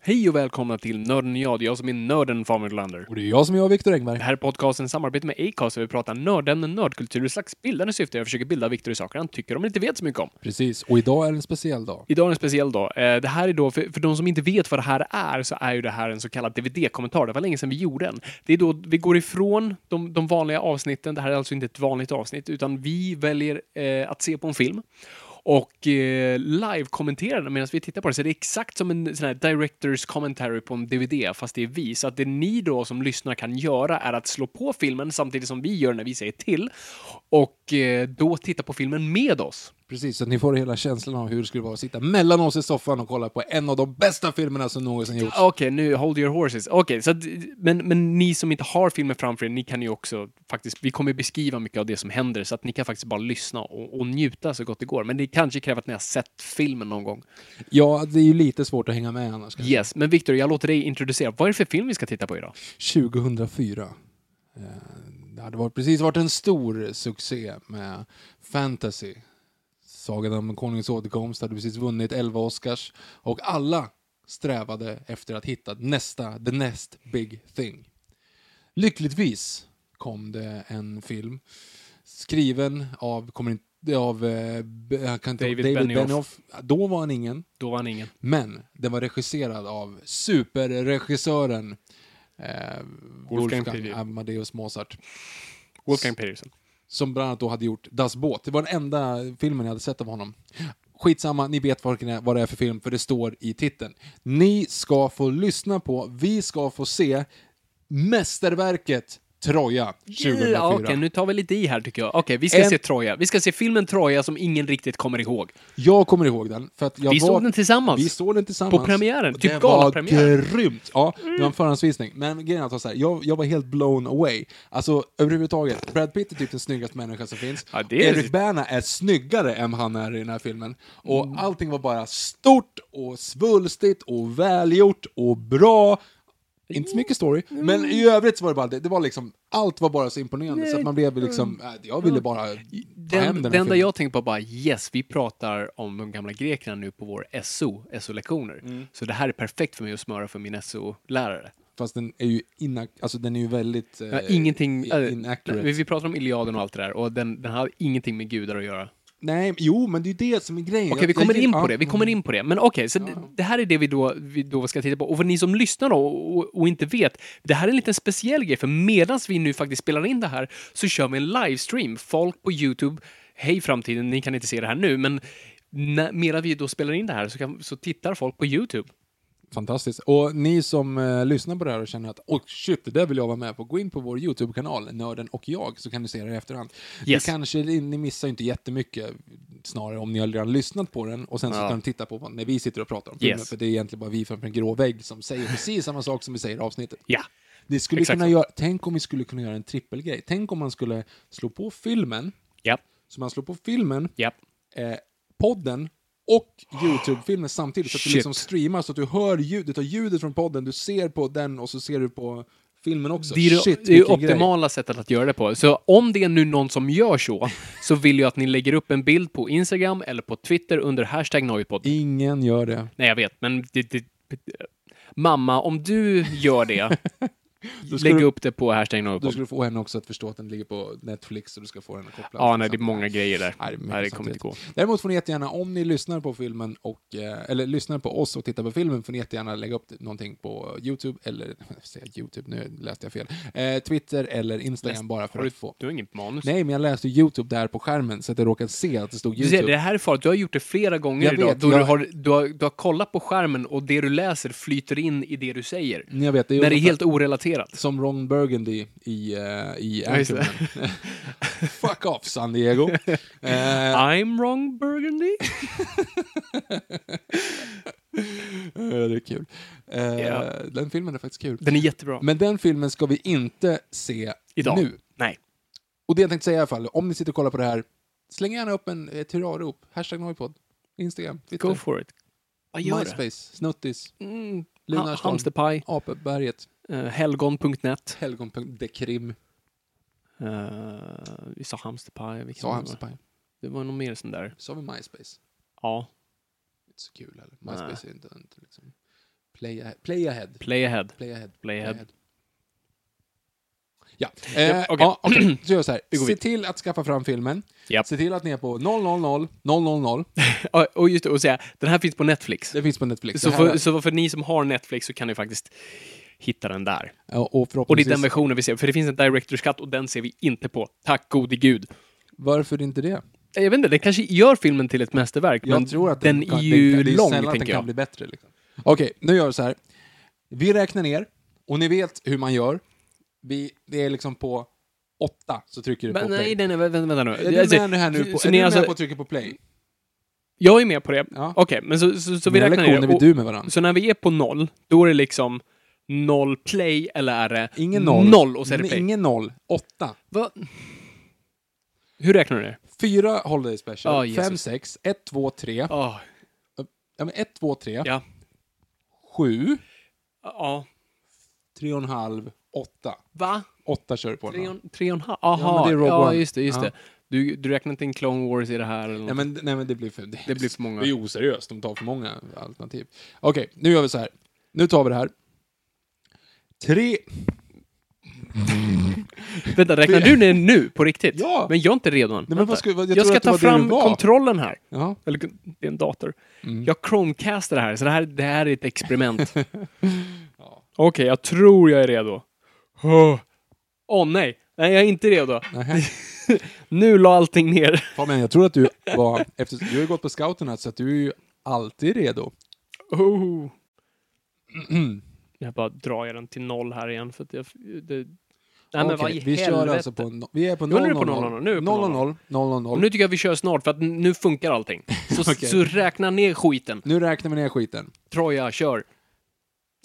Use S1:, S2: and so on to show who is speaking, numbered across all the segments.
S1: Hej och välkomna till Nörden jag, det är jag som är nörden Farmer Lander.
S2: Och det är jag som är jag, Viktor Engberg.
S1: Det här är podcasten i samarbete med Acast där vi pratar nörden, nördkultur i slags bildande syfte. Jag försöker bilda Viktor i saker han tycker om men inte vet så mycket om.
S2: Precis, och idag är en speciell dag.
S1: Idag är en speciell dag. Eh, Det här är då, för, för de som inte vet vad det här är, så är ju det här en så kallad DVD-kommentar. Det var länge sedan vi gjorde den. Det är då vi går ifrån de, de vanliga avsnitten. Det här är alltså inte ett vanligt avsnitt, utan vi väljer eh, att se på en film och eh, live-kommenterar den medan vi tittar på den. Så det är exakt som en sån här director's commentary på en DVD, fast det är vi. Så att det ni då som lyssnar kan göra är att slå på filmen samtidigt som vi gör när vi säger till och eh, då titta på filmen med oss.
S2: Precis, så att ni får hela känslan av hur det skulle vara att sitta mellan oss i soffan och kolla på en av de bästa filmerna som någonsin gjorts.
S1: Ah, Okej, nu hold your horses. Okej, så att, men, men ni som inte har filmen framför er, ni kan ju också faktiskt, vi kommer beskriva mycket av det som händer så att ni kan faktiskt bara lyssna och, och njuta så gott det går. Men det kanske kräver att ni har sett filmen någon gång.
S2: Ja, det är ju lite svårt att hänga med annars. kanske.
S1: Yes, men Victor, jag låter dig introducera. Vad är det för film vi ska titta på idag?
S2: 2004. Eh, Det hade varit, precis varit en stor succé med fantasy. Sagan om konungens återkomst hade precis vunnit 11 Oscars och alla strävade efter att hitta nästa, the next big thing. Lyckligtvis kom det en film skriven av, kommer inte, av eh, B- jag kan inte,
S1: David
S2: David
S1: Benioff.
S2: Benioff. Då var han ingen.
S1: Då vann ingen.
S2: Men den var regisserad av superregissören eh, Wolfgang,
S1: Petersen.
S2: Amadeus Mozart.
S1: Wolfgang Petersen.
S2: Som bland annat då hade gjort Das Boot. Det var den enda filmen jag hade sett av honom. Skitsamma, ni vet vad det är- vad det är för film, för det står i titeln. Ni ska få lyssna på, vi ska få se mästerverket Troja 2004.
S1: Ja, Okej, nu tar vi lite i här tycker jag. Okej, vi ska
S2: En-
S1: se Troja. Vi ska se filmen Troja som ingen riktigt kommer ihåg.
S2: Jag kommer ihåg den. För att jag
S1: Vi
S2: var...
S1: såg den tillsammans.
S2: Vi såg den tillsammans.
S1: På premiären,
S2: Och
S1: typ Mm.
S2: det
S1: galapremiären.
S2: var grymt. Ja, det var en förhandsvisning. Men grejen är att så här, jag, jag var helt blown away. Alltså överhuvudtaget, Brad Pitt är typ den snyggaste människan som finns.
S1: Ja, det är-
S2: Eric Bana är snyggare än han är i den här filmen. Och
S1: Mm.
S2: allting var bara stort och svulstigt och välgjort och bra. Inte så mycket story,
S1: Mm.
S2: men i övrigt så var det bara det. Det var liksom, allt var bara så imponerande så att man blev liksom, äh, jag ville bara ta hem
S1: Den,
S2: den här
S1: det enda
S2: filmen.
S1: jag tänker på bara, yes, vi pratar om de gamla grekerna nu på vår SO, SO-lektioner.
S2: Mm.
S1: Så det här är perfekt för mig att smöra för min SO-lärare.
S2: Fast den är ju, inac- alltså, den är ju väldigt eh,
S1: Jag har ingenting...
S2: i-
S1: äh,
S2: inaccurate.
S1: vi, vi pratar om Iliaden och allt det där och den, den har ingenting med gudar att göra.
S2: Nej, jo, men det är ju det som är grejen.
S1: Okej, vi
S2: Jag-
S1: kommer
S2: jag-
S1: in på
S2: ja, mm.
S1: det. Vi kommer in på det. Men okej, så det, det här är det vi då, vi då ska titta på. Och för ni som lyssnar då och, och inte vet, det här är en liten speciell grej, för medan vi nu faktiskt spelar in det här så kör vi en livestream. Folk på YouTube, hej framtiden, ni kan inte se det här nu, men när, medan vi då spelar in det här så, kan, så tittar folk på YouTube.
S2: Fantastiskt. Och ni som eh, lyssnar på det här och känner att oh shit, det där vill jag vara med på, gå in på vår YouTube-kanal, Nörden och jag, så kan ni se det i efterhand.
S1: Yes.
S2: Ni, kanske, ni missar ju inte jättemycket, snarare om ni har redan lyssnat på den och sen så
S1: Ja.
S2: kan ni titta på den när vi sitter och pratar om filmen,
S1: Yes.
S2: för det är egentligen bara vi framför en grå vägg som säger precis samma sak som vi säger i avsnittet.
S1: Ja.
S2: Det skulle
S1: Exakt
S2: kunna
S1: så.
S2: göra, tänk om vi skulle kunna göra en trippelgrej. Tänk om man skulle slå på filmen,
S1: Ja.
S2: så man slår på filmen,
S1: Ja.
S2: eh, podden och Youtube-filmen samtidigt. Så att du
S1: Shit.
S2: liksom streamar så att du hör ljudet, du tar ljudet från podden, du ser på den och så ser du på filmen också.
S1: Det är det-
S2: Shit,
S1: det är ju
S2: vilken grej.
S1: optimala sättet att göra det på. Så om det är nu någon som gör så, så vill jag att ni lägger upp en bild på Instagram eller på Twitter under hashtag Noipod.
S2: Ingen gör det.
S1: Nej, jag vet, men det, det, Mamma, om du gör det,
S2: ska
S1: lägg
S2: du-
S1: upp det på hashtag
S2: Då
S1: Noipod.
S2: ska du få henne också att förstå att den ligger på Netflix och du ska få henne kopplad.
S1: Ja, nej, det är många grejer där.
S2: Nej, det är mycket
S1: Nej, det kommer inte
S2: samtidigt.
S1: gå.
S2: Däremot får ni jättegärna, om ni lyssnar på filmen och, eh, eller lyssnar på oss och tittar på filmen, får ni jättegärna lägga upp någonting på YouTube, eller, säger jag YouTube, nu läste jag fel, eh, Twitter eller Instagram bara för
S1: Har
S2: att
S1: du,
S2: få.
S1: du har inget manus.
S2: Nej, men jag läste YouTube där på skärmen, så att jag råkade se att det stod
S1: Du ser,
S2: YouTube.
S1: det här är farligt. Du har gjort det flera gånger
S2: Jag
S1: idag.
S2: vet,
S1: då
S2: jag-
S1: du, har, du, har, du har kollat på skärmen och det du läser flyter in i det du säger.
S2: Jag vet, det är
S1: när det är
S2: ungefär-
S1: helt orelaterat.
S2: Som Ron Burgundy i, eh, i
S1: Ja, just det.
S2: Anchorman. Fuck off, San Diego. Eh,
S1: I'm wrong Burgundy?
S2: det är kul. Eh,
S1: Ja.
S2: Den filmen är faktiskt kul.
S1: Den är jättebra.
S2: Men den filmen ska vi inte se
S1: Idag.
S2: nu.
S1: Nej.
S2: Och det jag tänkte säga i alla fall, om ni sitter och kollar på det här, släng gärna upp en ett hurrarop. Hashtag Noipod. Instagram,
S1: Go
S2: Twitter,
S1: for it. Vad gör det?
S2: MySpace, Snuttis,
S1: Mm. Ha-
S2: Lunarstorm.
S1: Hamsterpaj,
S2: Apeberget,
S1: eh, helgon.net.
S2: Helgon.dekrim,
S1: Eh, vi sa hamsterpaj. vilken
S2: sa
S1: var det?
S2: Hamsterpaj.
S1: Det var nog mer sån där.
S2: Sa vi MySpace?
S1: Ja.
S2: Inte så kul heller. MySpace är inte, inte liksom... Play ahead. Play ahead.
S1: Play ahead.
S2: Play ahead.
S1: Play ahead.
S2: Ja, eh,
S1: Japp, okej.
S2: ja okej. så gör jag så här.
S1: Vi går
S2: Se till att skaffa fram filmen.
S1: Japp.
S2: Se till att ni är på 000 000.
S1: Ja, Och just det, och säga, den här finns på Netflix.
S2: Det finns på Netflix.
S1: Så
S2: Det här
S1: för,
S2: är-
S1: så för ni som har Netflix så kan ni faktiskt hitta den där.
S2: ja, och
S1: Och det är den
S2: förhoppningsvis...
S1: versionen vi ser, för det finns en Directors Cut och den ser vi inte på. Tack gode gud.
S2: Varför inte det?
S1: Eh, Jag vet inte, den kanske gör filmen till ett mästerverk,
S2: Jag
S1: men
S2: tror att
S1: den,
S2: kan-
S1: är ju
S2: det, det är
S1: lång,
S2: sällan att den
S1: tänker
S2: kan
S1: jag.
S2: bli bättre. Liksom. Okej, nu gör vi så här. Vi räknar ner, och ni vet hur man gör. Vi, det är liksom på åtta, så trycker du på
S1: Men nej,
S2: play.
S1: den är, vänta, vänta nu.
S2: är
S1: Alltså,
S2: du med nu här nu på,
S1: så
S2: är
S1: ni
S2: du
S1: alltså-
S2: med på att trycka på play?
S1: Jag är med på det.
S2: Ja.
S1: Okej, men så, så, så vi
S2: Mina
S1: räknar
S2: lektioner
S1: ner.
S2: vi
S1: Och,
S2: du med varandra.
S1: Så när vi är på noll, då är det liksom noll play, eller är det
S2: Ingen noll.
S1: Mm. noll och så är det
S2: Men
S1: play?
S2: Ingen noll. Åtta.
S1: Va? Hur räknar du det?
S2: Fyra Holiday Special.
S1: Ja, Jesus.
S2: fem, sex. Ett, två, tre.
S1: Oh,
S2: Ah, Ja, Ah, men ett, två, tre.
S1: ja.
S2: Sju.
S1: Ja.
S2: Tre och en halv. Åtta.
S1: Va?
S2: Åtta kör du på. den
S1: Tre
S2: här.
S1: och, tre och en halv?
S2: Ja, men
S1: Aha,
S2: det är
S1: ja,
S2: Rogue One.
S1: just det, just
S2: Ja.
S1: det. Du, du räknar inte in Clone Wars i det här eller
S2: Nej
S1: något?
S2: men, nej men det blir för... Det,
S1: Det blir för många.
S2: Det är oseriöst, de tar för många alternativ. Okej, nu gör vi så här. Nu tar vi det här. Tre...
S1: Vänta, räknar du ner nu? På riktigt?
S2: Ja.
S1: Men jag är inte redo än.
S2: men
S1: Vänta.
S2: vad ska- vad- jag
S1: jag
S2: tror
S1: ska
S2: att det
S1: ta
S2: var det du
S1: fram
S2: var. Mm.
S1: kontrollen här.
S2: Ja.
S1: Eller, det är en dator. Jag chromecastar det här, så det här, det här är ett experiment. Okej, jag tror jag är redo. Åh Åh, nej. Nej, jag är inte redo.
S2: Nähä.
S1: Nu la allting ner.
S2: Fabian, jag tror att du var... Efter, du har ju gått på scouterna, så att du är ju alltid redo.
S1: Oh. Jag bara drar jag den till noll här igen för att jag... Det... Nej men
S2: Okej,
S1: vad i
S2: Vi kör
S1: helvete?
S2: alltså på... no- Vi är på
S1: Nu är
S2: 000.
S1: du på 000, nu är du på
S2: 000. 000.
S1: Och nu tycker jag vi kör snart för att n- nu funkar allting. Så,
S2: Okej.
S1: så räkna ner skiten.
S2: Nu räknar vi ner skiten.
S1: Troja, kör.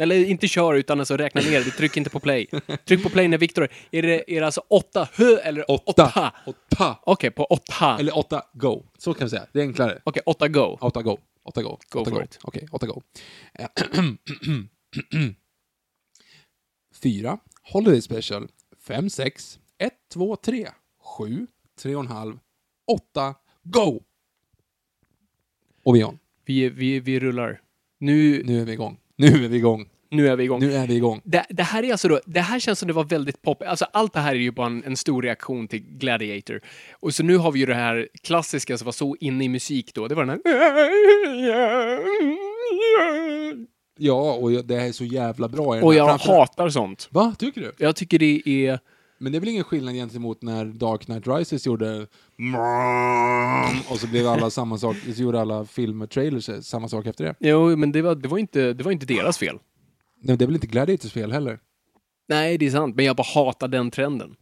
S1: Eller inte kör, utan alltså räkna ner. Vi trycker inte på play. Tryck på play när Viktor... Är det, är det alltså åtta hö eller åtta?
S2: Åtta. Åtta.
S1: Okej, på åtta. Okej,
S2: Eller åtta, go. Så kan vi säga. Det är enklare.
S1: åtta go.
S2: Åtta go. Åtta go.
S1: Go
S2: åtta
S1: for
S2: go.
S1: it.
S2: Okej, åtta go. Eh, Fyra. Holiday Special. Fem, sex. Ett, två, tre. Sju. Tre och en halv. Åtta. Go! Och vi är on.
S1: Vi, vi, vi rullar. Nu,
S2: Nu är vi igång. Nu är vi igång.
S1: nu är vi igång.
S2: Nu är vi igång.
S1: Det, det här är alltså då, det här känns som det var väldigt pop, alltså allt det här är ju bara en, en stor reaktion till Gladiator. Och så nu har vi ju det här klassiska som var så inne i musik då, det var den här...
S2: Ja, och jag- det här är så jävla bra. i den
S1: Och
S2: här.
S1: jag
S2: Framför-
S1: hatar sånt.
S2: Va, tycker du?
S1: Jag tycker det är...
S2: Men det är väl ingen skillnad gentemot när Dark Knight Rises gjorde och så blev alla samma sak, så gjorde alla filmer, trailers eh, samma sak efter det.
S1: Jo, men det var, det var, inte, det var inte deras fel.
S2: Nej, det är väl inte Gladiators fel heller?
S1: Nej, det är sant, men jag bara hatar den trenden.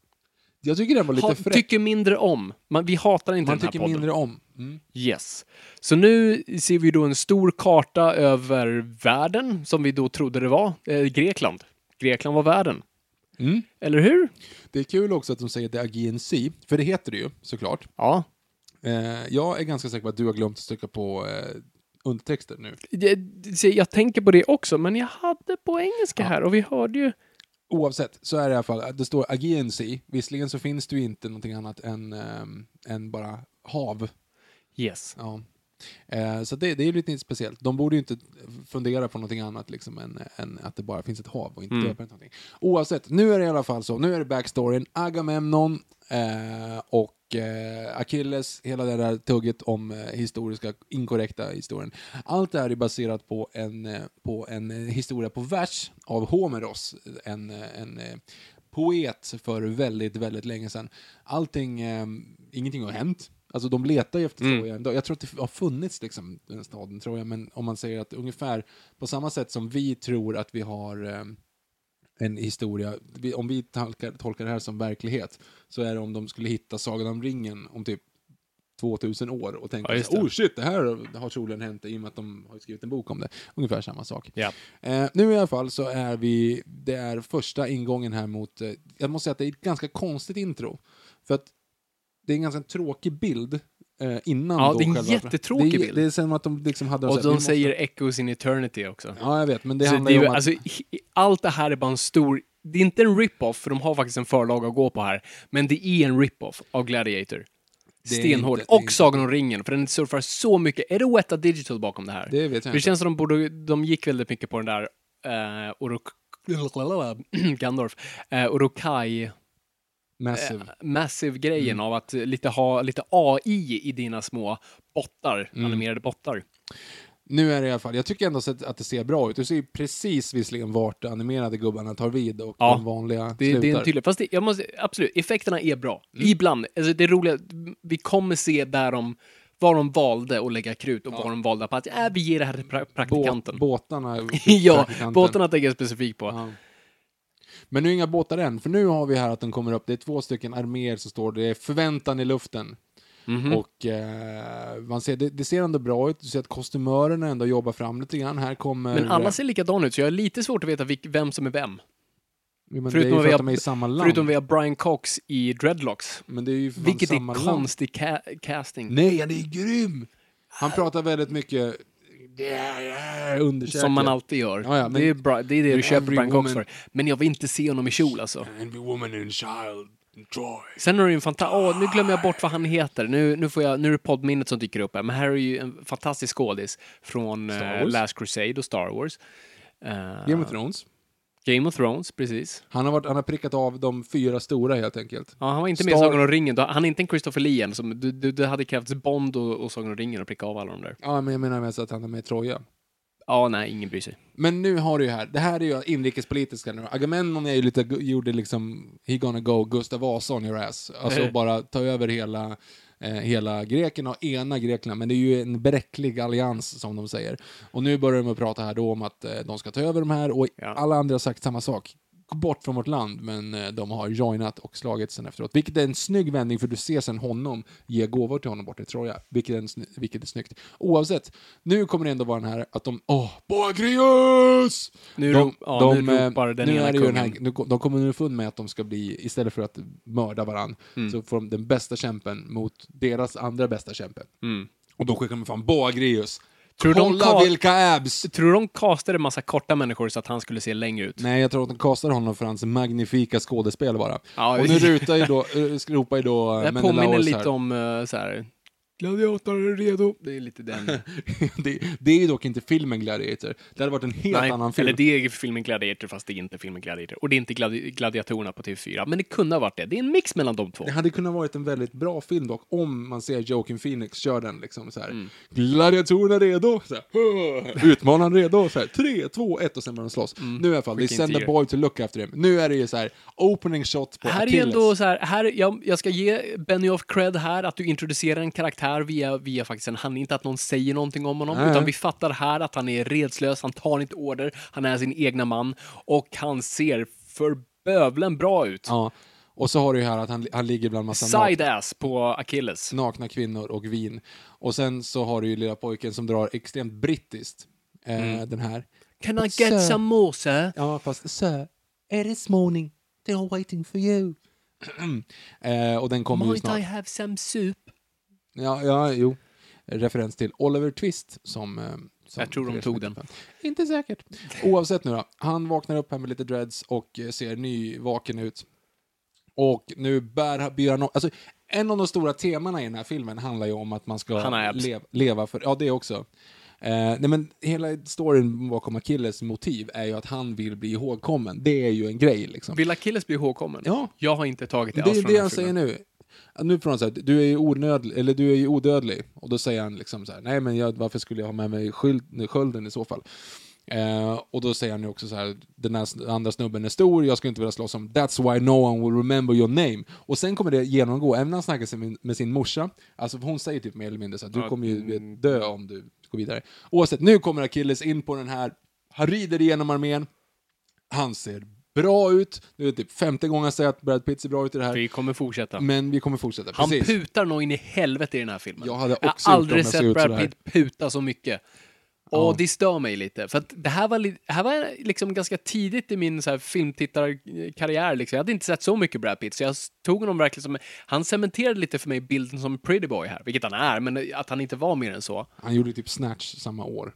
S2: Jag tycker den var lite
S1: Ha,
S2: fräck.
S1: tycker mindre om. Man, vi hatar inte
S2: Man
S1: den här
S2: tycker
S1: podden.
S2: mindre om. Mm.
S1: Yes. Så nu ser vi då en stor karta över världen, som vi då trodde det var, eh, Grekland. Grekland var världen.
S2: Mm.
S1: Eller hur?
S2: Det är kul också att de säger The Aegean Sea, för det heter det ju såklart.
S1: Ja.
S2: Eh, jag är ganska säker på att du har glömt att trycka på eh, undertexter nu.
S1: Jag, jag tänker på det också, men jag hade på engelska här och vi hörde ju...
S2: Oavsett, så är det i alla fall. äh, Det står agency. Visserligen så finns det ju inte någonting annat än, ehm, än bara hav.
S1: Yes.
S2: Ja. Eh, så det, det är ju lite speciellt. De borde ju inte fundera på någonting annat liksom, än, än att det bara finns ett hav och inte
S1: Mm.
S2: döpa det till någonting. Oavsett, nu är det i alla fall så. Nu är det backstoryn. Agamemnon eh, och eh, Achilles, hela det där tugget om eh, historiska, inkorrekta historien. Allt det här är baserat på en, eh, på en eh, historia på vers av Homeros, en, eh, en eh, poet för väldigt, väldigt länge sedan. Allting, eh, ingenting har hänt. Alltså de letar ju
S1: Mm.
S2: efter Troja ändå. Jag tror att det har funnits liksom den staden Troja, men om man säger att ungefär på samma sätt som vi tror att vi har eh, en historia, vi, om vi tolkar, tolkar det här som verklighet, så är det om de skulle hitta Sagan om ringen om typ 2000 år och tänka
S1: Ja, just
S2: så här,
S1: det.
S2: oh shit, det här har troligen hänt i och med att de har skrivit en bok om det. Ungefär samma sak.
S1: Ja.
S2: Eh, nu i alla fall så är vi, det är första ingången här mot, eh, jag måste säga att det är ett ganska konstigt intro. För att det är en ganska tråkig bild eh, innan
S1: Ja,
S2: då
S1: det är en
S2: själva-
S1: jättetråkig
S2: det är,
S1: bild.
S2: Det är som att de liksom hade... så
S1: Och
S2: här, vi
S1: de
S2: måste-
S1: säger Echoes in Eternity också.
S2: Ja, jag vet, men det
S1: Så
S2: handlar
S1: det är
S2: ju
S1: ju,
S2: om att...
S1: alltså, i- allt det här är bara en stor... Det är inte en rip-off, för de har faktiskt en förlag att gå på här, men det är en rip-off av Gladiator.
S2: Det är
S1: Stenhård.
S2: inte- det är
S1: och
S2: inte-
S1: Sagan om ringen, för den surfar så mycket. Är det Weta Digital bakom det här?
S2: Det vet jag
S1: Det
S2: inte.
S1: känns som de, borde, de gick väldigt mycket på den där uh, Gandalf, uh, Orokai
S2: Massive.
S1: Massive-grejen
S2: Mm.
S1: av att lite ha lite AI i dina små bottar,
S2: Mm.
S1: animerade bottar.
S2: Nu är det i alla fall, jag tycker ändå att, att det ser bra ut. Du ser ju precis visserligen vart de animerade gubbarna tar vid och
S1: Ja.
S2: de vanliga
S1: Det,
S2: slutar. Mm.
S1: det är en tydlig, fast det, jag måste, absolut, effekterna är bra. Ibland, alltså det roliga, vi kommer se där de, var de valde att lägga krut och var de valde att, äh, vi ger det här till pra- praktikanten.
S2: Båt, båtarna.
S1: ja,
S2: praktikanten.
S1: båtarna tänker jag specifikt på.
S2: Ja. Men nu är inga båtar än, för nu har vi här att de kommer upp. Det är två stycken arméer som står. Det är förväntan i luften.
S1: Mhm.
S2: Och eh, man ser, det, det ser ändå bra ut. Du ser att kostymörerna ändå jobbar fram lite grann. Här kommer...
S1: Men alla ser likadana ut, så jag har lite svårt att veta vilk, vem som är vem.
S2: men det är
S1: förutom
S2: ju för
S1: vi
S2: att
S1: har-
S2: de är i samma land.
S1: Förutom vi har Brian Cox i Dreadlocks.
S2: Men det är ju för fan
S1: Vilket
S2: samma
S1: är
S2: land.
S1: konstig ca- casting.
S2: Nej, han är grym! Han pratar väldigt mycket eh, underkäke.
S1: Som man alltid gör.
S2: Ja, ja, men-
S1: det, är bra, det är det du köper
S2: Every
S1: Brian Cox
S2: woman-
S1: för. Men jag vill inte se honom i kjol alltså.
S2: And the woman and child, Troy.
S1: Sen har du ju en fantastisk... Åh, nu glömmer jag bort vad han heter. Nu, nu, får jag, nu är det poddminnet som dyker upp här. Men här är ju en fantastisk skådis från
S2: Star
S1: eh,
S2: Wars.
S1: Last Crusade och Star Wars. Eh,
S2: Game of Thrones.
S1: Game of Thrones, precis.
S2: Han har, varit, han har prickat av de fyra stora helt enkelt.
S1: Ja, han var inte med i
S2: Star-
S1: Sagan om ringen. då. Han är inte en Christopher Lee än. Som, du, du, det hade krävts Bond och, och Sagan om ringen att pricka av alla de där.
S2: Ja, men jag menar mest att han är med i Troja.
S1: Ja, nej, ingen bryr sig.
S2: Men nu har du ju här, det här är ju inrikespolitiska nu. Agamemnon är ju lite, gjorde liksom, he gonna go Gustav Vasa on your ass. Alltså
S1: Eh.
S2: bara ta över hela, eh, hela Grekland och ena Grekland. Men det är ju en bräcklig allians som de säger. Och nu börjar de att prata här då om att eh, de ska ta över de här och
S1: Ja.
S2: alla andra har sagt samma sak. Gå Bort från vårt land, men eh, de har joinat och slagit sen efteråt. Vilket är en snygg vändning, för du ser sen honom ge gåvor till honom bort i Troja, vilket är, en sny- vilket är snyggt. Oavsett, nu kommer det ändå vara den här att de, åh, Boagrius!
S1: Nu
S2: de,
S1: ro- ja, nu
S2: eh,
S1: ropar den
S2: nu
S1: ena
S2: är det ju den här,
S1: kungen.
S2: nu, ko- De kommer underfund med att de ska bli, istället för att mörda varandra,
S1: Mm.
S2: så får de den bästa kämpen mot deras andra bästa kämpe.
S1: Mm.
S2: Och då skickar de fram Boagrius.
S1: Tror de
S2: Kolla
S1: ka-
S2: vilka abs!
S1: Tror de castade en massa korta människor så att han skulle se längre ut?
S2: Nej, jag tror att de kastar honom för hans magnifika skådespel bara.
S1: Ja,
S2: och nu rutar ju då, eh, ropar ju då
S1: Det
S2: eh,
S1: här
S2: Menelaus
S1: påminner
S2: här.
S1: lite om uh, så här. Gladiator är redo. Det är lite den.
S2: det, det är ju dock inte filmen Gladiator. Det hade varit en helt annan film.
S1: eller det är filmen Gladiator fast det är inte filmen Gladiator. Och det är inte gladi- gladiatorerna på TV4. Men det kunde ha varit det. Det är en mix mellan de två.
S2: Det hade kunnat varit en väldigt bra film dock, om man ser Joaquin Phoenix köra den liksom så här.
S1: Mm.
S2: Gladiatorerna redo! Så här, "Huh." Utmanaren redo! Så här, tre, två, ett och sen börjar de slåss.
S1: Mm.
S2: Nu i alla fall, det är
S1: Skicka in
S2: Send a
S1: tiger.
S2: boy to look after him. Nu är det ju så här, opening shot på
S1: Här är
S2: Achilles.
S1: ändå så här, här jag, jag ska ge Benioff cred här, att du introducerar en karaktär via, via faktiskt en handling, inte att någon säger någonting om honom,
S2: Nej.
S1: utan vi fattar här att han är redslös, han tar inte order, han är sin egna man och han ser för bövlen bra ut.
S2: Ja. Och så har du ju här att han, han ligger bland massa nakna-
S1: Side ass på Achilles.
S2: nakna kvinnor och vin. Och sen så har du ju lilla pojken som drar extremt brittiskt. Eh, Den här.
S1: Can I
S2: Sir.
S1: get some more sir?
S2: Ja, fast sir, it is morning. They are waiting for you. eh, och den kommer ju
S1: Might I
S2: snart.
S1: have some soup?
S2: Ja, ja, jo. Referens till Oliver Twist som eh, som
S1: Jag tror de
S2: Therese
S1: tog
S2: Mittefeld. Inte säkert. Oavsett nu då. Han vaknar upp här med lite dreads och eh, ser nyvaken ut. Och nu bär Björn... Alltså, en av de stora temana i den här filmen handlar ju om att man ska
S1: Han har abs.
S2: lev, leva för... Ja, det också. Eh, nej men hela storyn bakom Achilles motiv är ju att han vill bli ihågkommen. Det är ju en grej liksom.
S1: Vill Achilles bli ihågkommen?
S2: Ja.
S1: Jag har inte tagit det,
S2: Det
S1: alls
S2: är
S1: från
S2: det
S1: den
S2: han
S1: filmen.
S2: säger nu. Nu får han säga du är ju onödlig, eller du är ju odödlig. Och då säger han liksom så här, nej men jag, varför skulle jag ha med mig skyld, skölden i så fall? Eh, och då säger han ju också så här, den här sn- andra snubben är stor, jag skulle inte vilja slåss om, that's why no one will remember your name. Och sen kommer det genomgå, även när han snackar sin- med sin morsa, alltså hon säger typ mer eller mindre så här, du
S1: Ja,
S2: kommer ju
S1: mm.
S2: dö om du går vidare. Oavsett, nu kommer Achilles in på den här, han rider igenom armén, han ser bra ut, nu är det typ femte gången jag säger att Brad Pitt ser bra ut i det här.
S1: Vi kommer fortsätta.
S2: Men vi kommer fortsätta.
S1: han
S2: Precis.
S1: putar nog in i helvete i den här filmen.
S2: Jag hade också
S1: har
S2: gjort
S1: aldrig
S2: om jag såg
S1: sett
S2: ut
S1: Brad
S2: sådär.
S1: Pitt puta så mycket. Och
S2: Ja.
S1: det stör mig lite. För att det här var, li- det här var liksom ganska tidigt i min så här filmtittarkarriär. Liksom. Jag hade inte sett så mycket Brad Pitt, så jag s- tog honom verkligen som... Han cementerade lite för mig bilden som pretty boy här, vilket han är, men att han inte var mer än så.
S2: Han gjorde typ Snatch samma år.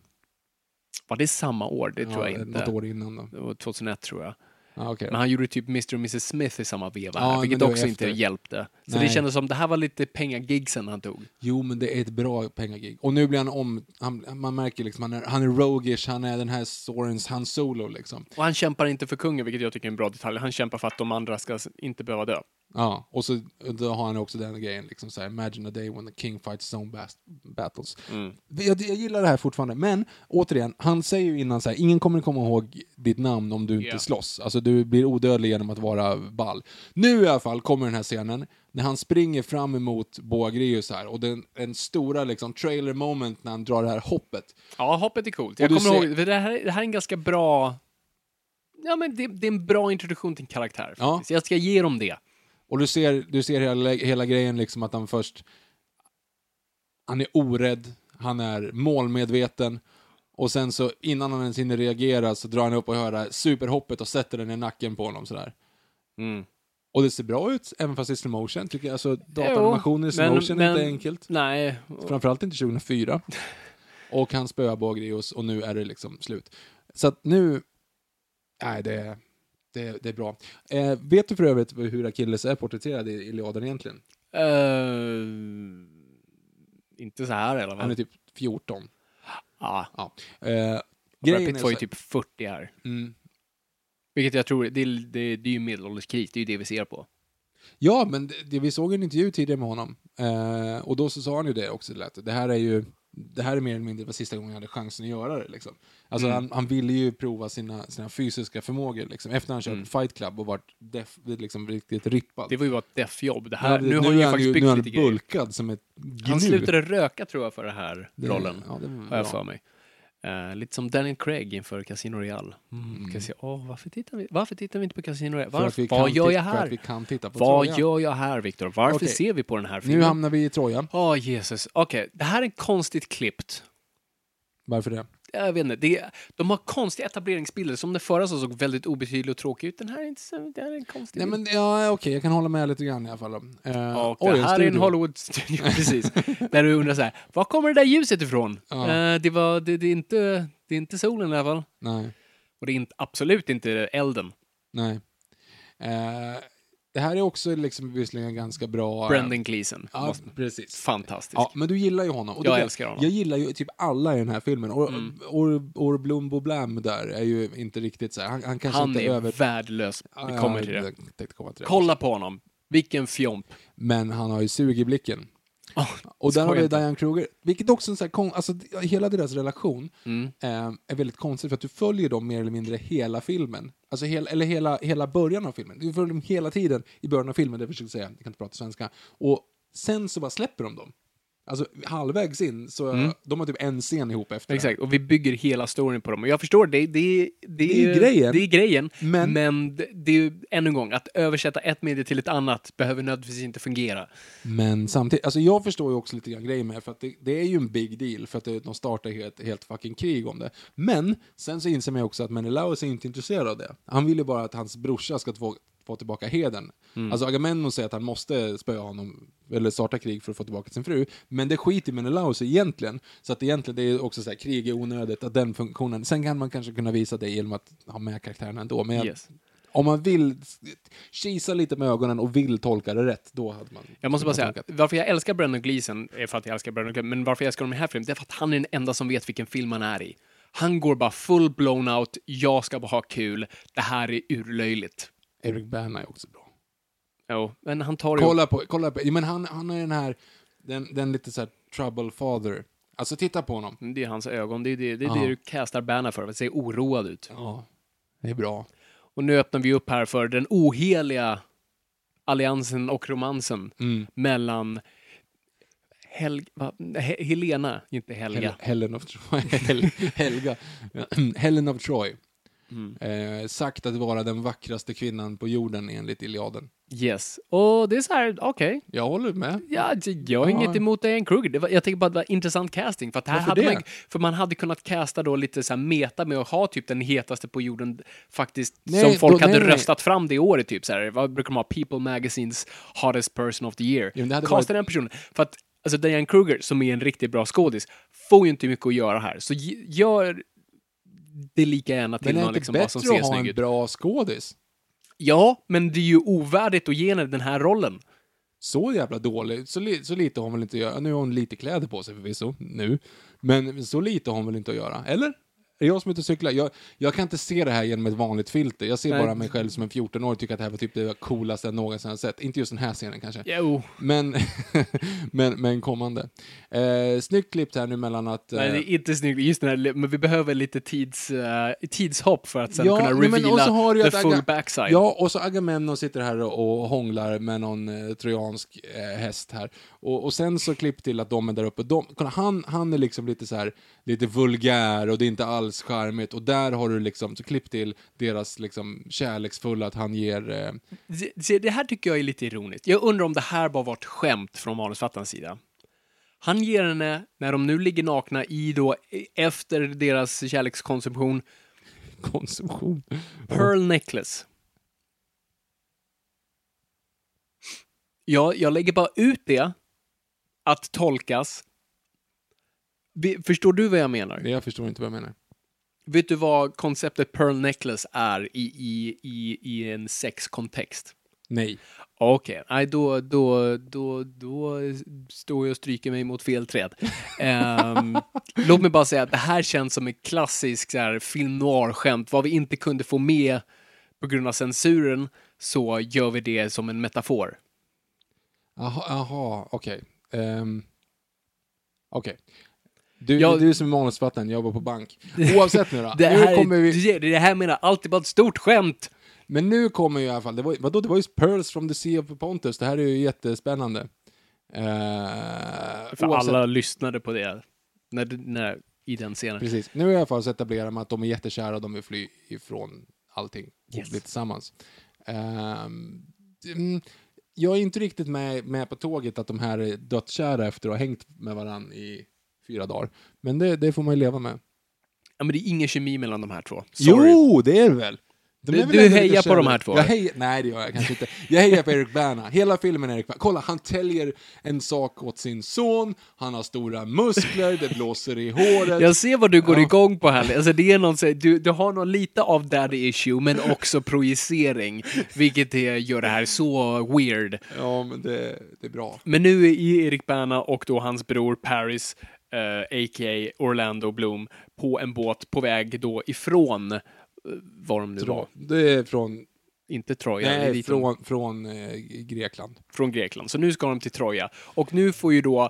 S1: Var det samma år? Det tror jag inte.
S2: Något år innan då.
S1: Det var 2001 tror jag.
S2: Ja, okej.
S1: Men han gjorde typ Mr och Mrs Smith i samma veva,
S2: Ja,
S1: här,
S2: men
S1: vilket
S2: det var
S1: också inte
S2: efter.
S1: hjälpte. Så
S2: Nej.
S1: det kändes som det här var lite pengagigsen han tog.
S2: Jo, men det är ett bra pengagig. Och nu blir han om... Han, man märker liksom, han är, han är rogish, han är den här Sorens Han Solo liksom.
S1: Och han kämpar inte för kungen, vilket jag tycker är en bra detalj. Han kämpar för att de andra ska s- inte behöva dö.
S2: Ja, och så då har han också den grejen liksom så här, imagine a day when the king fights his own bas- battles. Jag, jag gillar det här fortfarande, men återigen, han säger ju innan så här, ingen kommer komma ihåg ditt namn om du inte
S1: Ja.
S2: slåss. Alltså du blir odödlig genom att vara ball. Nu i alla fall kommer den här scenen, när han springer fram emot Boagrius här, och den, den stora liksom trailer moment när han drar det här hoppet.
S1: Ja, hoppet är
S2: Och
S1: coolt. Jag
S2: du
S1: kommer
S2: ser-
S1: ihåg, för det här, det här är en ganska bra... Ja, men det, det är en bra introduktion till en karaktär.
S2: Ja.
S1: faktiskt. Jag ska ge dem det.
S2: Och du ser, du ser hela, hela grejen liksom att han först... Han är orädd, han är målmedveten och sen så innan han ens hinner reagera så drar han upp och hör det här superhoppet och sätter den i nacken på honom sådär.
S1: Mm.
S2: Och det ser bra ut, även fast det är slow motion tycker jag. Alltså datanimationer i slow
S1: men-
S2: motion är
S1: men-
S2: inte enkelt.
S1: Nej. och-
S2: Framförallt inte 2004. och han spöar Bagrios och nu är det liksom slut. Så att nu... Nej, det, det, det är bra. Eh, vet du för övrigt hur Achilles är porträtterad i Iliaden egentligen?
S1: Eh, inte så här i alla
S2: Han är
S1: fall.
S2: typ 14.
S1: Ja.
S2: Ja. Eh,
S1: Brad
S2: grejen är
S1: Pitt
S2: så
S1: var ju
S2: här,
S1: typ 40 här.
S2: mm,
S1: Vilket jag tror, det, är- det, är- det är ju medelålderskris, det är ju det vi ser på.
S2: ja, men det- det, vi såg en intervju tidigare med honom eh, och då så sa han ju det också, det lät, det här är ju det här är mer eller mindre var sista gången jag hade chansen att göra det. Liksom. Alltså,
S1: Mm.
S2: han, han ville ju prova sina, sina fysiska förmågor liksom, efter han kört Fight Club och varit def, liksom, riktigt rippad.
S1: Mm. Det var ju bara ett deffjobb. Det här,
S2: Men
S1: nu har han ju
S2: är han
S1: faktiskt
S2: nu är
S1: byggt
S2: han
S1: lite grejer.
S2: bulkad som ett gnu.
S1: Han slutade röka tror jag för den här
S2: Det-
S1: rollen.
S2: Ja, det var
S1: har
S2: bra.
S1: jag för mig. Eh, lite som Daniel Craig inför Casino Royale. Mm, Casino, åh, varför, tittar vi, varför tittar vi inte på Casino Royale?
S2: För att vi
S1: Varför,
S2: kan
S1: vad gör
S2: titta-
S1: jag
S2: För att vi
S1: här?
S2: kan titta på
S1: Vad
S2: Troja.
S1: gör jag här, Viktor? Varför
S2: Okej.
S1: ser vi på den här
S2: Nu
S1: filmen?
S2: hamnar vi i Troja.
S1: Åh, Jesus. Okej, det här är konstigt klippt.
S2: Varför det?
S1: Jag vet inte, det, de har konstiga etableringsbilder. Som den förra som såg väldigt obetydlig och tråkig ut. Den här är inte så... Det här är en konstig
S2: Nej
S1: bild.
S2: men ja, okej, jag kan hålla med lite grann i alla fall. då. Eh,
S1: Och
S2: oj,
S1: det här är en
S2: studio.
S1: Hollywood-studio, precis. där du undrar så här, var kommer det där ljuset ifrån?
S2: Ja.
S1: Eh, det, var, det, det, är inte, det är inte solen i alla fall.
S2: Nej,
S1: Och det är inte, absolut inte elden.
S2: nej. Eh, det här är också liksom visserligen ganska bra... eh,
S1: Brendan Gleeson.
S2: Ja,
S1: Måste-
S2: precis.
S1: Fantastisk.
S2: Ja, men du gillar ju honom.
S1: Jag
S2: det-
S1: älskar honom. Mm.
S2: Jag gillar ju typ alla i den här filmen. Och, och, och Blom Boblam där är ju inte riktigt så här. Han, han kanske
S1: Han
S2: inte
S1: är
S2: över...
S1: värdelös. Vi
S2: Ja,
S1: kommer till
S2: jag
S1: det.
S2: tänkte komma till det.
S1: Kolla på honom. Vilken fjomp.
S2: Men han har ju sug i blicken.
S1: Åh,
S2: Och där har
S1: skoja
S2: vi
S1: inte.
S2: Diane Kruger, vilket också är en sån här kon- alltså d- hela deras relation
S1: Mm.
S2: eh, är väldigt konstigt för att du följer dem mer eller mindre hela filmen. Alltså hel, eller hela, hela början av filmen. Du följer dem hela tiden i början av filmen, det jag försökte säga, jag kan inte prata svenska. Och sen så bara släpper de dem. Alltså halvvägs in, så
S1: Mm.
S2: de har typ en scen ihop efter det.
S1: Exakt, och vi bygger hela storyn på dem. Och jag förstår, det, det, det,
S2: Det är grejen.
S1: Det är grejen.
S2: Men-
S1: Men, det, det är ju, ännu en gång, att översätta ett medie till ett annat behöver nödvändigtvis inte fungera.
S2: Men samtidigt, alltså jag förstår ju också lite grann grejen med det, för att det, det är ju en big deal för att det, de startar ju ett helt fucking krig om det. Men sen så inser man ju också att Menelaus är inte intresserad av det. Han vill ju bara att hans brorsa ska få, få tillbaka heden. Alltså Agamemnon säger att han måste spöa honom, eller starta krig för att få tillbaka sin fru. Men det skiter Menelaus i egentligen. Så att egentligen, det är också så här, krig är onödigt, att den funktionen. Sen kan man kanske kunna visa det genom att ha med karaktärerna ändå. Men jag-
S1: Yes.
S2: om man vill kisa lite med ögonen och vill tolka det rätt, då hade man...
S1: Jag måste bara säga,
S2: tolkat.
S1: varför jag älskar Brendan Gleeson är för att jag älskar Brendan Gleeson, men varför jag älskar honom i den här filmen, det är för att han är den enda som vet vilken film han är i. Han går bara full blown out, jag ska bara ha kul, det här är urlöjligt.
S2: Eric Bana är också bra.
S1: Jo, men han tar ju...
S2: Kolla på, kolla på, ja, men han, han är den här, den, den lite så här trouble father. Alltså titta på honom.
S1: Det är hans ögon, det är det, det, är
S2: Ja.
S1: det du castar Banner för, för att se oroad ut.
S2: Ja, det är bra.
S1: Och nu öppnar vi upp här för den oheliga alliansen och romansen
S2: Mm.
S1: mellan Hel va? He- Helena, inte Helga.
S2: Hel- Helen of Troy. Hel Helga. Helen of Troy.
S1: Mm.
S2: Eh, sagt att vara den vackraste kvinnan på jorden enligt Iliaden.
S1: Yes. Och det är så här, okej.
S2: Jag håller med.
S1: Ja, alltså, jag har
S2: Ja.
S1: inget emot Diane Kruger. Det var, jag tänker bara att det var intressant casting. För, att här
S2: Varför
S1: hade
S2: det?
S1: Man, för man hade kunnat casta då lite så här meta med att ha typ den hetaste på jorden faktiskt
S2: Nej,
S1: som folk
S2: då-
S1: hade
S2: nej, nej.
S1: röstat fram det året. Typ så här. Vad brukar de ha? People Magazines hottest person of the year.
S2: men det hade
S1: Casta
S2: varit-
S1: den personen. För att alltså Diane Kruger, som är en riktigt bra skådis, får ju inte mycket att göra här. Så ge- gör det lika gärna till
S2: Men är det
S1: någon
S2: inte
S1: liksom, bara som
S2: bättre
S1: ser
S2: att ha en
S1: snygg ut.
S2: bra skådis?
S1: Ja, men det är ju ovärdigt att ge henne den här rollen.
S2: Så jävla dålig. Så, li- så lite har hon väl inte att göra. Nu har hon lite kläder på sig förvisso, nu. Men så lite har hon väl inte att göra, eller? Är det jag som är ute och cyklar? Jag, jag kan inte se det här genom ett vanligt filter. Jag ser
S1: Nej.
S2: bara mig själv som en 14-åring och tycker att det här var typ det coolaste jag någonsin har sett. Inte just den här scenen kanske.
S1: Jo.
S2: Men, men, men kommande. Eh, snyggt klippt här nu mellan att... eh,
S1: Nej, det är inte snyggt. Just den här, men vi behöver lite tids, eh, tidshopp för att sen
S2: Ja,
S1: kunna
S2: nej, men och så har du
S1: reveala
S2: ju
S1: the
S2: att
S1: full
S2: Aga-
S1: backside.
S2: Ja, och så Agamemnon sitter här och, och hånglar med någon eh, trojansk eh, häst här. Och, och sen så klipp till att de är där uppe. De, kolla, han, han är liksom lite så här, lite vulgär och det är inte alls charmigt. Och där har du liksom, så klipp till deras liksom kärleksfulla att han ger... Eh,
S1: Se- Se, det här tycker jag är lite ironiskt. Jag undrar om det här bara var ett skämt från manusfattarens sida. Han ger henne, när de nu ligger nakna i då, e, efter deras kärlekskonsumtion,
S2: konsumtion.
S1: Pearl necklace. Ja, jag lägger bara ut det att tolkas. Vi- Förstår du vad jag menar?
S2: Det jag förstår inte vad jag menar.
S1: Vet du vad konceptet Pearl Necklace är i, i, i, i en sexkontext?
S2: Nej.
S1: Okej, nej då, då, då, då står jag och stryker mig mot fel träd. Ehm, låt mig bara säga att det här känns som ett klassiskt så här, film noir-skämt. Vad vi inte kunde få med på grund av censuren så gör vi det som en metafor.
S2: Aha, aha okej. Ehm, okej. Du,
S1: Jag-
S2: du som är manusförfattaren, jag jobbar på bank. Oavsett nu då.
S1: Det
S2: nu
S1: här,
S2: kommer vi...
S1: det, det här menar jag alltid bara ett stort skämt.
S2: Men nu kommer ju i alla fall, det var, vadå, det var ju Pearls from the Sea of Pontus, det här är ju jättespännande. Eh,
S1: För
S2: oavsett-
S1: alla lyssnade på det när, när, i den scenen.
S2: Precis, nu i alla fall så etablerar man att de är jättekära och de vill fly ifrån allting
S1: Yes.
S2: och bli tillsammans. Ehm, mm, jag är inte riktigt med, med på tåget att de här är dödskära efter att ha hängt med varann i fyra dagar. Men det, det får man ju leva med.
S1: Ja, men det är ingen kemi mellan de här två.
S2: Jo, det är det väl! De
S1: Du-
S2: är väl
S1: du
S2: ändå lite
S1: hejar på
S2: kära.
S1: de här två?
S2: Jag hejar, nej, det gör jag kanske inte. Jag hejar på Eric Bana. Hela filmen är Eric Bana. Kolla, han täljer en sak åt sin son, han har stora muskler, det blåser i håret.
S1: Jag ser vad du går
S2: Ja.
S1: igång på här. Alltså det är någon, så- du, du har någon lite av daddy issue, men också projicering, vilket är, gör det här så weird.
S2: Ja, men det, det är bra.
S1: Men nu är Erik Berna och då hans bror Paris, eh, a.k.a. Orlando Bloom, på en båt på väg då ifrån eh, var de nu var.
S2: bra. Det är från,
S1: Inte Troja, det är
S2: nej,
S1: dit de-
S2: från, från eh, Grekland.
S1: från Grekland. Så nu ska de till Troja. Och nu får ju då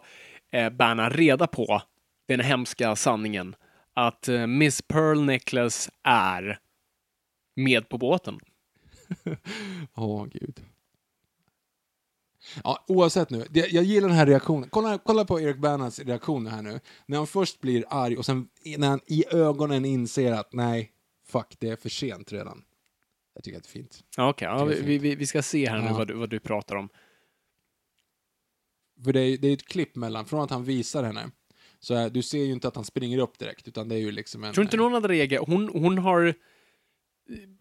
S1: eh, Berna reda på den hemska sanningen att eh, Miss Pearl Necklace är med på båten.
S2: Åh, gud. Ja, oavsett nu. Det, jag gillar den här reaktionen. Kolla, kolla på Eric Bernas reaktion här nu. När han först blir arg och sen i- när han i ögonen inser att nej, fuck, det är för sent redan. Jag tycker att det är fint.
S1: Ja, Okej, ja,
S2: Det är
S1: vi, vi, vi ska se här nu
S2: Ja.
S1: vad, du, vad du pratar om.
S2: För det är, det är ett klipp mellan, från att han visar henne. Så här, du ser ju inte att han springer upp direkt, utan det är ju liksom en...
S1: Tror inte någon hade reagerat? Hon, hon har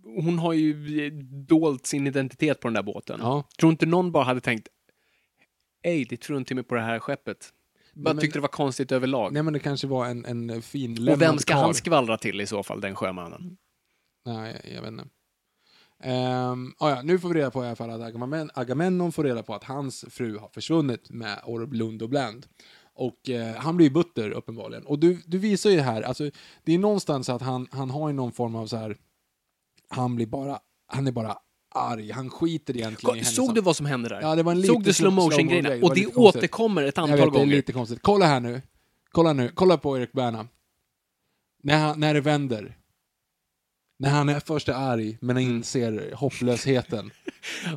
S1: hon har ju eh, dolt sin identitet på den där båten.
S2: Ja.
S1: Tror inte någon bara hade tänkt, ej, det tror inte mig på det här skeppet. Bara
S2: men-
S1: tyckte det var konstigt överlag.
S2: Nej men det kanske var en, en fin
S1: och vem
S2: lämnad
S1: ska
S2: karl.
S1: han skvallra till i så fall, den sjömannen?
S2: Nej, jag vet inte. Um, ja, nu får vi reda på i alla fall att Agamem- Agamemnon får reda på att hans fru har försvunnit med Orb Lund och Bland. Och eh, han blir ju butter uppenbarligen. Och du, du visar ju det här, alltså, det är någonstans att han, han har ju någon form av så här, han blir bara, han är bara arg, han skiter egentligen i hennes
S1: Såg du vad som hände där?
S2: Ja, det var en liten
S1: Såg du slow motion
S2: slow motion-grej.
S1: grejerna?
S2: Det var
S1: Och det
S2: lite konstigt.
S1: återkommer ett
S2: Jag
S1: antal
S2: vet,
S1: gånger.
S2: Det är lite konstigt. Kolla här nu. Kolla nu. Kolla på Erik Berna. När, han, när det vänder. När han är först är arg, men inser
S1: Mm.
S2: hopplösheten.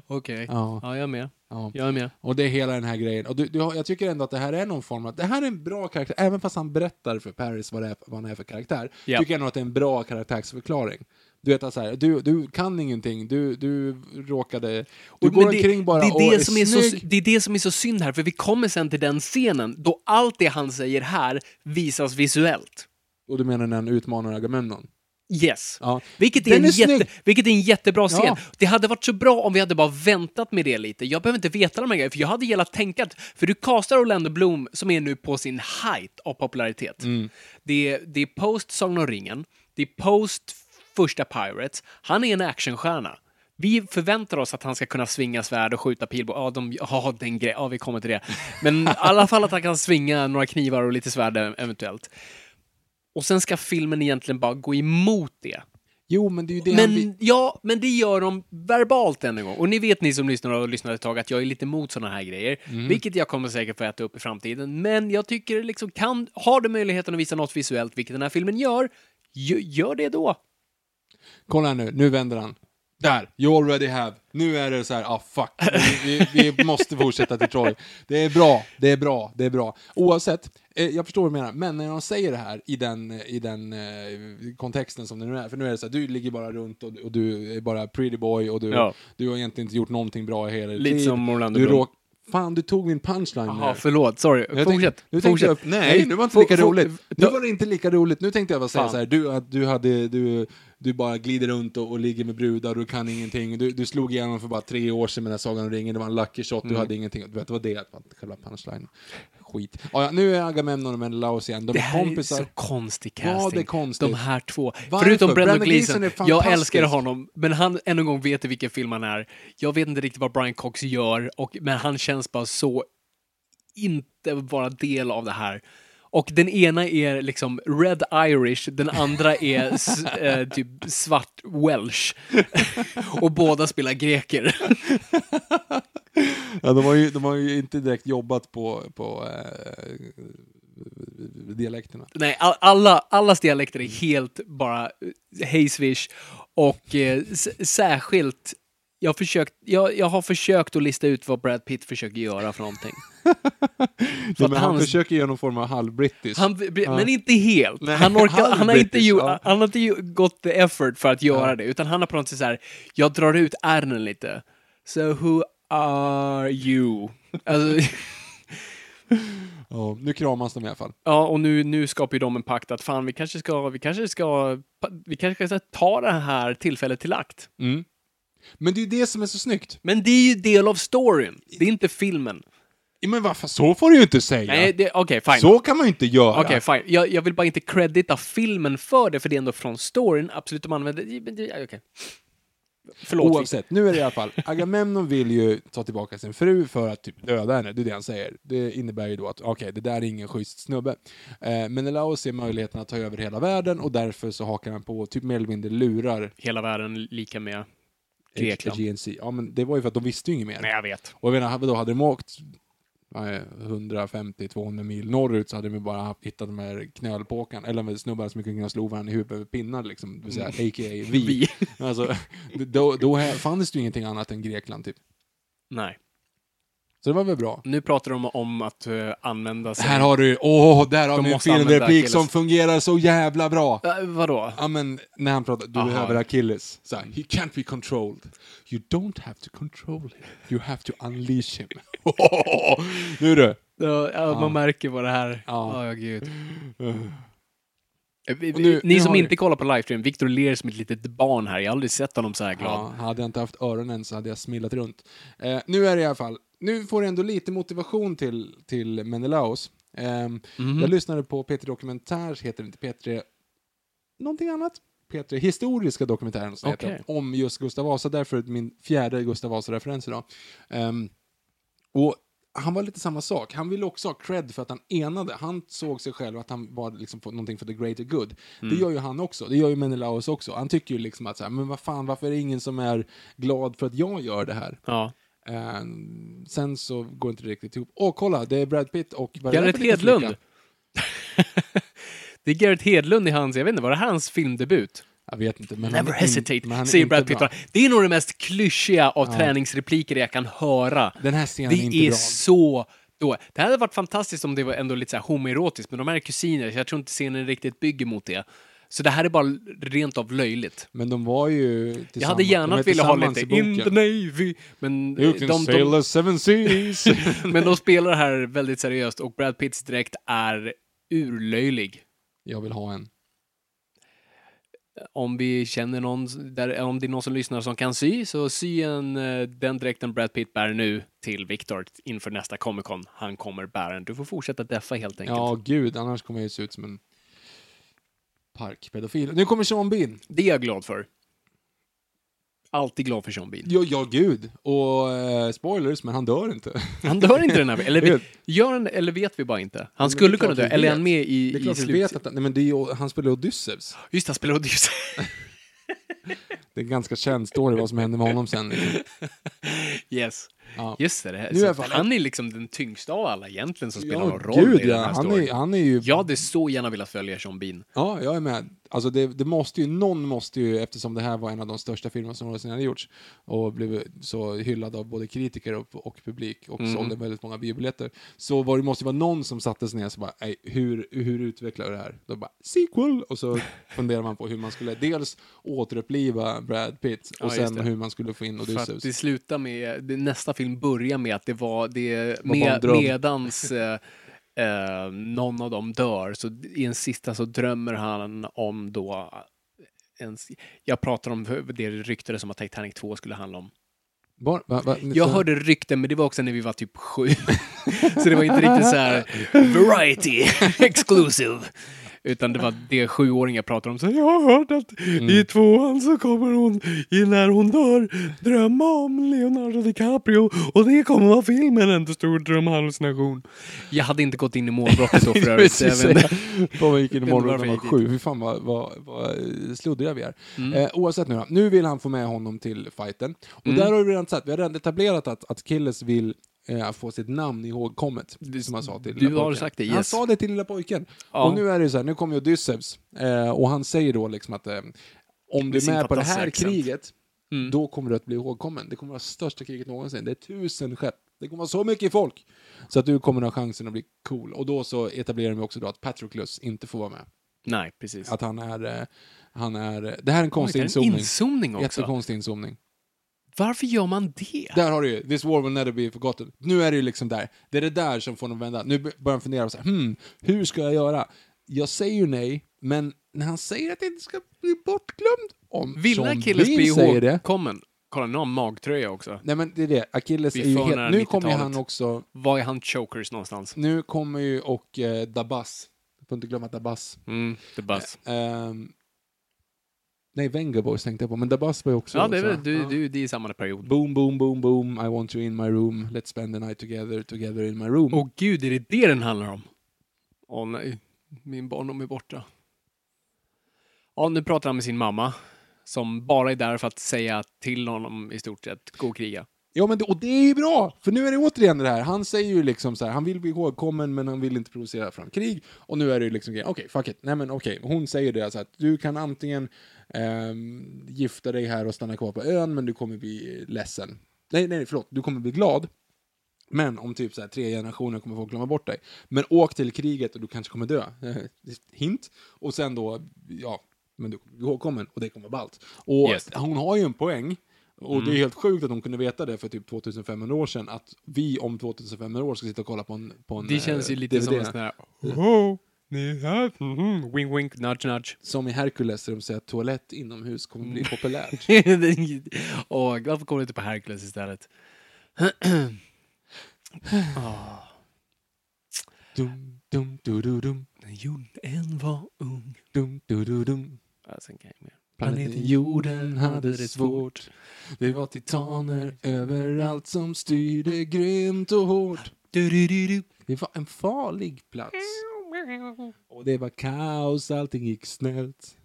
S1: Okej.
S2: Ja,
S1: Ja, jag är med.
S2: ja.
S1: Jag är med.
S2: Och det är hela den här grejen. Och du, du, har- jag tycker ändå att det här är någon form av... Det här är en bra karaktär. Även fast han berättar för Paris vad, det är, vad han är för karaktär.
S1: Ja.
S2: Tycker jag nog att det är en bra karaktärsförklaring. Du vet att så här, du, du kan ingenting. Du, du råkade... Du
S1: Och-
S2: går
S1: men det-
S2: omkring bara
S1: det är
S2: och
S1: det,
S2: är
S1: som är så,
S2: snygg.
S1: det är det som är så synd här, för vi kommer sen till den scenen då allt det han säger här visas visuellt.
S2: Och du menar när han utmanar Agamemnon?
S1: Yes.
S2: Ja.
S1: Vilket, är
S2: Den
S1: en
S2: är
S1: jätte,
S2: snygg.
S1: vilket är en jättebra scen.
S2: Ja.
S1: Det hade varit så bra om vi hade bara väntat med det lite. Jag behöver inte veta de här grejerna, för jag hade gillat tänka att... För du castar Orlando Bloom, som är nu på sin height av popularitet. Det, är, det är post Sagan om ringen, det är post första Pirates, han är en actionstjärna. Vi förväntar oss att han ska kunna svinga svärd och skjuta pilbåge. Ja, de, ja, den grejen. Ja, vi kommer till det. Men i alla fall att han kan svinga några knivar och lite svärd eventuellt. Och sen ska filmen egentligen bara gå emot det.
S2: Jo, men det är ju det han... vi-
S1: Men, ja, men det gör de verbalt än en gång. Och ni vet ni som lyssnar och har lyssnat ett tag att jag är lite emot sådana här grejer,
S2: Mhm.
S1: vilket jag kommer säkert få äta upp i framtiden. Men jag tycker liksom, kan, har du möjligheten att visa något visuellt, vilket den här filmen gör, gö- gör det då.
S2: Mm. Kolla här nu, nu vänder han. Där, you already have. Nu är det så här, ah fuck. Vi, vi, vi måste fortsätta till Troy. Det är bra, det är bra, det är bra. Oavsett, eh, jag förstår vad du menar, men när de säger det här i den, i den eh, kontexten som det nu är, för nu är det så här, du ligger bara runt och, och du är bara pretty boy och du,
S1: Ja.
S2: du har egentligen inte gjort någonting bra i hela ditt
S1: Lite
S2: liv.
S1: som Orlando
S2: du
S1: Bloom.
S2: råk, Fan, du tog min punchline
S1: Jaha,
S2: nu.
S1: förlåt, sorry.
S2: Jag tänkte-
S1: fortsätt.
S2: nu tänkte
S1: fortsätt.
S2: jag, nej, nu var det inte
S1: for-
S2: lika
S1: for-
S2: roligt. Nu
S1: Ja,
S2: var det inte lika roligt. Nu tänkte jag bara säga
S1: Fan.
S2: så här, du, att du, hade, du, du bara glider runt och, och ligger med brudar och du kan ingenting. Du, du slog igenom för bara tre år sedan med den här Sagan om ringen, det var en lucky shot, du hade ingenting. Du vet, det var det, att man- själva punchline. Skit. Ja, ja, nu är Agamemnon och Menelaus igen, de
S1: Det
S2: är
S1: här är
S2: kompisar.
S1: så konstig
S2: Vad
S1: casting.
S2: är konstigt?
S1: De här två.
S2: Varför?
S1: Förutom Brendan
S2: Brendan Gleeson
S1: Gleeson.
S2: är
S1: Jag
S2: fantastisk.
S1: älskar honom, men han än en gång vet i vilken film han är. Jag vet inte riktigt vad Brian Cox gör, och, men han känns bara så inte vara del av det här. Och den ena är liksom Red Irish, den andra är s- eh, typ svart Welsh. och båda spelar greker.
S2: Ja, de, har ju, de har ju inte direkt jobbat på, på eh, dialekterna.
S1: Nej, all, alla, allas dialekter är helt bara eh, hej swish. Och eh, s- särskilt, jag, har försökt, jag, jag har försökt att lista ut vad Brad Pitt försöker göra för någonting. För
S2: Ja, men
S1: att
S2: han
S1: hans-
S2: försöker göra någon form av halvbrittisk.
S1: han, Men inte helt.
S2: Nej,
S1: Han, orkar, han, har inte
S2: halvbrittisk,
S1: ju,
S2: ja.
S1: han har inte ju gått the effort för att göra det, utan han har på något sätt så här, jag drar ut ärnen lite. So who are you? Alltså,
S2: Ja, nu kramas de i alla fall.
S1: Ja, och nu, nu skapar ju de en pakt att fan, vi kanske ska, vi kanske ska, vi kanske ska ta det här tillfället till akt.
S2: Men det är ju det som är så snyggt.
S1: Men det är ju del av storyn, det är inte filmen.
S2: Ja, Men varför, så får du ju inte säga.
S1: Nej, det- okej, fine.
S2: Så kan man ju inte göra.
S1: Okej, fine. Jag, jag vill bara inte credita filmen för det, för det är ändå från storyn, absolut, de använder... ja, men det- ja, Okej. Förlåt.
S2: Oavsett, nu är det i alla fall. Agamemnon vill ju ta tillbaka sin fru för att typ döda henne, det är det han säger. Det innebär ju då att okej, det där är ingen schysst snubbe. Eh, men Elaus ser möjligheten att ta över hela världen och därför så hakar han på och typ mer eller mindre lurar
S1: Hela världen lika med Grekland.
S2: GNC. Ja, men det var ju för att de visste ju inget mer.
S1: Nej, jag vet.
S2: Och jag menar, då hade de åkt 150-200 mil norrut så hade de ju bara haft- hittat de här knölpåkarna, eller de här snubbarna som gick omkring och slog varandra i huvudet över pinnar liksom, det vill säga a.k.a. vi.
S1: Mm. Vi.
S2: Alltså, då, då här fanns det ju ingenting annat än Grekland typ.
S1: Nej.
S2: Så det var väl bra.
S1: Nu pratar de om att eh, använda sig...
S2: Här har du, åh, där har
S1: De
S2: du en
S1: måste använda
S2: filmreplik som
S1: Achilles.
S2: fungerar så jävla bra.
S1: Eh, vadå?
S2: Ja men, när han pratar, du
S1: Aha.
S2: behöver Achilles. Så här, he can't be controlled. You don't have to control him. You have to unleash him. nu du.
S1: Ja, ja, man märker vad det här...
S2: Ja.
S1: Ja, gud. Vi-
S2: Och nu-
S1: vi- Ni
S2: nu
S1: som
S2: har vi-
S1: inte kollar på livestream, Victor ler som ett litet barn här. Jag har aldrig sett honom så här glad.
S2: Ja, hade jag inte haft öronen så hade jag smillat runt. Eh, nu är det i alla fall, nu får du ändå lite motivation till, till Menelaos. Ehm, Jag lyssnade på P3 Dokumentär, heter det inte P3 någonting annat? P3 Historiska dokumentären som
S1: Okej.
S2: heter, om just Gustav Vasa, därför min fjärde Gustav Vasa-referens idag. Ehm, och han var lite samma sak. Han ville också ha cred för att han enade. Han såg sig själv att han var liksom för, någonting för the greater good.
S1: Mm.
S2: Det gör ju han också. Det gör ju Menelaus också. Han tycker ju liksom att så här, men vad fan, varför är det ingen som är glad för att jag gör det här?
S1: Ja.
S2: Eh, sen så går inte det riktigt ihop. Åh, kolla, det är Brad Pitt och... vad är det
S1: Gareth
S2: för liten flicka?
S1: Hedlund. det är Gareth Hedlund i hans, jag vet inte, var det här hans filmdebut?
S2: Jag vet inte, men han är
S1: Never
S2: in- men han är
S1: hesitate, säger
S2: inte
S1: Brad Pitt.
S2: bra.
S1: Det är nog det mest klyschiga av träningsrepliker jag kan höra.
S2: Den här scenen
S1: det
S2: är inte
S1: är
S2: bra.
S1: så då. Det hade varit fantastiskt om det var ändå lite så här homoerotiskt, men de här är kusiner, så jag tror inte scenen riktigt bygger mot det. Så det här är bara rent av löjligt.
S2: Men de var ju tillsammans.
S1: Jag
S2: de
S1: hade
S2: är
S1: gärna velat ha
S2: tillsammans
S1: lite
S2: i
S1: in the
S2: boken.
S1: Navy, men
S2: You
S1: de,
S2: can
S1: de,
S2: sail the seven seas.
S1: men de spelar det här väldigt seriöst och Brad Pitts dräkt är urlöjlig.
S2: jag vill ha en.
S1: Om vi känner någon, där, om det är någon som lyssnar som kan sy, så sy en, eh, den dräkten Brad Pitt bär nu till Victor inför nästa Comic Con. Han kommer bära den. Du får fortsätta deffa helt enkelt.
S2: Ja, gud, annars kommer jag ju se ut som en parkpedofil. Nu kommer Sean Bean.
S1: Det är jag glad för. Alltid glad för Sean Bean.
S2: Ja, ja gud. Och eh, spoilers, men han dör inte.
S1: Han dör inte den här eller,
S2: Jag
S1: vi,
S2: vet.
S1: gör han, eller vet vi bara inte? Han
S2: det är
S1: skulle kunna
S2: klart
S1: dö,
S2: vi
S1: eller är
S2: vet.
S1: han med
S2: Det är
S1: i, i
S2: klart vi
S1: slutet?
S2: vet att nej, men det är ju, han spelar Odysseus.
S1: Just det, han spelar Odysseus.
S2: Det är en ganska känd story vad som hände med honom sen. Liksom.
S1: yes.
S2: Ja.
S1: Just det, det här.
S2: Nu i
S1: så
S2: alla
S1: att
S2: fall-
S1: han är liksom den tyngsta av alla egentligen som spelar någon
S2: Ja,
S1: roll
S2: gud
S1: i
S2: ja.
S1: den här
S2: Han
S1: storyn.
S2: är, han är ju...
S1: Jag hade så gärna velat följa Sean Bean.
S2: Ja, jag är med. Alltså det, det måste ju, någon måste ju, eftersom det här var en av de största filmerna som någonsin hade gjorts och blev så hyllad av både kritiker och, och publik
S1: Mm.
S2: och sålde väldigt många biobiljetter, så var, det måste ju vara någon som satte sig ner och så bara, "Ej, hur, hur utvecklar vi det här? Då bara, sequel! Och så funderar man på hur man skulle dels återuppliva Brad Pitt och
S1: Ja, just
S2: sen
S1: det.
S2: hur man skulle få in
S1: För att
S2: Odysseus.
S1: det slutar med, det, nästa film börjar med att det var, det,
S2: bara en
S1: med,
S2: dröm.
S1: medans eh, eh, någon av dem dör, så i en sista så drömmer han om då, en, s- jag pratar om hur- det ryktade som att Titanic 2 skulle handla om.
S2: Var, va, va,
S1: Jag
S2: så-
S1: hörde rykten, men det var också när vi var typ sju. så det var inte riktigt så här variety exclusive. Utan det var det sjuåringar pratade om. Så jag har hört att i
S2: Mm.
S1: tvåan så kommer hon, i när hon dör, drömma om Leonardo DiCaprio. Och det kommer vara filmen, en stor drömhallucination. Jag hade inte gått in i målbrottet då för övrigt. så jag vet inte.
S2: Fan vad gick in i
S1: Vet inte
S2: morgon
S1: varför
S2: när man
S1: jag gick Mm.
S2: var sju. Fy fan vad, vad, vad eh, sluddriga vi är. Eh, oavsett nu då. Nu vill han få med honom till fighten. Och
S1: Mm.
S2: där har vi redan sagt, vi har redan etablerat att, att Killes vill eh, få sitt namn ihågkommet. Som han sa till
S1: du
S2: lilla
S1: har
S2: pojken.
S1: sagt det,
S2: Han
S1: yes.
S2: sa det till lilla pojken.
S1: Ja.
S2: Och nu är det ju så här, nu kommer ju Odysseus. Eh, och han säger då liksom att eh, om du är
S1: sin Mm.
S2: med på det här
S1: fantastiaccent.
S2: kriget, då kommer du att bli ihågkommen. Det kommer vara största kriget någonsin. Det är tusen skepp. Det kommer vara så mycket folk. Så att du kommer ha chansen att bli cool. Och då så etablerar de också då att Patroclus inte får vara med.
S1: Nej, precis.
S2: Att han är... eh, Han är eh, det här är en
S1: Oj, det
S2: konstig
S1: är
S2: inzoomning.
S1: en inzoomning också.
S2: Jättekonstig inzoomning.
S1: Varför gör man det?
S2: Där har du ju, this war will never be forgotten. Nu är det ju liksom där, det är det där som får honom vända. Nu börjar han fundera på så här, hmm, hur ska jag göra? Jag säger ju nej, men när han säger att det inte ska bli bortglömd, om
S1: Vill
S2: Sean
S1: den killes
S2: Bean
S1: bli
S2: säger det,
S1: ihågkommen? Kolla, nu har han magtröja också.
S2: Nej men det är det, Achilles
S1: Vi
S2: är ju
S1: får
S2: helt...
S1: nära
S2: Nu kommer ju
S1: 90-talet.
S2: han också...
S1: Var är han chokers någonstans?
S2: Nu kommer ju och eh, Dabas. Du får inte glömma Dabas.
S1: Mm, the buzz.
S2: Ehm, nej, Vengaboys tänkte jag på, men Dabas var ju också...
S1: Ja, det är,
S2: så här,
S1: väl- du,
S2: ja.
S1: du, det är i samma period.
S2: Boom, boom, boom, boom, I want you in my room, let's spend the night together, together in my room.
S1: Åh gud, är det det den handlar om? Åh nej, min barndom är borta. Ja, nu pratar han med sin mamma, som bara är där för att säga till honom i stort sett, gå och kriga.
S2: Ja, men det, och det är ju bra! För nu är det återigen det här, han säger ju liksom så här, han vill bli ihågkommen men han vill inte provocera fram krig. Och nu är det ju liksom grejen, okej, fuck it, nej men okej, hon säger det alltså att du kan antingen ehm, gifta dig här och stanna kvar på ön men du kommer bli ledsen. Nej, nej, förlåt, du kommer bli glad. Men om typ så här, tre generationer kommer folk glömma bort dig. Men åk till kriget och du kanske kommer dö. Hint. Och sen då, ja, men du kommer bli ihågkommen och det kommer vara ballt. Och
S1: Yes.
S2: hon har ju en poäng. Och det är helt sjukt att hon kunde veta det för typ 2500 år sedan. Att vi om 2500 år ska sitta och kolla på en, på en
S1: Det känns ju
S2: eh,
S1: lite som
S2: DVD.
S1: en sån här... Ni- ja, mhm. Wink, wink, nudge, nudge.
S2: Som i Hercules där de säger att toalett inomhus kommer bli populärt.
S1: Åh, varför kollar du inte på Hercules istället?
S2: dum, dum, du, du, dum,
S1: När jorden var ung.
S2: dum, du, du, dum.
S1: Ja, sen kan jag mer.
S2: Planeten jorden hade det svårt. Det var titaner överallt som styrde grymt och hårt.
S1: Du, du, du, du.
S2: Det var en farlig plats. Och det var kaos, allting gick snällt.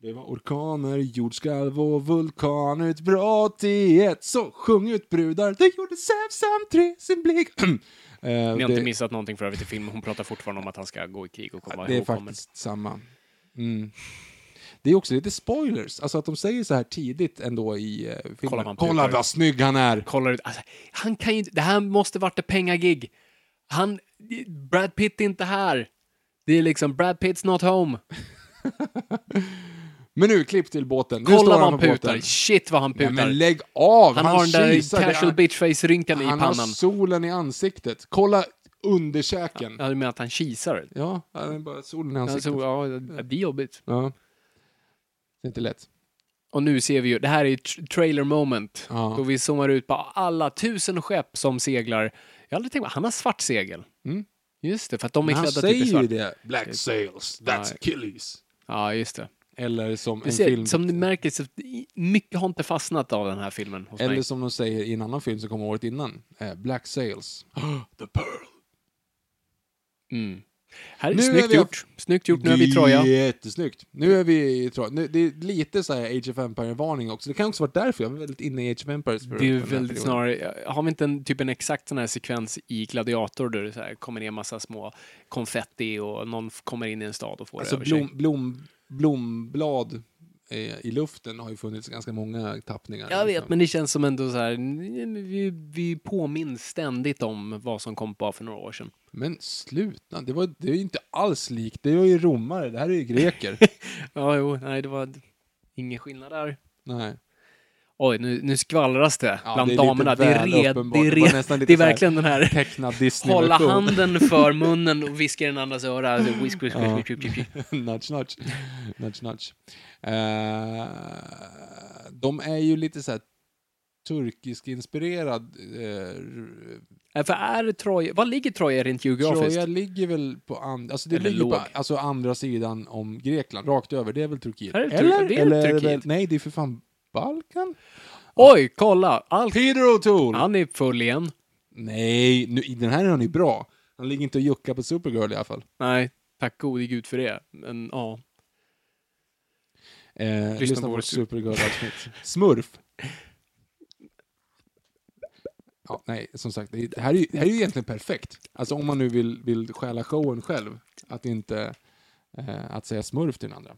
S2: Det var orkaner, jordskalv och vulkanutbrott i ett. Så sjung ut brudar, det gjorde Säfsam tre sin blick. Eh,
S1: Ni har inte
S2: det-
S1: missat någonting för övrigt i filmen. Hon pratar fortfarande om att han ska gå i krig och komma
S2: Det är
S1: ihågkommen.
S2: faktiskt samma. Mm. Det är också lite spoilers, alltså att de säger så här tidigt ändå i eh, filmen.
S1: Kolla vad han
S2: Kolla
S1: putar."
S2: vad snygg han är!
S1: Kollar ut. Alltså, han kan ju inte... Det här måste varit ett pengagig. Han... Brad Pitt är inte här. Det är liksom Brad Pitt's not home.
S2: Men nu, klipp till båten. nu står
S1: Kolla vad
S2: på
S1: han
S2: båten.
S1: putar. Shit vad han putar.
S2: Nej, men lägg av!
S1: han, har den där
S2: kisar. Det är-
S1: casual bitch-face-rynkan i
S2: Han
S1: pannan.
S2: har solen i ansiktet. Kolla underkäken. Ja,
S1: Ja, du menar att han kisar?
S2: ja han har bara solen i
S1: Alltså,
S2: ansiktet.
S1: ja, det blir jobbigt.
S2: Ja. Det är inte lätt.
S1: Och nu ser vi ju, det här är ju tr- trailer moment.
S2: Ja.
S1: Då vi zoomar ut på alla tusen skepp som seglar. Jag har aldrig tänkt på, han har svart segel.
S2: Mm.
S1: Just det, för att de är
S2: Men han
S1: klädda typ
S2: säger
S1: i
S2: ju
S1: svart.
S2: det. Black sails, that's
S1: Nej.
S2: Achilles.
S1: Ja, just det.
S2: Eller som
S1: Du
S2: en
S1: ser,
S2: film...
S1: som ni märker, så i- mycket har inte fastnat av den här filmen hos
S2: Eller
S1: mig.
S2: som de säger i en annan film som kom året innan. Eh, Black Sails. The Pearl.
S1: Mm. Här är
S2: Nu
S1: snyggt
S2: är vi-
S1: gjort. Snyggt gjort, nu är vi i Troja.
S2: Jättesnyggt. Nu är vi i Troja. Nu, det är lite så här Age of Empire-varning också. Det kan också vara därför jag var väldigt inne i Age of Empires. för-
S1: Det är ju
S2: för den här
S1: väldigt
S2: perioden.
S1: snarare, har vi inte en, typ en exakt sån här sekvens i Gladiator där det så här kommer ner massa små konfetti och någon f- kommer in i en stad och får
S2: Alltså
S1: det över sig.
S2: blom, blom, blomblad eh, i luften har ju funnits ganska många tappningar.
S1: Jag vet, men det känns som ändå så här, vi, vi påminns ständigt om vad som kom bara för några år sedan.
S2: Men sluta, det, var, det är ju inte alls likt. Det var ju romare, det här är ju greker.
S1: Ja, jo, nej, det var ingen skillnad där.
S2: Nej.
S1: Oj, nu, nu skvallras det
S2: Ja,
S1: bland
S2: det är lite
S1: damerna. Det är,
S2: väl
S1: red,
S2: uppenbart.
S1: det är,
S2: Det var
S1: red,
S2: nästan
S1: det,
S2: lite
S1: är
S2: så här
S1: verkligen den här
S2: Tecknad Disney-version.
S1: hålla handen för munnen och viska i den andras öra. Alltså, whisk, whisk, whisk, whisk, whisk, whisk.
S2: nudge, nudge. nudge, nudge. Eh, de är ju lite så här turkisk-inspirerad. eh,
S1: Nej, För är Troja, var ligger Troja rent geografiskt?
S2: Troja ligger väl på, and, alltså det
S1: Eller
S2: ligger på
S1: låg.
S2: alltså andra sidan om Grekland, rakt över. Det är väl Turkiet?
S1: Är det Tur-
S2: eller?
S1: det är
S2: eller är det
S1: Turkiet.
S2: väl, nej, det är för fan Balkan?
S1: Oj, kolla! Allt.
S2: Peter O'Toole!
S1: Han är full igen.
S2: Nej, nu, i den här är han ju bra. Han ligger inte och juckar på Supergirl i alla fall.
S1: Nej, tack gode gud för det. Men ja.
S2: Eh, lyssna,
S1: på
S2: på
S1: vårt
S2: vårt Supergirl-avsnitt. Smurf! Ja, nej, som sagt, det det här är ju, det här är ju egentligen perfekt. Alltså om man nu vill, vill stjäla showen själv, att inte eh, att säga smurf till den andra.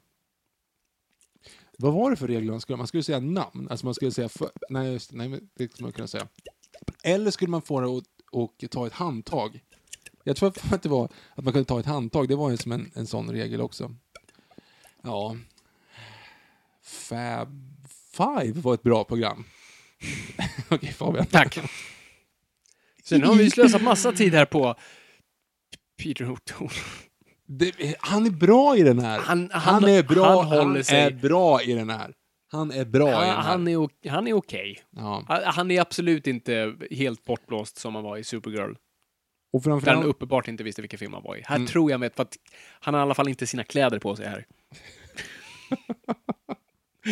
S2: Vad var det för regler man skulle Man skulle säga namn, alltså man skulle säga för, Nej, just det, nej, men det skulle man kunna säga. Eller skulle man få det att och ta ett handtag. Jag tror att det var att man kunde ta ett handtag, det var ju som en, en sån regel också. Ja, Fab Five var ett bra program. Okej Fabian.
S1: Tack. Sen har vi ju slösat massa tid här på Peter O'Toole.
S2: Det, han är bra i den här.
S1: Han- han-
S2: är bra,
S1: han håller sig.
S2: är bra i den här. Han är bra i den
S1: Han,
S2: här.
S1: han är ok- han är okej.
S2: ja.
S1: Han- Han är absolut inte helt bortblåst som han var i Supergirl.
S2: Och
S1: Där han
S2: framförallt,
S1: uppenbart inte visste vilken film han var i. Här tror jag med för att han har i alla fall inte sina kläder på sig här.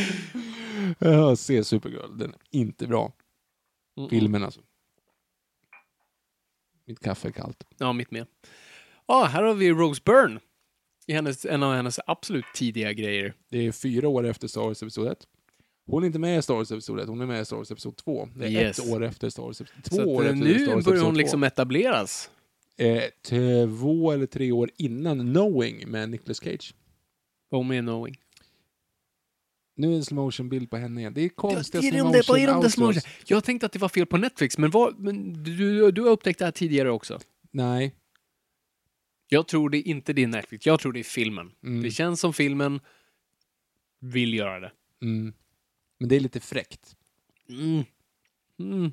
S2: Ja, se Supergirl, den är inte bra. Filmen alltså. Mitt kaffe är kallt.
S1: Ja, mitt med. Ja, här har vi Rose Byrne. I hennes, en av hennes absolut tidiga grejer.
S2: Det är fyra år efter Star Wars Episod 1. Hon är inte med i Star Wars Episod 1, hon är med i Star Wars Episod 2. Det är
S1: Yes.
S2: ett år efter Star Wars Episod 2.
S1: Så
S2: år
S1: att, eh,
S2: efter
S1: nu
S2: Star Wars
S1: börjar
S2: Episod
S1: hon
S2: 2.
S1: liksom etableras.
S2: eh, två eller tre år innan Knowing med Nicolas Cage.
S1: Vad hon är knowing.
S2: Nu är det en slow motion bild på henne igen. Det är
S1: Ja,
S2: konstiga
S1: det är
S2: slow
S1: de där- vad är de där
S2: motion
S1: små-
S2: outros.
S1: Jag tänkte att det var fel på Netflix, men, vad, men du, du har upptäckt det här tidigare också.
S2: Nej.
S1: Jag tror det är inte det är Netflix, jag tror det är filmen.
S2: Mm.
S1: Det känns som filmen vill göra det.
S2: Mm. Men det är lite fräckt.
S1: Mm. Mm.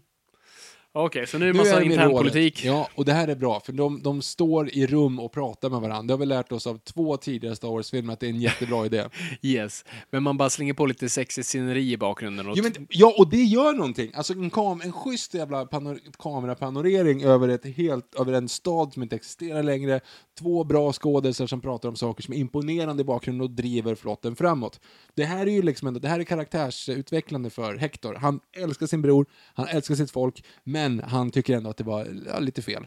S1: Okej, så nu är det massa
S2: med
S1: internpolitik.
S2: rådet. Ja, och det här är bra, för de, de står i rum och pratar med varandra. Det har vi lärt oss av två tidigare Star Wars-filmer att det är en jättebra idé.
S1: Yes. Men man bara slänger på lite sexigt sceneri i bakgrunden. Och
S2: Jo, men, ja, och det gör någonting. Alltså en, kam en schysst jävla panor kamerapanorering över, ett helt, över en stad som inte existerar längre. Två bra skådisar som pratar om saker som är imponerande i bakgrunden och driver flotten framåt. Det här är ju liksom ändå, det här är karaktärsutvecklande för Hector. Han älskar sin bror, han älskar sitt folk, men han tycker ändå att det var ja, lite fel.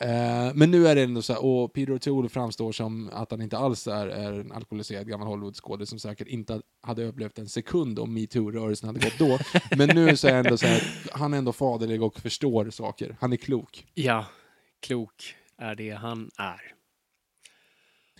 S2: Eh, men nu är det ändå så här, och Peter O'Toole framstår som att han inte alls är, är en alkoholiserad gammal Hollywoodskådis som säkert inte hade överlevt en sekund om metoo-rörelsen hade gått då. Men nu så är ändå så här, han är ändå faderlig och förstår saker. Han är klok.
S1: Ja, klok är det han är.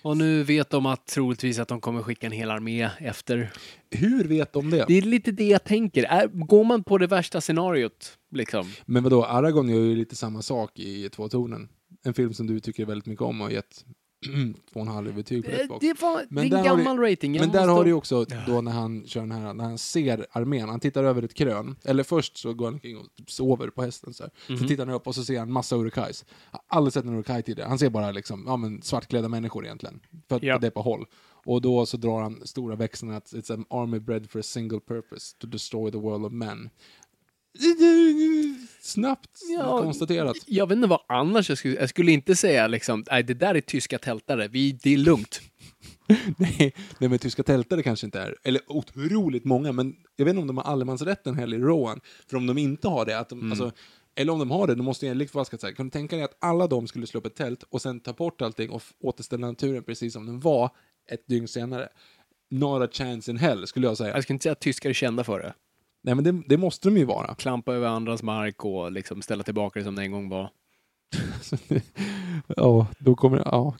S1: Och nu vet de att troligtvis att de kommer skicka en hel armé efter.
S2: Hur vet de det?
S1: Det är lite det jag tänker. Är, går man på det värsta scenariot, liksom?
S2: Men vadå, Aragorn gör ju lite samma sak i Två tornen. En film som du tycker väldigt mycket om och har gett två och en halv betyg på
S1: Eh,
S2: Redbox.
S1: Det var
S2: Men
S1: det är en
S2: där har
S1: gammal rating. Jag
S2: Men där
S1: måste-
S2: har du ju också då när han kör den här, när han ser armén, han tittar över ett krön, eller först så går han omkring och typ sover på hästen så här. Så tittar han upp och så ser han massa urukais. Han har aldrig sett en urukai tidigare, han ser bara liksom, ja men svartklädda människor egentligen. För att
S1: Ja.
S2: det är på håll. Och då så drar han stora växeln att it's an army bred for a single purpose, to destroy the world of men. Snabbt
S1: Ja,
S2: konstaterat.
S1: Jag vet inte vad annars jag skulle... Jag skulle inte säga liksom, nej det där är tyska tältare, vi, det är lugnt.
S2: Nej, nej, men tyska tältare kanske inte är. Eller otroligt många, men jag vet inte om de har allemansrätten heller i Rowan. För om de inte har det, att de,
S1: Mm.
S2: alltså, eller om de har det, då måste jag enligt förbaskat säga, kan du tänka dig att alla de skulle slå upp ett tält och sen ta bort allting och f- återställa naturen precis som den var ett dygn senare? Not a chance in hell, skulle jag säga.
S1: Jag skulle inte säga att tyskar är kända för det.
S2: Nej, men det, det måste de ju vara.
S1: Klampa över andras mark och liksom ställa tillbaka det som det en gång var.
S2: Ja, då kommer Ja,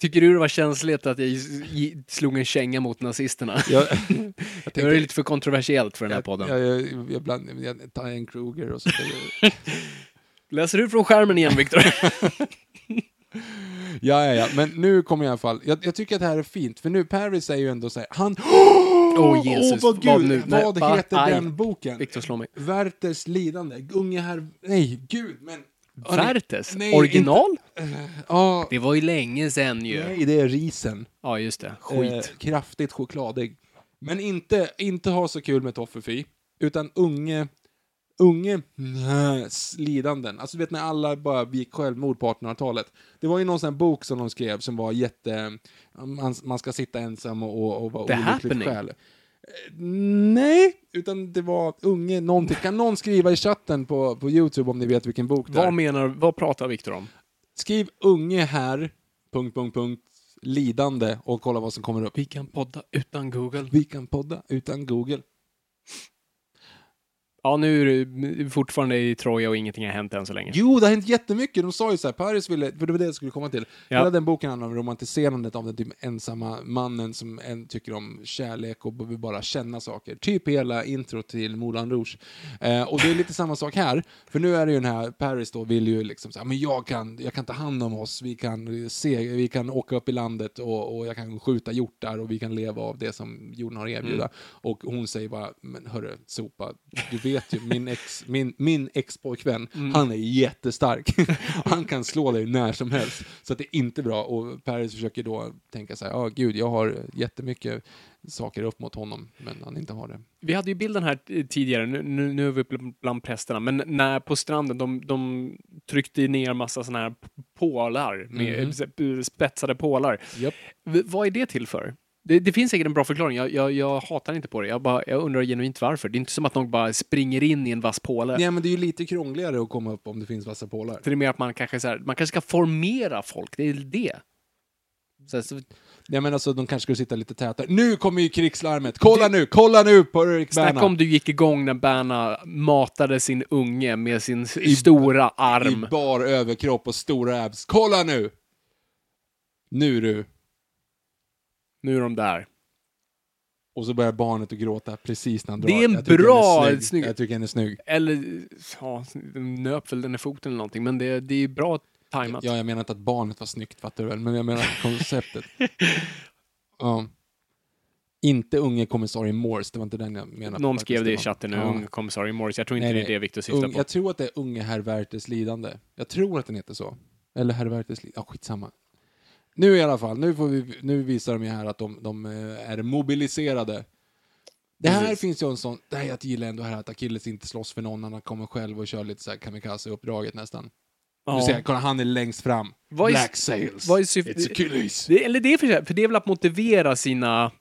S1: Tycker du det var känsligt att jag i- slog en känga mot nazisterna?
S2: jag, jag
S1: Det var
S2: tänkte...
S1: lite för kontroversiellt för den här podden.
S2: Jag, jag, jag, jag, bland, jag, Diane Kruger och sånt där.
S1: Läser du från skärmen igen, Viktor?
S2: Ja, ja, ja, men nu kommer jag i alla fall. Jag, jag tycker att det här är fint, för nu Paris är ju ändå så här, han...
S1: Åh, Jesus,
S2: vad,
S1: vad
S2: gud,
S1: nu? Nej,
S2: vad
S1: va?
S2: heter
S1: Aj.
S2: den boken?
S1: Viktor slår mig.
S2: Werthers lidande, Ungeherr... Nej, gud, men...
S1: Vertes?
S2: Nej,
S1: Original?
S2: Ja,
S1: Det var ju länge sen ju.
S2: nej, det är risen.
S1: Ja, just det. Skit.
S2: Eh, kraftigt chokladig. Men inte, inte ha så kul med Toffefy, utan unge... Unge nä, s- lidanden. Alltså du vet när alla bara begick självmord på 1800-talet. Det var ju någon sån här bok som de skrev som var jätte... Man, man ska sitta ensam och, och, och vara
S1: The
S2: olyckligt
S1: Happening.
S2: själv. Eh, Nej, utan det var unge någonting. Kan någon skriva i chatten på, på Youtube om ni vet vilken bok det
S1: Vad
S2: är?
S1: menar Vad pratar Viktor om?
S2: Skriv unge här, punkt, punkt, punkt, lidande och kolla vad som kommer upp.
S1: Vi kan podda utan Google.
S2: Vi kan podda utan Google.
S1: Ja, nu är du fortfarande i Troja och ingenting har hänt än så länge.
S2: Jo, det har hänt jättemycket. De sa ju så här, Paris ville, för det var det jag skulle komma till.
S1: Ja.
S2: Hela den boken handlar om romantiserandet av den typ ensamma mannen som en tycker om kärlek och vill bara känna saker. Typ hela intro till Moulin Rouge. Eh, och det är lite samma sak här, för nu är det ju den här, Paris då vill ju liksom så här, men jag kan, jag kan ta hand om oss, vi kan se, vi kan åka upp i landet och, och jag kan skjuta hjortar och vi kan leva av det som jorden har att erbjuda.
S1: Mm.
S2: Och hon säger bara, men hörru, sopa, du vet ju, min ex, min, min ex-pojkvän,
S1: Mm.
S2: han är jättestark. han kan slå dig när som helst. Så att det är inte bra. Och Paris försöker då tänka så här, ja gud, jag har jättemycket saker upp mot honom, men han inte har det.
S1: Vi hade ju bilden här t- tidigare, nu, nu, nu är vi bl- bland prästerna, men när på stranden, de, de tryckte ner massa såna här p- pålar, med
S2: Mhm.
S1: eh, spetsade pålar.
S2: Japp.
S1: V- vad är det till för? Det, det finns säkert en bra förklaring, jag, jag, jag hatar inte på det, jag, bara, jag undrar genuint varför. Det är inte som att någon bara springer in i en vass påle.
S2: Nej, men det är ju lite krångligare att komma upp om det finns vassa pålar.
S1: För det är mer att man kanske, så här, man kanske ska formera folk, det är det. Så, här, så,
S2: Nej, men alltså de kanske skulle sitta lite tätare. Nu kommer ju krigslarmet! Kolla nu, kolla nu på Erik
S1: snacka
S2: Berna!
S1: om du gick igång när Berna matade sin unge med sin s- stora
S2: I
S1: arm.
S2: bar överkropp och stora abs. Kolla nu! Nu du!
S1: Nu är de där.
S2: Och så börjar barnet att gråta precis när han drar.
S1: Det är en
S2: Jag tycker
S1: bra-
S2: han är snygg.
S1: snygg-
S2: Jag tycker han är snygg.
S1: Eller, ja, den nöp väl den i foten eller någonting, men det, det är bra tajmat.
S2: Ja, jag menar inte att barnet var snyggt, fattar du väl? Men jag menar konceptet. ja. Inte unge kommissarie Morse, det var inte den jag menade.
S1: Någon
S2: faktiskt,
S1: skrev det i
S2: var-
S1: chatten nu,
S2: Ja.
S1: ung kommissarie Morris. Jag tror inte
S2: Nej,
S1: det är
S2: nej.
S1: det Victor syftar
S2: Ung-
S1: på.
S2: Jag tror att det är Unge herr Werthers lidande. Jag tror att den heter så. Eller herr Werthers lidande. Ja, skitsamma. Nu i alla fall, nu, får vi, nu visar de ju här att de, de eh, är mobiliserade. Det här
S1: Precis.
S2: finns ju en sån, nej jag gillar ändå här att Akilles inte slåss för någon, han kommer själv och kör lite så här kamikaze-uppdraget nästan. Du
S1: Ja.
S2: ser, kolla han är längst fram.
S1: Vad är-
S2: Black Sails.
S1: vad är syftet-
S2: It's Achilles.
S1: Det, eller det är för, sig- för det är väl att motivera sina...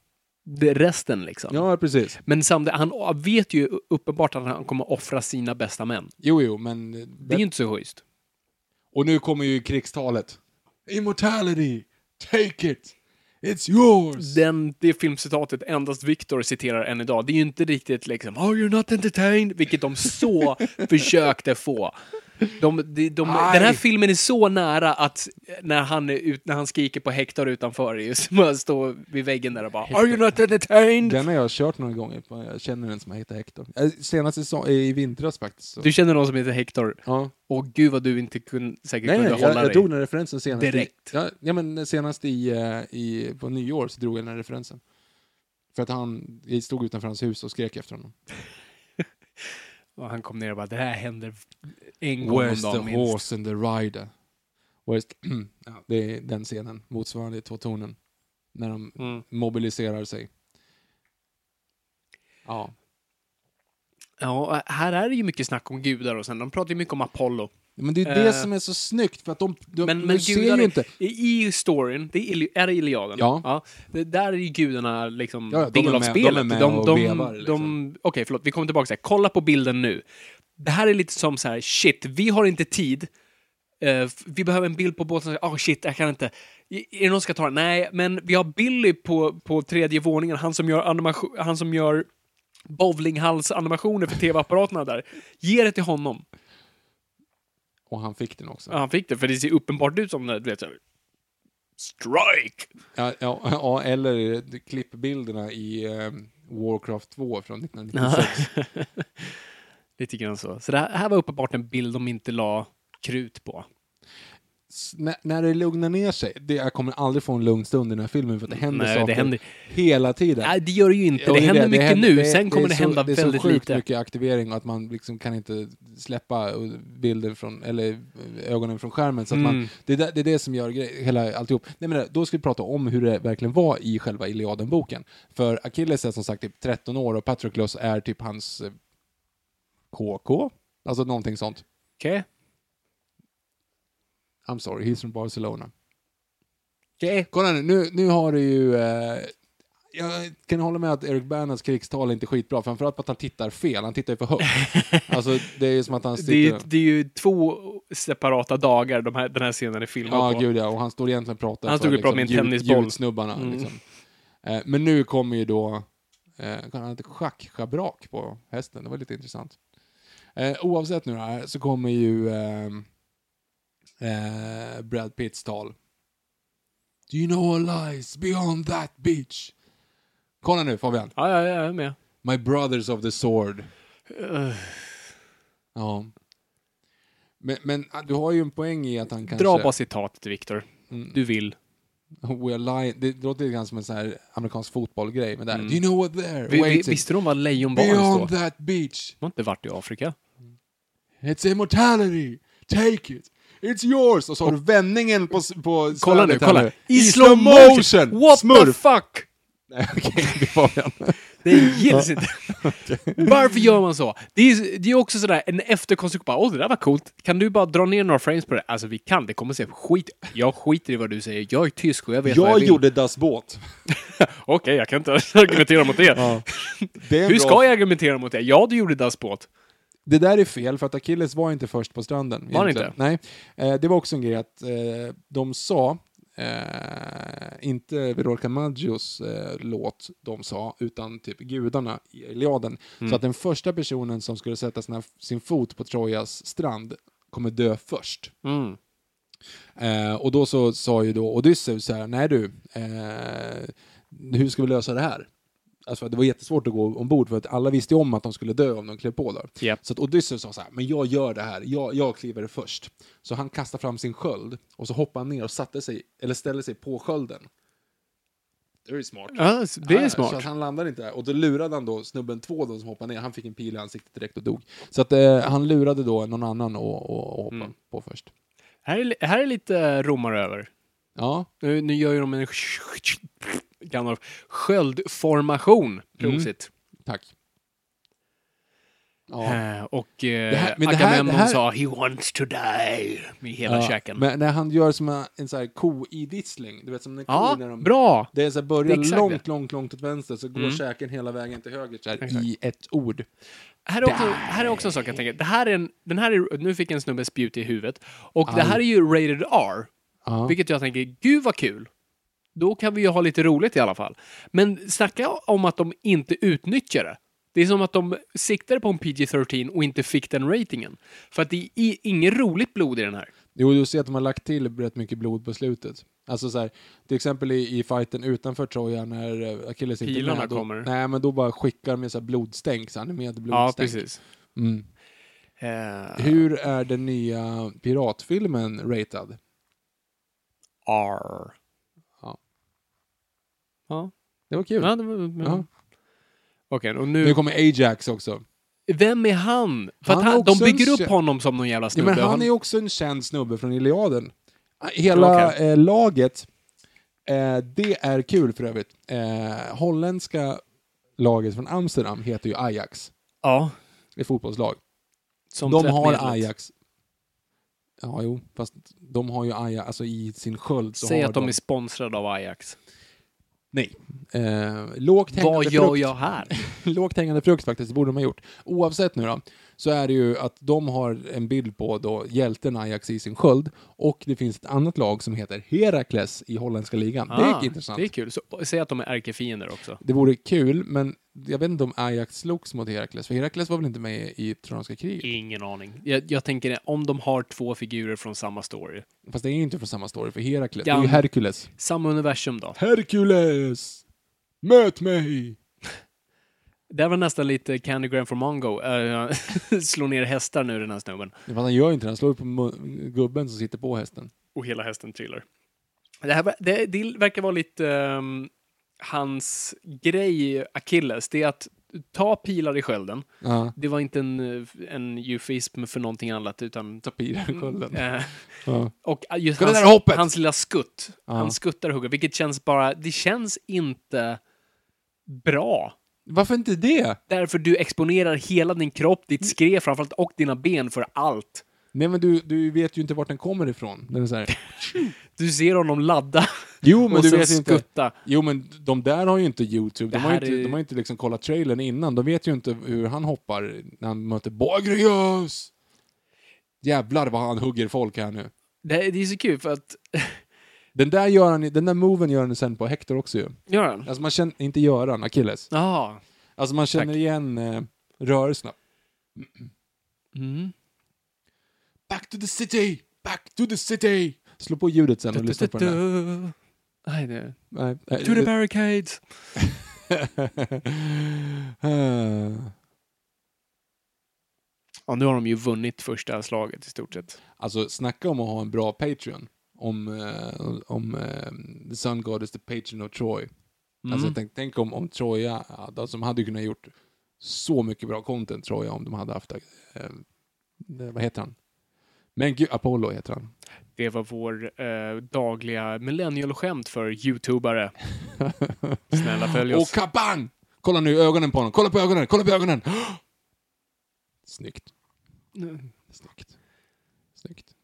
S1: det- Resten liksom.
S2: Ja, precis.
S1: Men samtidigt, han vet ju uppenbart att han kommer offra sina bästa män.
S2: Jo, jo, men...
S1: Det är ju inte så schysst.
S2: Och nu kommer ju krigstalet. Immortality! Take it! It's yours!
S1: Den, det filmcitatet endast Victor citerar än idag, det är ju inte riktigt liksom “Are you not entertained?” vilket de så försökte få. De, de, de,
S2: Aj.
S1: den här filmen är så nära att när han, är ut, när han skriker på Hector utanför, det är ju som att stå vid väggen där och bara “Are you not entertained?”
S2: Den har jag kört några gånger. Jag känner en som heter Hector. Eh, Senast i, so- eh, i vintras faktiskt. Så.
S1: Du känner någon som heter Hector?
S2: ja.
S1: Och gud vad du inte kun, säkert
S2: Nej, nej,
S1: kunde
S2: jag,
S1: hålla
S2: jag
S1: dig.
S2: drog den referensen senast. i-
S1: Direkt.
S2: Ja, ja, men senast i, eh, i, på nyår så drog jag den referensen. För att han jag stod utanför hans hus och skrek efter honom.
S1: Och han kom ner och bara “Det här händer en gång om
S2: Where's
S1: dagen
S2: the
S1: minst”.
S2: horse and the rider? Where's the... ja, det är den scenen, motsvarande i Två tonen. När de
S1: Mm.
S2: mobiliserar sig. Ja.
S1: Ja, här är det ju mycket snack om gudar och sen, de pratar ju mycket om Apollo.
S2: Men det är ju det
S1: Eh.
S2: som är så snyggt, för att de, de,
S1: Men,
S2: du
S1: men
S2: ser
S1: gudarna,
S2: ju inte.
S1: i i storyn, det är, Ili- är det Iliaden?
S2: Ja.
S1: det, där är ju gudarna liksom
S2: Ja, ja, de är
S1: del av
S2: med-
S1: spelet.
S2: de är med och vevar,
S1: de,
S2: liksom.
S1: Okej, förlåt, vi kommer tillbaka till det. Kolla på bilden nu. Det här är lite som så här, shit, vi har inte tid. Eh, f- vi behöver en bild på båten. Ah, shit, jag kan inte. I- Är det någon som ska ta den? Nej, men vi har Billy på, på tredje våningen, han som gör animation, han som gör bowlinghalsanimationer för tv-apparaterna där. Ge det till honom.
S2: Och han fick den också.
S1: Ja, han fick det, för det ser uppenbart ut som det, du vet, så här, Strike!
S2: Ja, ja, ja, eller klippbilderna i eh, Warcraft 2 från 1996.
S1: Lite grann så. Så det här, här var uppenbart en bild de inte la krut på.
S2: S- när, när det lugnar ner sig, det, jag kommer aldrig få en lugn stund i den här filmen för att det händer
S1: Nej, det
S2: saker
S1: händer-
S2: hela tiden.
S1: Nej, det gör det ju inte.
S2: Och
S1: det
S2: är
S1: händer mycket
S2: händer-
S1: nu,
S2: det-
S1: sen kommer
S2: är
S1: det,
S2: så-
S1: hända
S2: Det är
S1: väldigt
S2: så sjukt
S1: lite.
S2: mycket aktivering och att man liksom kan inte släppa eh, bilder från, eller eh, ögonen från skärmen. Så att
S1: Mm.
S2: man, det, är där- det är det som gör grej, hela alltihop. Nej, men det- då ska vi prata om hur det verkligen var i själva Iliaden-boken. För Achilles är som sagt typ 13 år och Patroklos är typ hans eh, KK? Alltså någonting sånt.
S1: Okej.
S2: I'm sorry, he's from Barcelona.
S1: Okej.
S2: Kolla nu, nu, nu har du ju... Eh, jag kan hålla med att Eric Bernhards krigstal är inte skitbra, framförallt för att han tittar fel, han tittar ju för högt. alltså det är ju som att han
S1: Det, är ju-
S2: sitter...
S1: det är ju två separata dagar de här, den här scenen är filmad
S2: Ja,
S1: på.
S2: gud ja, och han står egentligen och pratar
S1: Han
S2: för
S1: stod och pratade med en
S2: ljud-
S1: tennisboll.
S2: ljudsnubbarna.
S1: Mm.
S2: Liksom. Eh, men nu kommer ju då... Eh, kan han inte schackschabrak på hästen? Det var lite intressant. Eh, oavsett nu här, så kommer ju ehm, eh, Brad Pitts tal. Do you know what lies beyond that beach? Kolla nu Fabian.
S1: Ja, ja, ja, jag är med.
S2: My brothers of the sword.
S1: Eh.
S2: Ja. Men, men ah, du har ju en poäng i att han kanske... Mm.
S1: Dra bara citatet, Viktor. Du vill.
S2: We are lion. Oh, Det låter lite grann som en sån här amerikansk fotbollgrej, men där. Do you know what there?
S1: Mm. Vi, vi,
S2: waiting
S1: visste de vad lejonbarn står?
S2: beyond
S1: De
S2: that beach?
S1: har inte varit i Afrika.
S2: It's immortality! Take it! It's yours! Och så har du vändningen på, s- på
S1: Kolla nu,
S2: svärdet här
S1: kolla.
S2: I slow motion!
S1: What the
S2: Smurf!
S1: fuck!
S2: Nej, okej, det var den.
S1: Det gills inte. Varför gör man så? Det är det är också sådär en efterkonstruktion. Bara, Åh, det där var coolt. Kan du bara dra ner några frames på det? Alltså, vi kan. Det kommer se skit. Jag skiter i vad du säger. Jag är tysk och jag vet vad jag
S2: Jag
S1: vill.
S2: gjorde Das Boot.
S1: Okej, jag kan inte argumentera mot det.
S2: Det, är en
S1: Hur
S2: bra-
S1: ska jag argumentera mot det? Ja, du gjorde Das Båt.
S2: det där är fel, för att Achilles var inte först på stranden.
S1: Var han
S2: egentligen.
S1: inte?
S2: Nej. Eh, det var också en grej att eh, de sa, eh, inte Veronica Maggios eh, låt de sa, utan typ gudarna i Iliaden.
S1: Mm.
S2: Så att den första personen som skulle sätta sina, sin fot på Trojas strand kommer dö först. Eh, och då så sa ju då Odysseus så här, nej du, eh, hur ska vi lösa det här? Alltså det var jättesvårt att gå ombord för att alla visste ju om att de skulle dö om de klev på där.
S1: Japp.
S2: Så att Odysseus sa så här, men jag gör det här, jag, jag kliver först. Så han kastade fram sin sköld och så hoppade han ner och satte sig, eller ställde sig på skölden. Det är ju smart.
S1: Ja, det är
S2: Så att
S1: smart.
S2: han landade inte där. Och då lurade han då snubben två då som hoppade ner. Han fick en pil i ansiktet direkt och dog. Så att eh, han lurade då någon annan att och, hoppa på först.
S1: Här är, li- här är lite eh, romare över.
S2: Ja,
S1: Nu, nu gör ju de en gammal
S2: Mm.
S1: sköldformation. Prosit.
S2: tack. Ja.
S1: Eh, och eh,
S2: Det här- men det här-
S1: Agamemnon
S2: det här-
S1: sa “He wants to die” med hela
S2: ja.
S1: käken.
S2: Men när han gör som en, en så här ko i dissling. Du vet som när kor
S1: ja,
S2: när de...
S1: bra!
S2: Det är så här,
S1: Det
S2: börjar
S1: är exakt
S2: långt,
S1: det.
S2: långt, långt åt vänster så går käken hela vägen till höger så här,
S1: Exakt.
S2: i ett ord.
S1: Här är, också, här är också en sak jag tänker. Det här är en, den här är, nu fick en snubbe spjut i huvudet. Och det här är ju rated R.
S2: Ja.
S1: Vilket jag tänker, gud vad kul. Då kan vi ju ha lite roligt i alla fall. Men snacka om att de inte utnyttjar det. Det är som att de siktade på en PG-13 och inte fick den ratingen. För att det är i- inget roligt blod i den här.
S2: Jo, du ser att de har lagt till rätt mycket blod på slutet. Alltså så här, till exempel i, i fighten utanför Troja när eh, Achilles inte är
S1: Pilarna
S2: med, då,
S1: kommer.
S2: Nej, men då bara skickar de ju så här blodstänk, så han är med
S1: Ja,
S2: blodstänk.
S1: precis.
S2: Mm.
S1: Eh,
S2: Hur är den nya piratfilmen ratad?
S1: R.
S2: Ja.
S1: Ja.
S2: Det var kul.
S1: ja, det var-
S2: Ja.
S1: Okej, och
S2: Nu kommer Ajax också.
S1: Vem är han? För
S2: Han
S1: att
S2: är
S1: han, de
S2: också en
S1: bygger upp
S2: kä-
S1: honom som någon jävla
S2: Ja,
S1: snubbe.
S2: men han
S1: Han-
S2: är ju också en känd snubbe från Iliaden. Ah, Hela
S1: Okej.
S2: eh, laget, eh, det är kul för övrigt. Eh, holländska laget från Amsterdam heter ju Ajax.
S1: ja,
S2: Det är fotbollslag.
S1: som
S2: de har
S1: tvättmedlet.
S2: Ajax. Ja, jo, fast de har ju Ajax, alltså i sin sköld så
S1: Säg
S2: har
S1: att de är sponsrade av Ajax.
S2: Nej. Eh, lågt hängande
S1: Vad gör
S2: frukt.
S1: jag här?
S2: lågt hängande frukt faktiskt, det borde de ha gjort. Oavsett nu då, så är det ju att de har en bild på då hjälten Ajax i sin sköld och det finns ett annat lag som heter Herakles i holländska ligan. det
S1: Ah,
S2: är intressant.
S1: Det är
S2: Det...
S1: kul. Så, säg att de är ärkefiender också.
S2: vore kul, men jag vet inte om Ajax slogs mot Herakles, för Herakles var väl inte med i Trojanska kriget?
S1: Ingen aning. Jag, jag tänker det, om de har två figurer från samma story.
S2: Fast det är ju inte från samma story, för Herakles, det är ju
S1: Gam-
S2: Herkules.
S1: Samma universum då.
S2: Herkules! Möt mig!
S1: Det här var nästan lite Candy Gram for Mongo. Eh, slå ner hästar nu den här snubben.
S2: Fast han gör ju inte det, han slår ju på mu- gubben som sitter på hästen.
S1: Och hela hästen trillar. Det, här, var- det, det verkar vara lite ehm, hans grej, Achilles. Det är att ta pilar i skölden.
S2: Ja.
S1: Det var inte en, en eufism för någonting annat, utan...
S2: Ta pilar i skölden.
S1: Eh,
S2: Ja.
S1: och just
S2: Kolla det
S1: hans,
S2: där hoppet!
S1: hans lilla skutt.
S2: Ja.
S1: Han skuttar och hugger, vilket känns bara... Det känns inte bra.
S2: Varför inte det?
S1: Därför du exponerar hela din kropp, ditt
S2: Mm.
S1: skrev framförallt, och dina ben för allt.
S2: Nej men du, du vet ju inte vart den kommer ifrån. Den är så här.
S1: Du ser honom ladda
S2: Jo
S1: och sen skutta.
S2: Jo men de där har ju inte YouTube. De
S1: Det
S2: har ju
S1: här
S2: inte,
S1: är-
S2: de har ju inte liksom kollat trailern innan. De vet ju inte hur han hoppar när han möter Borgreus. Jävlar vad han hugger folk här nu.
S1: Det, det är så kul för att...
S2: Den där, gör han, ju- den där moven gör han ju sen på Hector också ju.
S1: Gör han?
S2: Alltså man känner, inte Göran, Achilles.
S1: Ja.
S2: Alltså man känner
S1: Tack.
S2: igen eh, rörelserna.
S1: Mm.
S2: Back to the city! Back to the city! Slå på ljudet sen och lyssna på den där.
S1: Du-du-du-du. Nej, det...
S2: Nej, nej,
S1: To the
S2: det-
S1: barricades!
S2: Eh,
S1: Ja, nu har de ju vunnit första slaget i stort sett.
S2: alltså, snacka om att ha en bra Patreon. Om, eh, om eh, The Sun God is the Patron of Troy.
S1: Mm.
S2: Alltså, tänk, tänk om, om Troja, ja, de som hade kunnat gjort så mycket bra content Troja om de hade haft, eh, det- vad heter han? Men gud, Apollo heter han.
S1: Det var vår eh, dagliga millennial-skämt för youtubare. Snälla följ
S2: Och
S1: oss.
S2: kabang! Kolla nu ögonen på honom, kolla på ögonen, kolla på ögonen! Snyggt. Snyggt. Snyggt.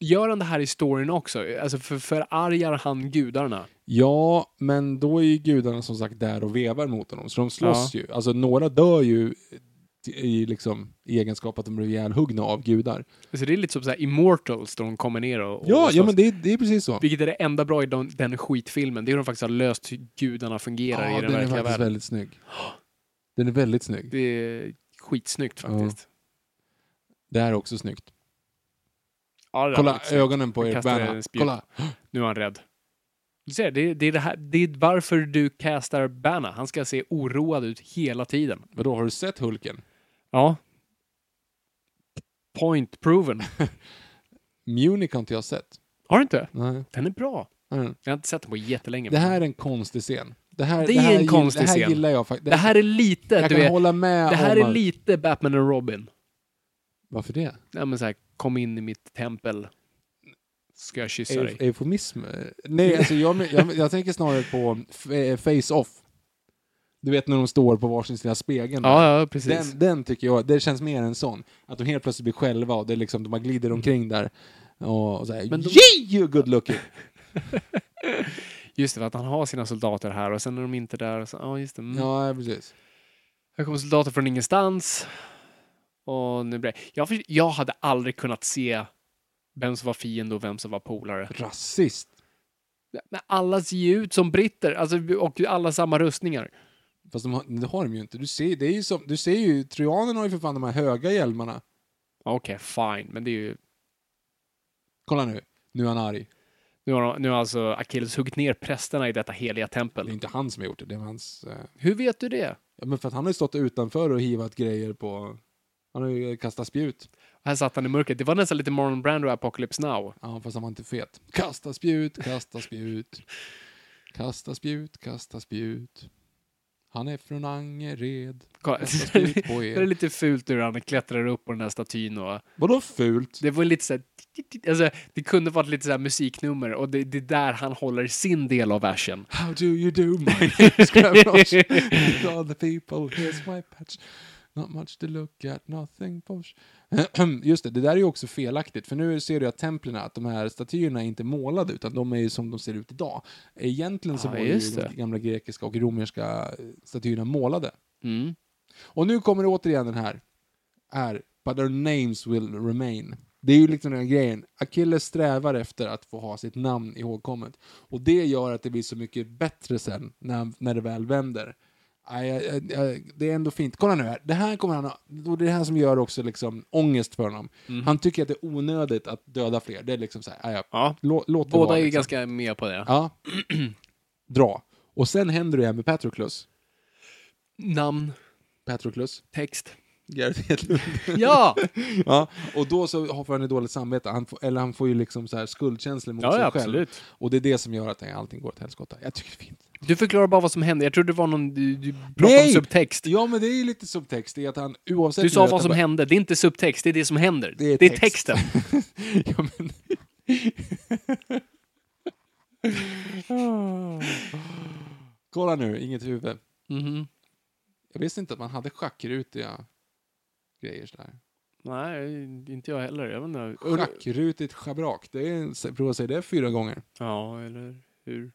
S1: Gör han det här i storyn också? Alltså för, förargar han gudarna?
S2: Ja, men då är ju gudarna som sagt där och vevar mot honom, så de slåss ju. Alltså några dör ju i, liksom, i egenskap att de blir ihjälhuggna av gudar.
S1: Alltså det är lite som så här Immortals där de kommer ner och... och
S2: Ja, ja
S1: slåss.
S2: men det, är- det är precis så.
S1: Vilket är det enda bra i den, den skitfilmen. Det är hur de faktiskt har löst hur gudarna fungerar
S2: Ja,
S1: i den,
S2: den är
S1: verkliga
S2: faktiskt
S1: världen.
S2: väldigt snygg. Den är väldigt snygg.
S1: Det är skitsnyggt faktiskt.
S2: Det här är också snyggt.
S1: Ja, det där var
S2: Kolla
S1: lite snyggt.
S2: ögonen på
S1: Jag
S2: Erik
S1: kastar
S2: Berna.
S1: en spjut.
S2: Kolla!
S1: Nu är han rädd. Du ser, det, det, är det, här, det är varför du castar Banna. Han ska se oroad ut hela tiden.
S2: Vadå, har du sett Hulken?
S1: Ja. Point proven.
S2: Munich har inte jag sett.
S1: Har du inte?
S2: Nej.
S1: Den är bra.
S2: Mm.
S1: Jag har inte sett den på jättelänge.
S2: Det här är en konstig scen. Det här,
S1: Det är
S2: här
S1: en
S2: gill-
S1: konstig
S2: Det här
S1: scen.
S2: gillar jag faktiskt.
S1: det här är lite,
S2: jag
S1: du
S2: kan
S1: vet,
S2: hålla med
S1: det här
S2: om
S1: är
S2: att-
S1: lite Batman och Robin.
S2: Varför det?
S1: Ja, men så här, kom in i mitt tempel. Ska jag kyssa dig?
S2: Eu- Eufemism? Eh, Nej, alltså jag, men- jag, men- jag tänker snarare på f- eh, Face-Off. Du vet när de står på varsin sida av spegeln.
S1: Ja, ja, precis.
S2: den, den tycker jag, det känns mer en sån. Att de helt plötsligt blir själva och det är liksom, de bara glider omkring där. Och, och så här,
S1: Men de-
S2: "Yay, you good looking!
S1: Just det, för att han har sina soldater här och sen är de inte där. och Så, ja, just det. Mm.
S2: Ja, precis.
S1: Här kommer soldater från ingenstans. Och nu blir det- jag, för- jag hade aldrig kunnat se vem som var fiende och vem som var polare.
S2: Rasist.
S1: Men alla ser ju ut som britter, alltså, och alla samma rustningar.
S2: Fast de har, det har de ju inte. Du ser, det är ju som, du ser ju, trojanerna har ju för fan de här höga hjälmarna.
S1: Okej, fine, men det är ju...
S2: Kolla nu, nu är han arg.
S1: Nu har, de, nu har alltså Achilles huggit ner prästerna i detta heliga
S2: Det är
S1: tempel.
S2: inte han som har gjort det, det är hans... Eh,
S1: Hur vet du det?
S2: ja, men för att han har ju stått utanför och hivat grejer på... Han har ju kastat spjut.
S1: Här satt han i mörkret. Det var nästan lite Marlon Brando i Apocalypse Now.
S2: Ja, fast han var inte fet. Kasta spjut, kasta spjut. Kasta spjut, kasta spjut. Han är från Angered.
S1: Kolla.
S2: Kasta spjut på
S1: Det är
S2: er.
S1: lite fult hur han klättrar upp på den här statyn och
S2: Vadå fult?
S1: Det var lite såhär, alltså, det kunde varit lite såhär musiknummer och det, det är där han håller sin del av versen.
S2: How do you do, my name's Gravroch? To all the people, here's my patch. Not much to look at, nothing posh. Just det, det där är ju också felaktigt, för nu ser du att templen, att de här statyerna är inte målade, utan de är ju som de ser ut idag. Egentligen så
S1: Ah,
S2: var ju
S1: just
S2: de
S1: det.
S2: gamla grekiska och romerska statyerna målade.
S1: Mm.
S2: Och nu kommer återigen den här. Är, but their names will remain. Det är ju liksom den här grejen. Achilles strävar efter att få ha sitt namn ihågkommet. Och det gör att det blir så mycket bättre sen, när, när det väl vänder. Aj, aj, aj, aj, det är ändå fint. Kolla nu här. Det här kommer han ha, och det är det här som gör också liksom ångest för honom.
S1: Mm.
S2: Han tycker att det är onödigt att döda fler. Det är liksom så här, aj, aj,
S1: Ja.
S2: lå, låt det
S1: Båda
S2: vara,
S1: är
S2: liksom.
S1: ganska med på det.
S2: Ja. Dra. Och sen händer det här med Patroclus.
S1: Namn,
S2: Patroclus.
S1: text.
S2: Gareth Hedlund.
S1: Ja!
S2: Ja, och då så har han ju dåligt samvete, han får, eller han får ju liksom så här skuldkänslor mot
S1: Ja,
S2: sig
S1: ja,
S2: själv.
S1: absolut.
S2: Och det är det som gör att allting går åt helskotta. Jag tycker det är fint.
S1: Du förklarar bara vad som hände. Jag trodde det var någon, du, du pratade om subtext.
S2: Ja, men det är ju lite subtext, det är att han oavsett...
S1: Du
S2: nu
S1: sa
S2: att han
S1: vad som
S2: bara-
S1: hände. Det är inte subtext, det är det som händer.
S2: Det är text.
S1: texten.
S2: ja, men... Kolla nu, inget huvud.
S1: Mhm.
S2: Jag visste inte att man hade schackrutiga grejer sådär.
S1: Nej, inte jag heller. Jag vet inte. Ur-
S2: Schackrutigt schabrak, det är, prova att säga det fyra gånger.
S1: Ja, eller hur?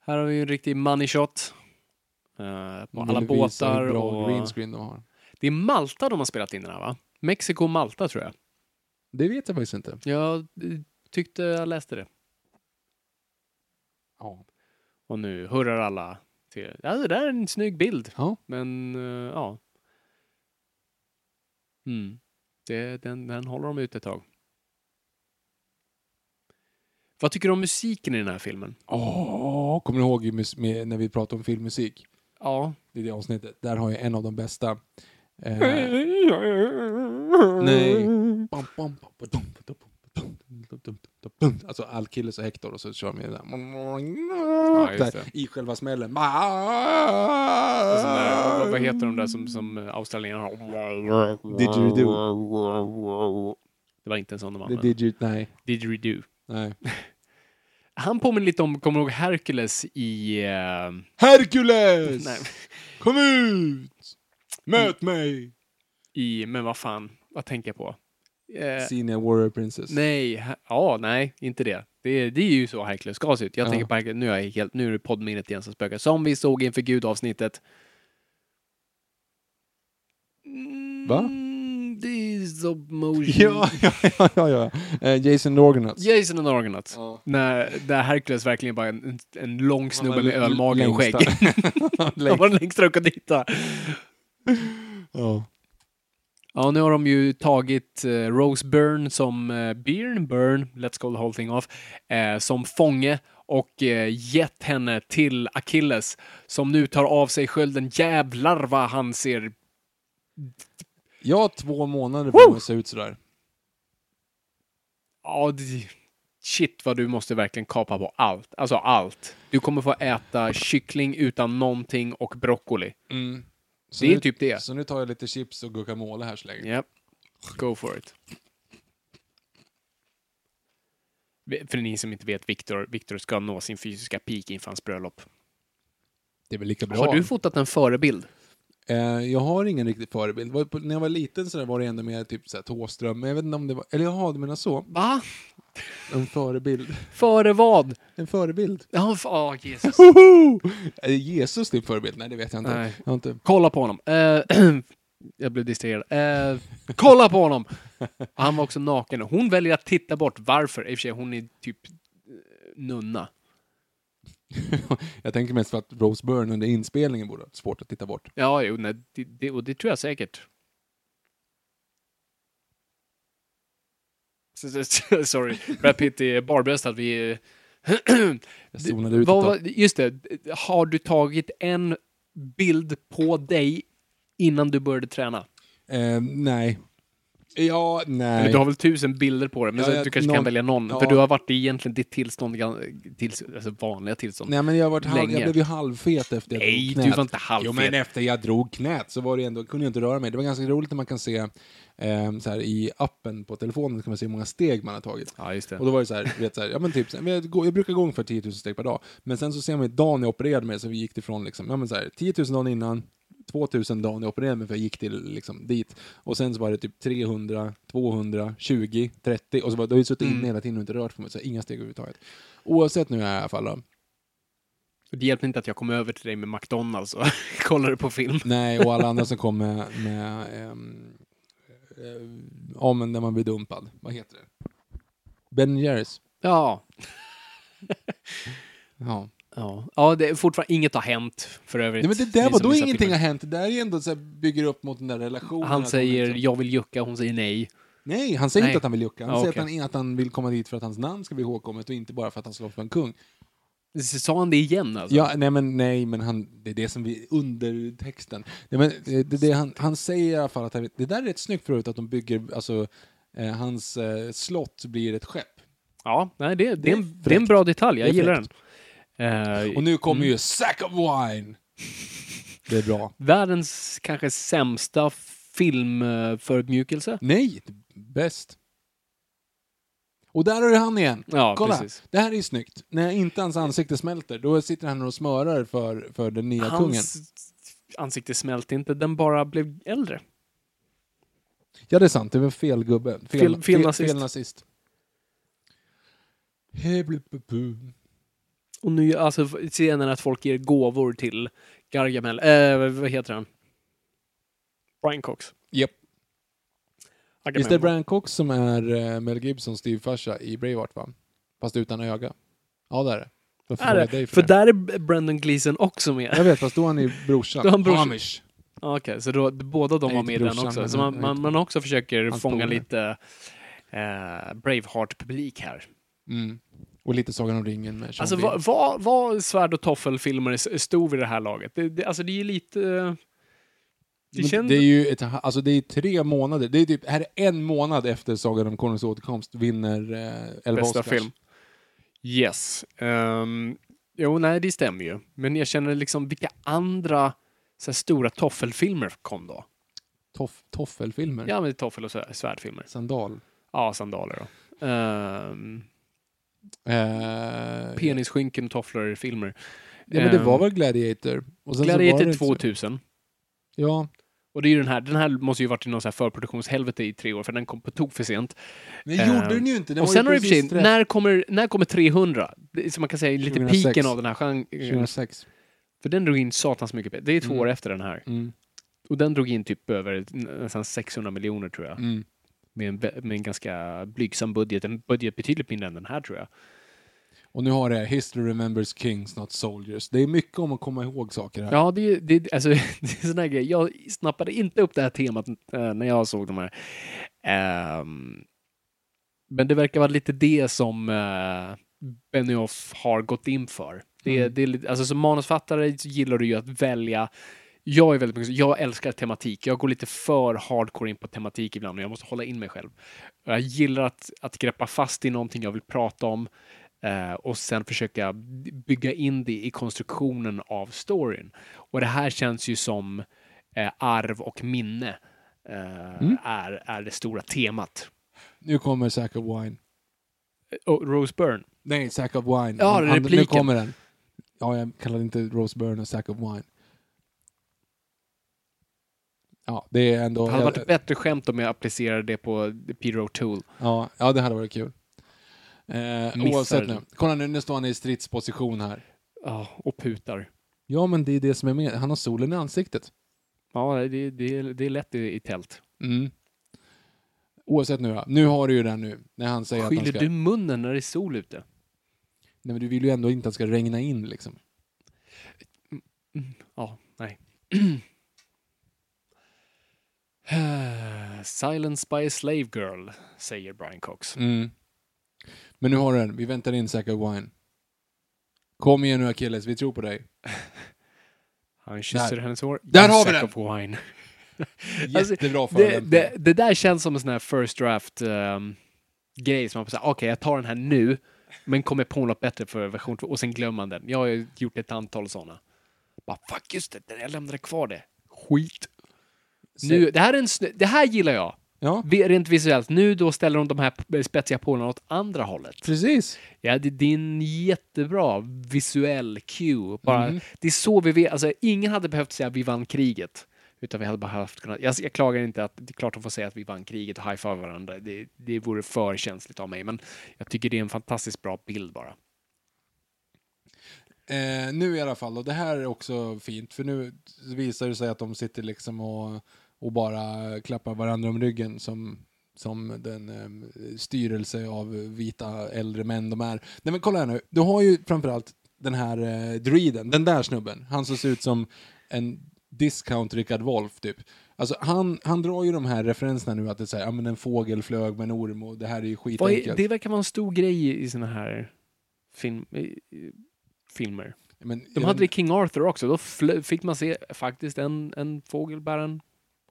S1: Här har vi ju en riktig money shot. Eh, på alla
S2: Vill visa
S1: båtar
S2: hur bra
S1: och...
S2: greenscreen de har.
S1: Det är Malta de har spelat in den här va? Mexiko och Malta tror jag.
S2: Det vet jag faktiskt inte.
S1: Jag eh, tyckte jag läste det.
S2: Ja.
S1: Och nu hurrar alla. Till... Ja, det där är en snygg bild.
S2: Ja.
S1: Men eh, ja. Mm. Det, den, den håller de ut ett tag. Vad tycker du om musiken i den här filmen?
S2: Åh, kommer du ihåg i mus- med, när vi pratade om filmmusik?
S1: Ja.
S2: I det avsnittet. Där har jag en av de bästa. Eh, nej. Bam, bam, bam, ba, dum, ba, dum, ba, dum, dum, dum, dum, dum. Alltså Alkilles och Hector och så kör de ju där.
S1: just
S2: där
S1: det.
S2: I själva smällen.
S1: Och sån där, vad, vad heter de där som, som australienarna har?
S2: Didgeridoo.
S1: Det var inte en sån de
S2: Det är
S1: använde.
S2: digit, nej.
S1: Didgeridoo.
S2: nej.
S1: Han påminner lite om, kommer du ihåg Hercules i... eh,
S2: Hercules!
S1: nej,
S2: Kom ut! Möt mig!
S1: i... Men vad fan, vad tänker jag på? Eh,
S2: Senior Warrior Princess.
S1: nej, he- ja, nej, inte det. Det, är- det är ju så Hercules ska se ut. Jag
S2: Ja.
S1: tänker på Hercules, nu är, jag helt, nu är det poddminnet igen som spökar. Som vi såg inför Gud-avsnittet. Mm,
S2: Va?
S1: Det är stop motion.
S2: Ja,
S1: Mm.
S2: ja, ja, ja. ja. Eh, Jason Norganats.
S1: Jason and Argonauts.
S2: Ja.
S1: När, där Hercules verkligen bara en, en- en lång snubbe
S2: var
S1: med
S2: l-
S1: ölmage och skägg.
S2: längsta.
S1: Han var den längsta de kunde hitta.
S2: Ja.
S1: Ja, nu har de ju tagit eh, Rose Byrne som eh, Byrne Byrne, let's call the whole thing off, eh, som fånge och eh, gett henne till Achilles som nu tar av sig skölden. Jävlar vad han ser...
S2: Jag har två månader på mig att se ut sådär.
S1: Ja, det, shit vad du måste verkligen kapa på allt. Alltså allt. Du kommer få äta kyckling utan någonting och broccoli.
S2: Så
S1: Det är
S2: nu,
S1: typ det.
S2: Så nu tar jag lite chips och guacamole här så länge.
S1: Yep. Go for it. För ni som inte vet, Viktor, Viktor ska nå sin fysiska peak inför hans bröllop.
S2: Det är väl lika bra.
S1: Har du fotat en förebild?
S2: eh, jag har ingen riktig förebild. Var, på, när jag var liten så där var det ändå mer typ så här Thåström, men jag vet inte om det var... Eller jaha, du menar så?
S1: Va?
S2: En förebild.
S1: Före vad?
S2: En förebild.
S1: Ja, f- åh, Jesus.
S2: Hoho! Är Jesus din förebild? Nej, det vet jag inte.
S1: Nej.
S2: Jag har inte...
S1: Kolla på honom. Eh, jag blev distraherad. Eh, kolla på honom! Han var också naken. Hon väljer att titta bort. Varför? I och för sig, hon är typ eh, nunna.
S2: jag tänker mest för att Rose Byrne under inspelningen borde ha haft svårt att titta bort.
S1: Ja, jo, nej, det, det, och det tror jag säkert. S- s- Sorry, Brad Pitt är barbröstad. Vi eh, är...
S2: Jag zonade ut
S1: Vad
S2: ett
S1: var-
S2: tag.
S1: just det, har du tagit en bild på dig innan du började träna?
S2: Eh, nej. Ja, nej.
S1: Eller du har väl tusen bilder på dig, men
S2: Ja,
S1: så
S2: jag-
S1: du kanske
S2: någon-
S1: kan välja någon.
S2: ja.
S1: För du har varit i egentligen ditt tillstånd, gan- tills, alltså vanliga tillstånd.
S2: Nej men jag, har varit halv, jag
S1: Länge.
S2: blev ju halvfet efter jag
S1: Nej,
S2: drog
S1: du
S2: knät.
S1: var inte halvfet.
S2: Jo men efter jag drog knät så var det ändå, kunde jag inte röra mig. Det var ganska roligt när man kan se ehm, så här, i appen på telefonen kan man se hur många steg man har tagit.
S1: Ja, just det.
S2: Och då var det så här, du vet, så här ja, men typ, så här, men jag, går- jag brukar gå ungefär 10 000 steg per dag. Men sen så ser man ju dagen jag opererade mig så vi gick det från liksom, ja, men så här, 10 000 dagen innan, 2 000 dagen jag opererade mig för jag gick till liksom, dit. Och sen så var det typ 300, 200, 20, 30 och så var, då har jag suttit inne hela tiden och inte rört på mig. Så här, inga steg överhuvudtaget. Oavsett nu är jag i alla fall då.
S1: Det hjälpte inte att jag kom över till dig med McDonalds och kollade på film.
S2: Nej, och alla andra som kom med... med ehm, eh, ja, men när man blir dumpad. Vad heter det? Ben Jerrys.
S1: Ja,
S2: Ja.
S1: Ja, ja det är fortfarande inget har hänt för övrigt.
S2: Nej, men det
S1: Ni
S2: där var
S1: som
S2: då
S1: missar
S2: ingenting
S1: filmen.
S2: har hänt. Det där är ändå så här, bygger upp mot den där relationen.
S1: Han
S2: att
S1: säger
S2: hon liksom-
S1: jag vill jucka, hon säger nej.
S2: Nej, han säger
S1: Nej.
S2: inte att han vill jucka. Han
S1: Ja,
S2: säger
S1: okej.
S2: att, han, att han vill komma dit för att hans namn ska bli ihågkommet och inte bara för att han slåss för en kung.
S1: S- Sa han det igen alltså?
S2: Ja, nej men, nej, men han, det är det som vi undertexten. Nej, men, eh, det, det, han, han säger i alla fall att han, det där är rätt snyggt förut att de bygger, alltså, eh, hans eh, slott blir ett skepp.
S1: Ja, nej, det, det, är en,
S2: fräckt.
S1: det är en bra detalj.
S2: Det
S1: Jag
S2: är
S1: gillar
S2: fräckt.
S1: den. Eh,
S2: Och nu kommer ju Sack of Wine! Det är bra.
S1: Världens kanske sämsta filmförödmjukelse.
S2: Nej, bäst. Och där har du han igen.
S1: Ja,
S2: Kolla,
S1: precis.
S2: det här är ju snyggt. När inte hans ansikte smälter, då sitter han och smörar för, för den nya kungen.
S1: Hans ansikte smälte inte, den bara blev äldre.
S2: Ja, det är sant. Det var fel gubbe. Fel,
S1: Fel- fel nazist.
S2: Fel nazist. Heblepupu.
S1: Och nu, alltså scenen att folk ger gåvor till Gargamel, eh, vad heter han? Brian Cox.
S2: Japp. Visst är det
S1: Agamemnon.
S2: Brian Cox som är eh, Mel Gibsons styvfarsa i Braveheart, va? Fast utan öga. Ja, det är det. Varför
S1: Är
S2: frågar jag
S1: det?
S2: dig
S1: för
S2: det?
S1: där är Brandon Gleeson också med.
S2: Jag vet, fast då är han ju brorsan.
S1: Då är han brorsan.
S2: Amish.
S1: Ja, Okej, så då, båda de
S2: Nej,
S1: var
S2: inte
S1: med i den
S2: brorsan,
S1: också.
S2: men
S1: Så man,
S2: jag
S1: man,
S2: vet
S1: man också försöker
S2: Hans
S1: fånga
S2: polare.
S1: lite eh, Braveheart-publik här.
S2: Mm. Och lite Sagan om ringen med Sean
S1: Alltså,
S2: Bean.
S1: vad va, va svärd och toffelfilmer s- stod vid det här laget? Det, det, alltså, det är ju lite... eh, Det,
S2: Men
S1: känns,
S2: det är ju ett, alltså det är tre månader. Det är typ, här är en månad efter Sagan om konungens återkomst vinner eh, elva
S1: bästa
S2: Oscars.
S1: film. Yes. Ehm, jo, nej, det stämmer ju. Men jag känner liksom, vilka andra så här, stora toffelfilmer kom då?
S2: Toff, toffelfilmer.
S1: Ja, men toffel och svär- svärdfilmer.
S2: Sandal.
S1: Ja, sandaler då. Ehm,
S2: Eh,
S1: penisskynken och tofflor-filmer.
S2: ja, men det
S1: ehm,
S2: var väl Gladiator? Och sen så var det
S1: Gladiator typ.
S2: inte så-
S1: 2000.
S2: Ja.
S1: Och det är ju den här, den här måste ju varit i någon så här förproduktionshelvete i tre år, för den kom på tok för sent.
S2: Men
S1: Ehm,
S2: gjorde den ju inte. Den
S1: och
S2: var
S1: sen
S2: ju
S1: har det i och för sig,
S2: precis träff-
S1: när kommer, när kommer 300? Det är, som man kan säga är lite
S2: 2006.
S1: piken av den här genren.
S2: 2006.
S1: För den drog in satans mycket pengar. Det är två
S2: Mm.
S1: år efter den här.
S2: Mm.
S1: Och den drog in typ över nästan 600 miljoner tror jag.
S2: Mm.
S1: Med, en, vä- med en ganska blygsam budget. En budget betydligt mindre än den här tror jag.
S2: Och nu har det här, History remembers kings, not soldiers. Det är mycket om att komma ihåg saker här.
S1: Ja, det, är- det, är- alltså, det är sån här grej. Jag snappade inte upp det här temat eh, när jag såg de här. Ehm, men det verkar vara lite det som eh, Benioff har gått in för. Det, är-
S2: Mm.
S1: det är, lite- alltså, som manusfattare så gillar du ju att välja Jag är väldigt mycket, så- jag älskar tematik. Jag går lite för hardcore in på tematik ibland och jag måste hålla in mig själv. Och Jag gillar att, att greppa fast i någonting jag vill prata om eh, och sen försöka bygga in det i konstruktionen av storyn. Och det här känns ju som eh, arv och minne eh, är, är det stora temat.
S2: Nu kommer Sack of Wine.
S1: Och Rose Byrne.
S2: Nej, Sack of Wine.
S1: Ja,
S2: nu
S1: repliken.
S2: kommer den. Ja, jag kallade inte Rose Byrne och Sack of Wine. Ja, det är ändå...
S1: Det hade varit ett bättre skämt om jag applicerade det på Peter O'Toole.
S2: Ja, ja det hade varit kul. Eh,
S1: Missar
S2: oavsett nu.
S1: den.
S2: Kolla nu, nu står han i stridsposition här.
S1: Ja, och putar.
S2: Ja, men det är det som är med. Han har solen i ansiktet.
S1: Ja, det, det, det är lätt i, i tält.
S2: Mm. Oavsett nu då. Nu har du ju den nu. När han säger att
S1: Skyller
S2: han ska...
S1: du munnen när det är sol ute?
S2: Nej, men du vill ju ändå inte att det ska regna in liksom.
S1: Ja, nej. Silence by a slave girl, säger Brian Cox.
S2: Mm. Men nu har du den. Vi väntar in Zack of Wine. Kom igen nu Achilles, vi tror på dig.
S1: Han kysser
S2: Där.
S1: hennes hår.
S2: Där har vi
S1: Sack
S2: den!
S1: Of wine. Alltså,
S2: Jättebra
S1: det,
S2: förolämpning.
S1: det, det där känns som en sån här first draft ehm, grej som man får säga, okej jag tar den här nu, men kommer på något bättre för version 2 och sen glömmer man den. Jag har ju gjort ett antal sådana. Bara fuck just det, jag lämnade kvar det. Skit.
S2: Så-
S1: Nu, det, här är en snö, det här gillar jag.
S2: Ja,
S1: Vi- Rent visuellt. Nu då ställer de de här p- spetsiga polarna åt andra hållet.
S2: precis.
S1: Ja, det, det är en jättebra visuell cue. Bara,
S2: Mhm.
S1: Det är så vi vet. Alltså, ingen hade behövt säga vi vann kriget. Utan vi hade bara haft kunnat, jag, jag klagar inte att det är klart de får säga att vi vann kriget och high-five varandra. Det, det vore för känsligt av mig, men jag tycker det är en fantastiskt bra bild bara.
S2: Eh, nu i alla fall, och det här är också fint, för nu visar det sig att de sitter liksom och, och bara klappar varandra om ryggen som, som den eh, styrelse av vita äldre män de är. Nej men kolla här nu, du har ju framförallt den här eh, druiden, den där snubben, han som ser ut som en discount Rickard Wolff typ. Alltså han, han drar ju de här referenserna nu att det är såhär, ja men en fågel flög med en orm och det här är ju
S1: Vad
S2: skitenkelt.
S1: är, det verkar vara en stor grej i, i såna här film, i, i, filmer.
S2: Men,
S1: De
S2: jag-
S1: hade det i King Arthur också. Då flö, fick man se faktiskt en, en fågel bära en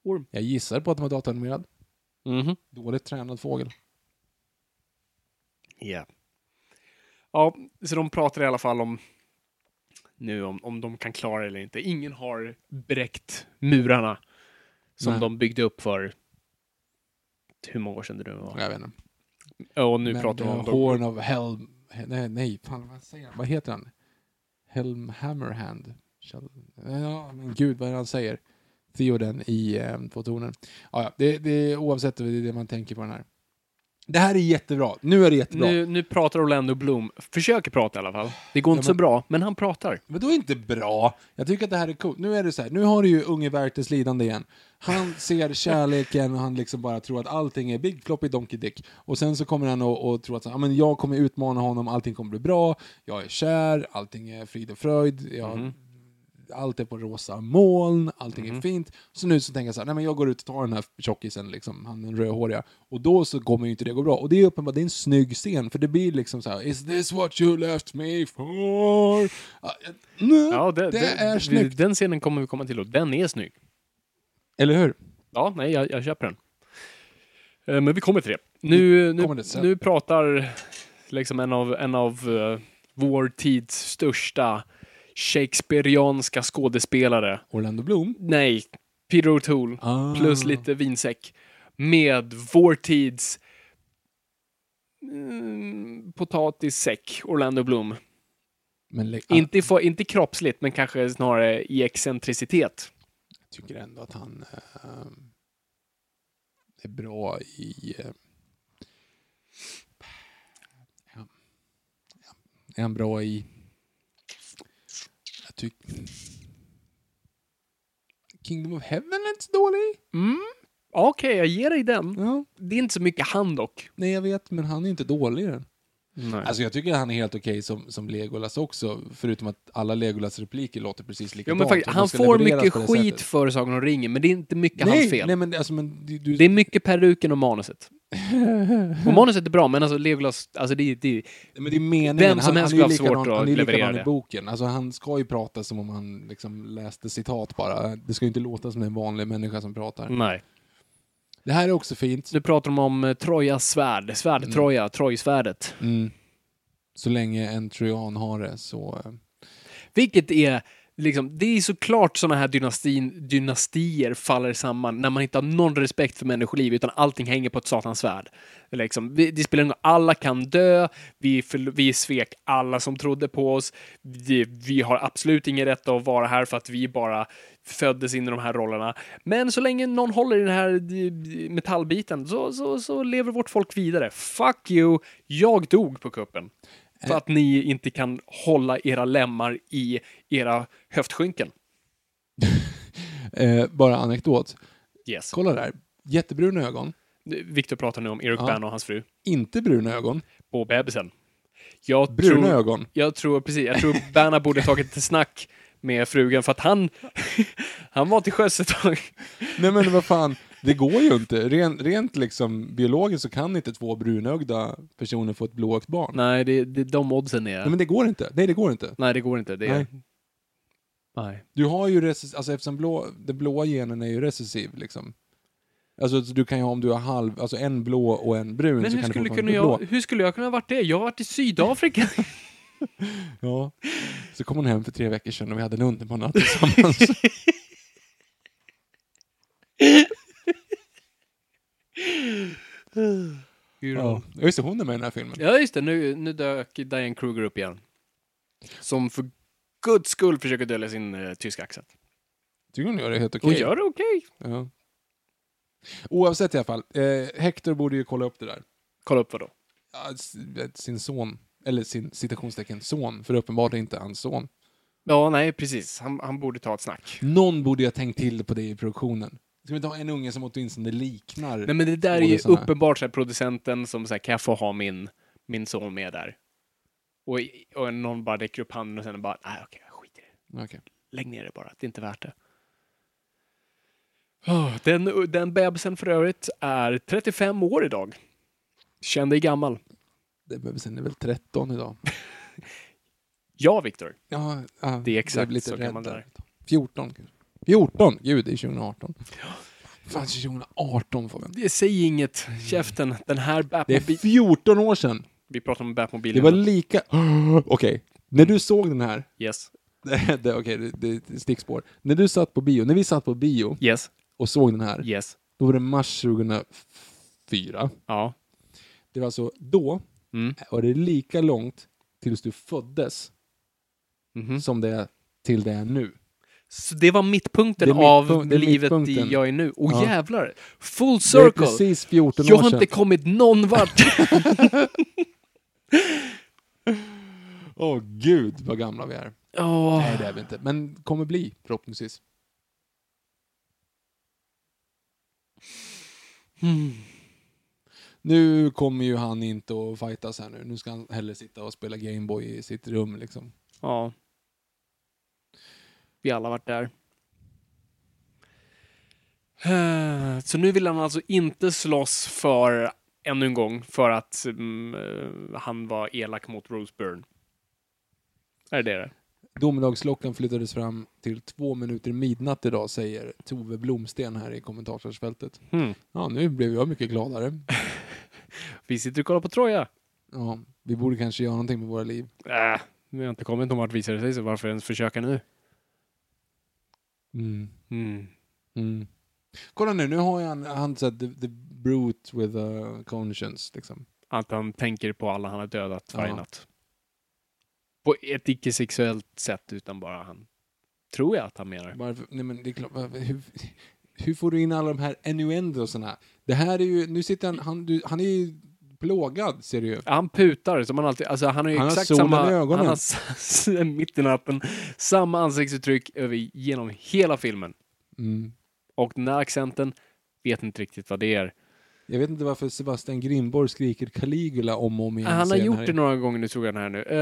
S1: orm.
S2: Jag gissar på att de var datoranimerad. Dåligt tränad fågel.
S1: Ja. Ja, så de pratar i alla fall om nu om, om de kan klara det eller inte. Ingen har bräckt murarna som
S2: Nej.
S1: de byggde upp för hur många år sedan det nu var.
S2: Jag vet inte. eh,
S1: Och nu pratar de om de,
S2: Horn of Helm... Nej, nej fan, vad, säger han? vad heter han? Helm Hammerhand? Shall- Ja, men gud vad är det han säger? Theoden i eh, Två tornen. Ja, ja, det, det är oavsett det är det man tänker på den här. Det här är jättebra. Nu är det jättebra.
S1: nu, nu pratar Orlando Bloom. Försöker prata i alla fall. Det går
S2: Ja,
S1: inte så
S2: men-
S1: bra, men han pratar.
S2: Men då är inte bra. Jag tycker att det här är coolt. Nu är det så här, nu har du ju unge Werthers lidande igen. Han ser kärleken och han liksom bara tror att allting är Big Floppy Donkey Dick. Och sen så kommer han och, och tror att så, här, "Ja, men jag kommer utmana honom, allting kommer bli bra, jag är kär, allting är frid och fröjd, jag, allt är på rosa moln, allting
S1: Mhm.
S2: är fint. Så nu så tänker jag så här, nej men jag går ut och tar den här tjockisen, liksom, han den rödhåriga. Och då så kommer ju inte det gå bra. Och det är uppenbart, det är en snygg scen, för det blir liksom så här, is this what you left me for? Ja, nej,
S1: Ja,
S2: det,
S1: det,
S2: är snyggt.
S1: Den scenen kommer vi komma till och den är snygg.
S2: Eller hur?
S1: Ja, nej, jag, jag köper den. Eh, Men vi kommer till det. Nu, nu,
S2: kommer det sen.
S1: nu pratar liksom en av, en av eh, vår tids största Shakespeareanska skådespelare.
S2: Orlando Bloom.
S1: Nej, Peter O'Toole
S2: Ah.
S1: plus lite vinsäck med vår tids mm, potatissäck Orlando Bloom.
S2: Ah, Men lägg-
S1: Inte, i fa- inte kroppsligt, men kanske snarare i excentricitet.
S2: jag tycker ändå att han eh, är bra i... eh, ja. Ja. Är han bra i... Jag tycker... Kingdom of Heaven är inte så dålig.
S1: Okej, jag ger dig den.
S2: Ja.
S1: Det är inte så mycket han dock.
S2: Nej, jag vet, men han är inte dålig i den.
S1: Nej.
S2: Alltså jag tycker att han är helt okej som, som Legolas också, förutom att alla Legolas-repliker låter precis
S1: Jo,
S2: likadant.
S1: men faktiskt,
S2: och de
S1: han
S2: ska
S1: får
S2: levereras
S1: mycket
S2: på det
S1: skit
S2: sättet.
S1: för Sagan om ringen, men det är inte mycket
S2: nej,
S1: hans fel.
S2: Nej, men, alltså, men du, du,
S1: Det är mycket peruken och manuset. Och manuset är bra, men alltså Legolas, alltså det, det
S2: Men det är meningen.
S1: Vem som
S2: han,
S1: helst
S2: han är ju
S1: skulle ha
S2: likadan,
S1: svårt att
S2: han är ju
S1: leverera
S2: likadan i
S1: det.
S2: boken. Alltså, han ska ju prata som om han liksom läste citat bara. Det ska ju inte låta som en vanlig människa som pratar.
S1: nej.
S2: Det här är också fint.
S1: Mm. Nu pratar de om eh, Trojas svärd, svärdtroja, trojsvärdet.
S2: Mm. Så länge en trojan har det så... eh,
S1: Vilket är, liksom, det är såklart sådana här dynastin, dynastier faller samman när man inte har någon respekt för människoliv utan allting hänger på ett satans svärd. Liksom, vi, det spelar ingen roll, alla kan dö, vi, förl- vi svek alla som trodde på oss, vi, vi har absolut ingen rätt att vara här för att vi bara föddes in i de här rollerna. Men så länge någon håller i den här eh, metallbiten så, så, så lever vårt folk vidare. Fuck you, jag dog på kuppen. För att ni inte kan hålla era lemmar i era höftskynken.
S2: Eh, bara anekdot.
S1: Yes.
S2: Kolla där. Jättebruna ögon.
S1: Viktor pratar nu om Eric
S2: Ja.
S1: Bana och hans fru
S2: Inte bruna ögon.
S1: på bebisen. Jag
S2: Bruna
S1: tror,
S2: ögon.
S1: Jag tror, precis, jag tror Berna borde tagit ett snack med frugan för att han, han var till sjöss ett tag.
S2: Nej men vad fan, det går ju inte. Ren, rent liksom biologiskt så kan inte två brunögda personer få ett blåögt barn. Nej.
S1: Nej, det, det, de oddsen är...
S2: men det går inte. Nej, det går inte.
S1: Nej, det går inte. Det är,
S2: Nej.
S1: nej. nej.
S2: Du har ju recess, alltså eftersom blå, den blåa genen är ju recessiv liksom. Alltså så du kan ju ha om du har halv, alltså en blå och en brun
S1: Men
S2: så
S1: hur
S2: kan
S1: skulle,
S2: du
S1: kunna
S2: fortfarande
S1: jag,
S2: bli
S1: hur skulle jag kunna ha varit det? Jag har varit i Sydafrika.
S2: blå. Ja. Så kom hon hem för tre veckor sedan och vi hade en underbar natt tillsammans. ja.
S1: ja.
S2: Ja, Just det, hon är med i den här filmen.
S1: Ja, just det. Nu, nu dök Diane Kruger upp igen. Som för guds skull försöker dölja sin eh, tyska accent.
S2: Tycker hon gör det helt okej?
S1: Hon gör det okej.
S2: Ja. Oavsett i alla fall, eh, Hector borde ju kolla upp det där.
S1: Kolla upp vad då.
S2: Ja, s- Sin son, eller sin citationstecken son, för uppenbarligen inte hans son.
S1: Ja, nej, precis. Han, han borde ta ett snack.
S2: Någon borde ju ha tänkt till på det i produktionen. Ska vi inte ha en unge som åtminstone liknar?
S1: Nej, men det där är ju
S2: Skådisarna.
S1: uppenbart så här, producenten som säger kan jag få ha min, min son med där? Och, och någon bara räcker upp handen och sen bara, nej okej, jag skiter i det.
S2: Okej.
S1: Lägg ner det bara, det är inte värt det. Åh, Den, den bebisen för övrigt är 35 år idag. Känn dig gammal.
S2: Det bebisen är väl 13 idag?
S1: Ja, Viktor.
S2: Ja, ja,
S1: Det är
S2: jag
S1: exakt
S2: blev lite
S1: så
S2: rädd
S1: gammal
S2: där.
S1: där.
S2: 14 kanske. 14? Gud, det är 2018. Fan, 2018 får vi.
S1: Det- Säg inget. Käften. Den här
S2: Mm. Det är
S1: Batmobil...
S2: 14 år sedan!
S1: Vi pratar om Batmobilen.
S2: Det var lika... Okej, när du såg den här
S1: Yes.
S2: Det, det, okej, det, det är ett stickspår. När du satt på bio, när vi satt på bio
S1: Yes.
S2: och såg den här,
S1: Yes.
S2: då var det mars 2004.
S1: Ja.
S2: Det var alltså då,
S1: Mm.
S2: var det lika långt tills du föddes
S1: Mhm.
S2: som det är till det är nu.
S1: Så det var mittpunkten
S2: Det är
S1: av
S2: mittpunk- det är
S1: livet
S2: mittpunkten.
S1: i jag är nu. Och
S2: Ja.
S1: jävlar! Full
S2: Det är
S1: circle!
S2: precis 14
S1: jag
S2: år
S1: har
S2: sedan.
S1: inte kommit någon vart.
S2: Åh gud vad gamla vi är.
S1: Åh.
S2: Nej, det är vi inte. Men kommer bli, förhoppningsvis.
S1: Mm.
S2: Nu kommer ju han inte att fightas här nu. Nu ska han hellre sitta och spela Gameboy i sitt rum liksom.
S1: Ja. Vi alla varit där. Eh, Så nu vill han alltså inte slåss för, ännu en gång, för att mm, eh, han var elak mot Rose Byrne. Är det det?
S2: Domedagsklockan flyttades fram till två minuter midnatt idag, säger Tove Blomsten här i kommentarsfältet.
S1: Hmm.
S2: Ja, nu blev jag mycket gladare.
S1: Vi sitter och kollar på Troja.
S2: Ja, vi borde kanske göra någonting med våra liv.
S1: Äh, vi har inte kommit någon vart visar det sig, så varför ens försöka nu?
S2: Mm.
S1: Mm.
S2: Mm. Kolla nu, nu har jag han, han sagt the, the brute with a conscience, liksom.
S1: Att han tänker på alla han har dödat varje
S2: Ja.
S1: natt. På ett icke-sexuellt sätt, utan bara han... Tror jag att han menar.
S2: Varför, nej men det är klart, varför, hur, hur får du in alla de här innuendosarna? Det här är ju, nu sitter han, han, du, han är ju plågad ser du ju.
S1: Han putar som han alltid, alltså han har ju
S2: Han har
S1: exakt
S2: solen
S1: samma,
S2: i ögonen.
S1: han har s- mitt i natten, samma ansiktsuttryck över, genom hela filmen.
S2: Mm.
S1: Och den här accenten, vet inte riktigt vad det är.
S2: Jag vet inte varför Sebastian Grimborg skriker Caligula om och om igen.
S1: han har
S2: senare.
S1: gjort det några gånger nu såg jag den här nu. Eh,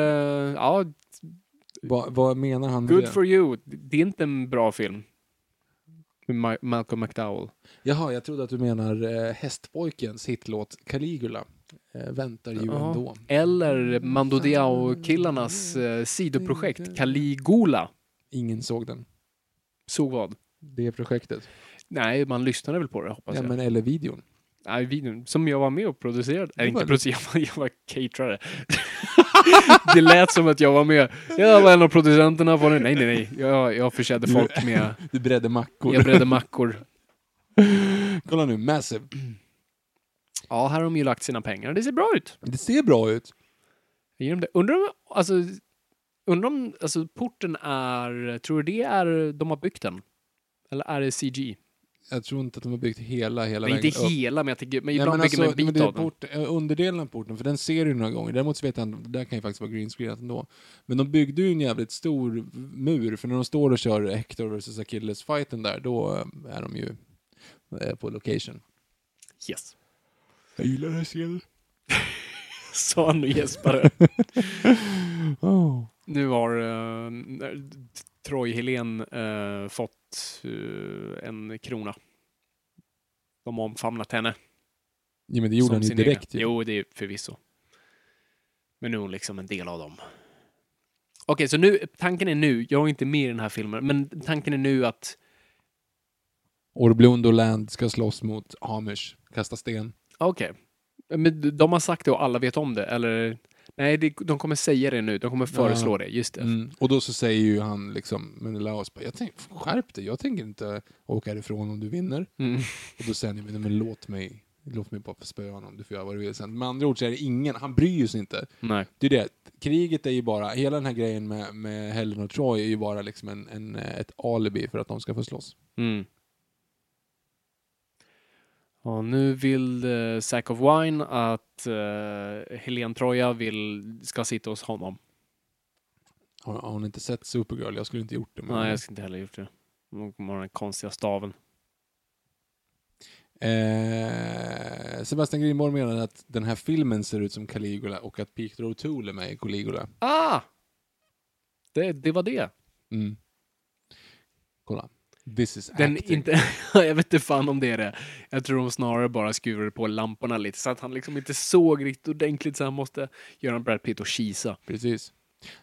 S1: ja,
S2: Va, vad menar han med
S1: good
S2: det?
S1: for you. Det är inte en bra film. Med Ma- Malcolm McDowell.
S2: Jaha, jag trodde att du menar eh, hästpojkens hitlåt Caligula. Eh, väntar ju
S1: Ja.
S2: ändå.
S1: Eller Mando Diao-killarnas eh,
S2: Mm.
S1: sidoprojekt Caligula.
S2: Ingen såg den.
S1: Så vad?
S2: Det projektet.
S1: Nej, man lyssnade väl på det hoppas
S2: Ja,
S1: jag.
S2: men, eller videon.
S1: Nej, videon som jag var med och producerade. Nej,
S2: var
S1: inte
S2: det.
S1: producerade, jag var- jag var caterare. det lät som att jag var med. Jag var en av producenterna på den. Nej, nej, nej. Jag, jag försedde
S2: Du-
S1: folk med...
S2: Du bredde mackor.
S1: Jag bredde mackor.
S2: Kolla nu, Massive.
S1: Ja, här har de ju lagt sina pengar. Det ser bra ut.
S2: Det ser bra ut.
S1: Jag ger dem det. Undrar om, alltså, undrar om alltså, porten är... Tror du det är de har byggt den? Eller är det CG?
S2: Jag tror inte att de har byggt hela, hela
S1: Nej,
S2: vägen
S1: inte hela, men jag tänker, men
S2: Nej,
S1: ibland
S2: men
S1: bygger man
S2: alltså,
S1: en
S2: men
S1: bit
S2: det är
S1: av den.
S2: port, eh, Underdelen av porten, för den ser du några gånger. Däremot så vet jag inte, det där kan ju faktiskt vara greenscreenat ändå. Men de byggde ju en jävligt stor mur, för när de står och kör Hector vs Achilles-fighten där, då eh, är de ju eh, på location.
S1: Yes.
S2: Jag gillar den här scenen.
S1: Sa han och gäspade.
S2: Oh.
S1: Nu har eh, Troy Helén eh, fått eh, en krona. De har omfamnat henne.
S2: Ja, men det gjorde
S1: som
S2: han ju
S1: sin
S2: direkt.
S1: egna.
S2: Ju.
S1: Jo, det är förvisso. Men nu är hon liksom en del av dem. Okej, så nu, tanken är nu, jag är inte med i den här filmen, men tanken är nu att,
S2: Orblundo Land ska slåss mot Hamish, kasta sten.
S1: ah, okej, men de har sagt det och alla vet om det, eller? Nej, det, de kommer säga det nu, de kommer föreslå det, just det.
S2: Mm. Och då så säger ju han liksom, men Laos bara, jag tänk, skärp dig, jag tänker inte åka härifrån om du vinner.
S1: Mm.
S2: Och då säger han, men, men låt mig, låt mig bara få spöa honom, du får göra vad du vill sen. Med andra ord så är det ingen, han bryr sig inte.
S1: Nej.
S2: Det är det, kriget är ju bara, hela den här grejen med, med Helen och Troy är ju bara liksom en, en, eh, ett alibi för att de ska få slåss.
S1: Mm. Ja, nu vill eh, Sack of Wine att eh, Helen Troja vill, ska sitta hos honom.
S2: Har, har hon inte sett Supergirl? Jag skulle inte gjort det. men-
S1: Nej, jag skulle inte heller gjort det. Hon kommer ha den konstiga staven.
S2: eh, Sebastian Grimborg menar att den här filmen ser ut som Caligula och att Peter O'Toole är med i Caligula.
S1: Ah! Det, det var det.
S2: Mm. Kolla. This is
S1: Den
S2: acting.
S1: inte, jag vet inte fan om det är det. Jag tror de snarare bara skurade på lamporna lite så att han liksom inte såg riktigt ordentligt så han måste göra en Brad Pitt och kisa.
S2: Precis.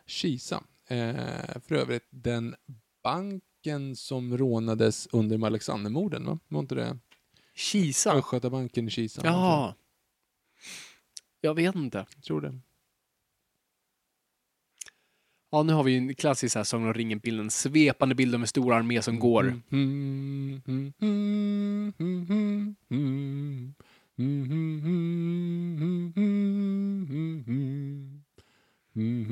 S2: Kisa. Eh, för övrigt, den banken som rånades under Alexandermorden, va? Var inte det?
S1: Kisa?
S2: Östgötabanken i Kisa.
S1: Ja. Jag vet inte.
S2: Jag tror det.
S1: Ja, nu har vi ju en klassisk så här Sagan om ringen-bilden. Svepande bilder med stor armé som går.
S2: Mm, mm, mm, mm, mm, mm, mm, mm, mm, mm, mm,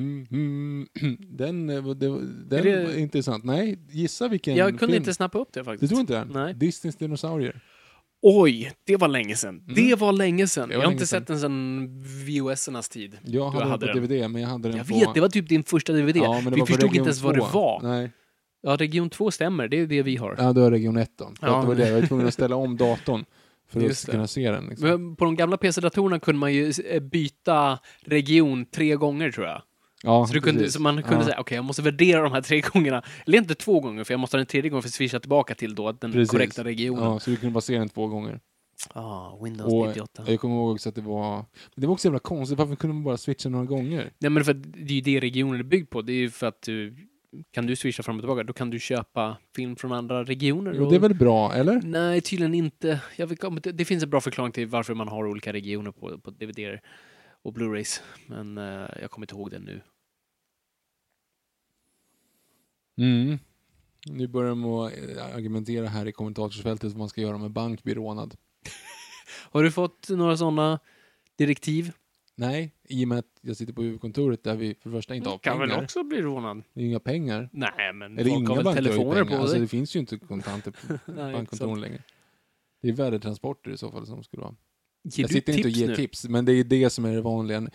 S2: mm, mm, mm. Den, eh, var- det var- den
S1: Är det-
S2: var intressant. Nej, gissa vilken
S1: Jag kunde
S2: film.
S1: inte snappa upp det
S2: Du
S1: faktiskt.
S2: tror inte den?
S1: Nej.
S2: Disneys dinosaurier.
S1: Oj, det var länge sedan. Det var länge sedan.
S2: Mm. Det
S1: Jag
S2: var
S1: har
S2: länge
S1: inte
S2: sedan.
S1: sett den sedan VHS-ernas tid.
S2: Jag hade,
S1: hade
S2: den på
S1: den.
S2: DVD, men jag hade den
S1: Jag
S2: på...
S1: vet, det var typ din första DVD.
S2: Ja, men det
S1: vi
S2: var på
S1: förstod
S2: Region
S1: inte ens vad det
S2: 2.
S1: var.
S2: Nej,
S1: Ja, region 2 stämmer. Det är det vi har.
S2: ja, då är Region 1 då. För
S1: Ja.
S2: att det var det. Jag var tvungen att ställa om datorn för
S1: Just
S2: att
S1: det.
S2: kunna se den. Liksom.
S1: Men På de gamla PC-datorerna kunde man ju eh, byta region tre gånger, tror jag.
S2: ja,
S1: Så, du kunde,
S2: precis.
S1: så man kunde
S2: ja,
S1: säga, okej, jag måste värdera de här tre gångerna. Eller inte två gånger, för jag måste ha den tredje gången för att swisha tillbaka till då den
S2: Precis.
S1: korrekta regionen.
S2: Ja, så du kunde bara se den två gånger.
S1: Ah, Windows
S2: Och
S1: 98.
S2: jag kommer ihåg också att det var... Men det var också jävla konstigt, varför kunde man bara switcha några gånger?
S1: Nej, men för att det är ju det regionen är byggd på. Det är ju för att du... Kan du swisha fram och tillbaka, då kan du köpa film från andra regioner.
S2: Jo,
S1: och-
S2: det är väl bra, eller?
S1: Nej, tydligen inte. Jag vet, inte om det, det finns en bra förklaring till varför man har olika regioner på, på dvd och Blu-rays, men eh, jag kommer inte ihåg den nu.
S2: Mm. Nu börjar de att eh, argumentera här i kommentarsfältet vad man ska göra om en bank blir rånad.
S1: Har du fått några sådana direktiv?
S2: Nej, i och med att jag sitter på huvudkontoret där vi för det första inte har
S1: kan väl
S2: pengar.
S1: också bli rånad?
S2: Det är inga pengar.
S1: Nej, men
S2: Eller
S1: folk
S2: inga
S1: har väl
S2: banker har
S1: telefoner
S2: ju pengar.
S1: på
S2: Alltså,
S1: sig?
S2: det finns ju inte kontanter på
S1: Nej,
S2: bankkontoren
S1: sant.
S2: längre. Det är värdetransporter i så fall som skulle vara.
S1: Ger
S2: jag
S1: du
S2: sitter
S1: tips
S2: inte och ger
S1: nu?
S2: tips, men det är det som är det vanliga.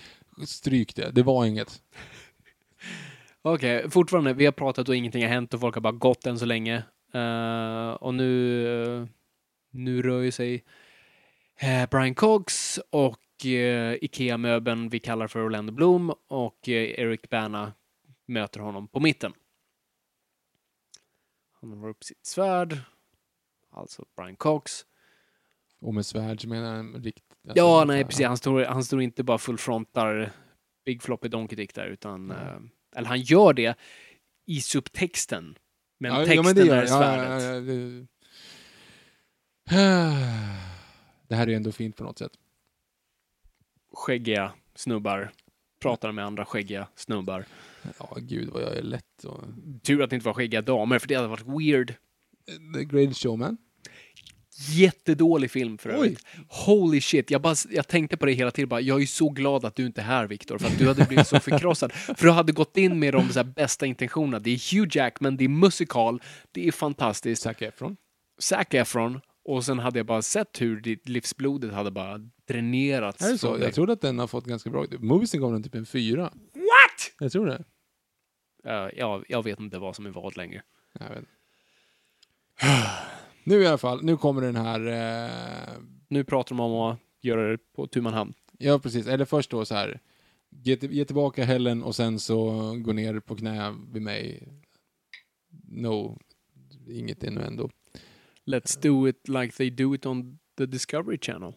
S2: Stryk det, det var inget.
S1: Okej, fortfarande, vi har pratat och ingenting har hänt och folk har bara gått än så länge. Eh, och nu, eh, nu rör ju sig eh, Brian Cox och eh, Ikea-möbeln vi kallar för Orlando Bloom och eh, Eric Bana möter honom på mitten. Han drar upp sitt svärd alltså Brian Cox.
S2: Och med svärd så menar jag alltså, riktigt...
S1: Ja, nej precis. Han står, han står inte bara fullfrontar Big Floppy Donkey Dick där, utan...
S2: Nej.
S1: eh, eller han gör det i subtexten. Men
S2: Ja,
S1: texten
S2: ja, men det gör
S1: är
S2: jag.
S1: svärdet.
S2: Ja, ja, ja, det... det här är ändå fint på något sätt.
S1: Skäggiga snubbar pratar med andra skäggiga snubbar.
S2: Ja, gud vad jag är lätt. Och...
S1: Tur att det inte var skäggiga damer, för det hade varit weird.
S2: The Great Showman.
S1: Jättedålig film för
S2: Oj.
S1: övrigt. Holy shit, jag, bara, jag tänkte på det hela tiden. Bara, jag är så glad att du inte är här, Viktor, för att du hade blivit så förkrossad. för du hade gått in med de så här bästa intentionerna. Det är Hugh Jackman, det är musikal, det är fantastiskt.
S2: Zac Efron.
S1: Zac Efron, och sen hade jag bara sett hur ditt livsblodet hade bara dränerats.
S2: Är det så?
S1: från dig.
S2: Jag trodde att den har fått ganska bra... Moviesen gav den typ en fyra.
S1: What? Eh,
S2: Jag tror det.
S1: Ja, jag, jag vet inte vad som är vad längre.
S2: Jag vet. inte. Nu i alla fall, nu kommer den här... Eh...
S1: Nu pratar de om att göra det på tu man hand.
S2: Ja, precis. Eller först då så här. Ge, till- ge tillbaka Helen och sen så gå ner på knä vid mig. No. Inget ännu ändå.
S1: Let's do it like they do it on the Discovery Channel.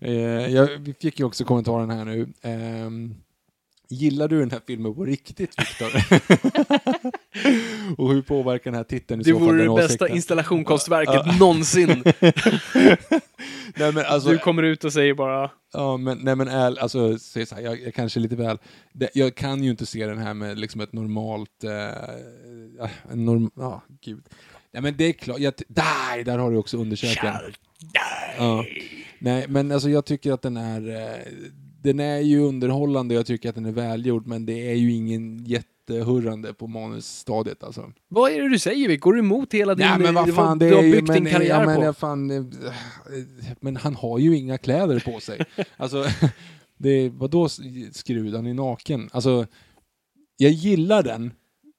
S2: eh, jag vi fick ju också kommentaren här nu. Ehm, gillar du den här filmen på riktigt, Viktor? och hur påverkar den här titeln i
S1: Det
S2: så fall
S1: vore
S2: den
S1: det bästa
S2: åsikten? Alltså-
S1: installationskonstverket någonsin.
S2: Nej, men alltså,
S1: Du kommer ut och säger bara
S2: Ja, men, nej, men äl, alltså, säg så här, jag, jag kanske är lite väl... Det, jag kan ju inte se den här med liksom ett normalt... Eh, ah, en norm, ja, gud. Nej, men det är klart. Jag, där, där har du också undersökaren. Ja. Nej, men alltså jag tycker att den är... Eh, den är ju underhållande och jag tycker att den är välgjord, men det är ju ingen jättehurrande på manusstadiet alltså.
S1: Vad är det du säger? Vi går emot hela din...
S2: Nej, men vad fan, det
S1: du har
S2: är ju...
S1: byggt
S2: Men, eh,
S1: din karriär
S2: ja, men,
S1: på.
S2: jag fan, eh, men han har ju inga kläder på sig. alltså, det, vadå skrud, han är naken. Alltså, jag gillar den,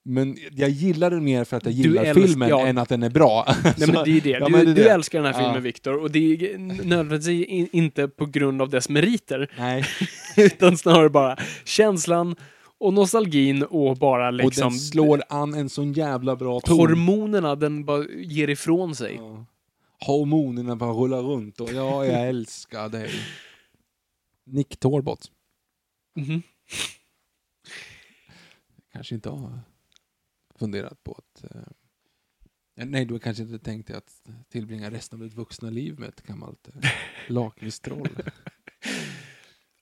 S2: men jag gillar den mer för att jag
S1: Du
S2: gillar
S1: älsk-
S2: filmen
S1: ja.
S2: än att den är bra.
S1: Nej, men det är det.
S2: Ja,
S1: du,
S2: men det är
S1: du
S2: det.
S1: älskar den här filmen,
S2: Ja.
S1: Viktor. Och det är nödvändigtvis in- inte på grund av dess meriter,
S2: Nej.
S1: utan snarare bara känslan och nostalgin och bara
S2: Och
S1: liksom...
S2: den slår an en sån jävla bra ton.
S1: hormonerna den bara ger ifrån sig.
S2: Ja. Hormonerna bara rullar runt och ja, jag älskar dig. Nick Torbott.
S1: Mhm.
S2: kanske inte har funderat på att... Eh, nej, du har kanske inte tänkt dig att tillbringa resten av ditt vuxna liv med ett gammalt eh, lakritstroll.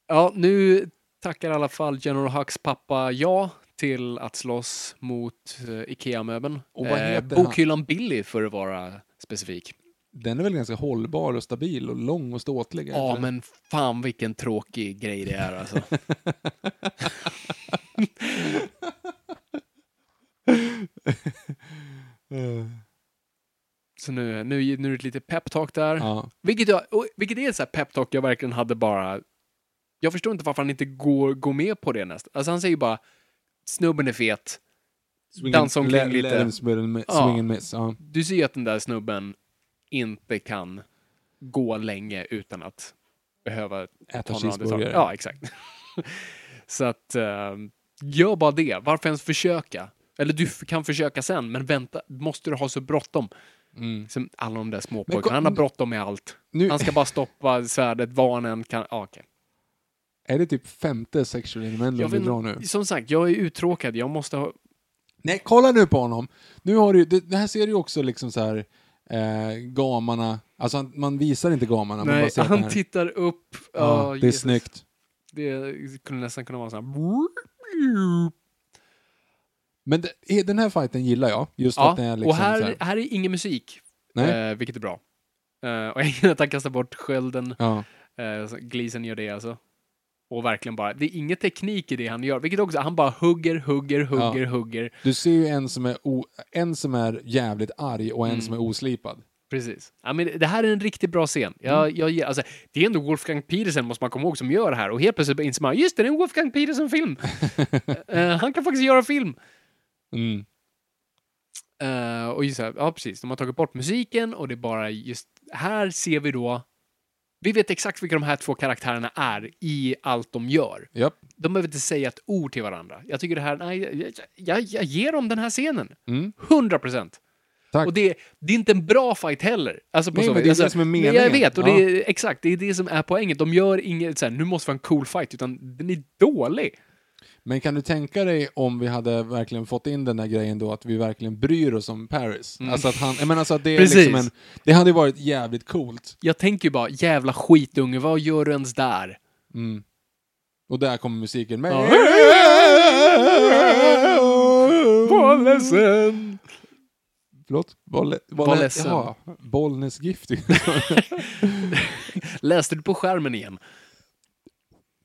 S1: Ja, nu tackar i alla fall General Hux pappa ja till att slåss mot eh, Ikea-möbeln. Eh,
S2: Och vad heter han?
S1: Bokhyllan Billy för att vara specifik.
S2: Den är väl ganska hållbar och stabil och lång och ståtlig? är den
S1: Ja,
S2: inte det?
S1: men fan vilken tråkig grej det är alltså. Så nu, nu, nu är det ett litet peptalk där.
S2: Ja.
S1: Vilket, jag, och, vilket är så här peptalk jag verkligen hade bara... Jag förstår inte varför han inte går, går med på det nästan. Alltså han säger bara snubben är fet. Dansa omkring
S2: Le-
S1: lite.
S2: Lance med en mi-
S1: Ja.
S2: Swing and miss. Ja.
S1: Du ser ju att den där snubben inte kan gå länge utan att behöva
S2: Äta
S1: några andra
S2: cheeseburgare.
S1: saker. Ja, exakt. så att, eh, gör bara det. Varför ens försöka? Eller du f- kan försöka sen, men vänta, måste du ha så bråttom?
S2: Mm.
S1: Som alla de där små
S2: Men
S1: pojkarna, han
S2: kom-
S1: har bråttom med allt.
S2: Nu
S1: Han ska bara stoppa svärdet, vanen kan... Ah, okej.
S2: är det typ femte sexual innuendo
S1: Jag
S2: du
S1: vet
S2: drar nu.
S1: Som sagt, jag är uttråkad. Jag måste ha...
S2: Nej, kolla nu på honom. Nu har du, det, det här ser du ju också liksom så här eh, gamarna. Alltså han, man visar inte gamarna. man bara
S1: Nej,
S2: ser att den
S1: han
S2: här-
S1: tittar upp.
S2: Ja,
S1: Ah,
S2: det är
S1: Jesus.
S2: snyggt.
S1: Det kunde nästan kunna vara så här...
S2: Men det, eh, den här fighten gillar jag. Just
S1: Ja,
S2: att den är liksom
S1: och
S2: så
S1: här,
S2: här,
S1: här är ingen musik,
S2: Nej.
S1: eh, vilket är bra. Eh, och jag gillar att han kastar bort skölden.
S2: ja.
S1: Eh, så Gleason gör det alltså. Och verkligen bara, det är ingen teknik i det han gör, vilket också, han bara hugger, hugger, hugger, hugger.
S2: Du ser ju en som är, o, en som är jävligt arg och en
S1: Mm.
S2: som är oslipad.
S1: Precis. Ja, men det- det här är en riktigt bra scen. Jag,
S2: Mm.
S1: jag, ger- alltså, det är ändå Wolfgang Petersen, måste man komma ihåg, som gör det här. Och helt plötsligt inser man, just det, det är en Wolfgang Petersen-film. Eh, han kan faktiskt göra film.
S2: Mm.
S1: Eh, och just så här, ja precis, de har tagit bort musiken och det är bara just, här ser vi då, vi vet exakt vilka de här två karaktärerna är i allt de gör.
S2: Japp.
S1: De behöver inte säga ett ord till varandra. Jag tycker det här, nej, jag, jag, jag ger dem den här scenen.
S2: Mm.
S1: 100 procent.
S2: Tack.
S1: Och det, det är inte en bra fight heller. Alltså, på
S2: Nej,
S1: så
S2: men
S1: vis.
S2: det är
S1: alltså,
S2: det som är
S1: nej, Jag
S2: meningen.
S1: vet, och
S2: Ja.
S1: det är, exakt, det är det som är poängen. De gör inget så här, nu måste vi ha en cool fight, utan den är dålig.
S2: Men kan du tänka dig om vi hade verkligen fått in den där grejen då att vi verkligen bryr oss om Paris? Alltså att han, jag menar alltså att det är
S1: Mm. Precis.
S2: liksom en, Det hade ju varit jävligt coolt.
S1: Jag tänker ju bara, jävla skitunge, vad gör du ens där?
S2: Och där kommer musiken med.
S1: Ja. Var ledsen!
S2: Förlåt? Bolle, bolle,
S1: Var ledsen.
S2: Jaha, Bollnäs Gift.
S1: Läste du på skärmen igen?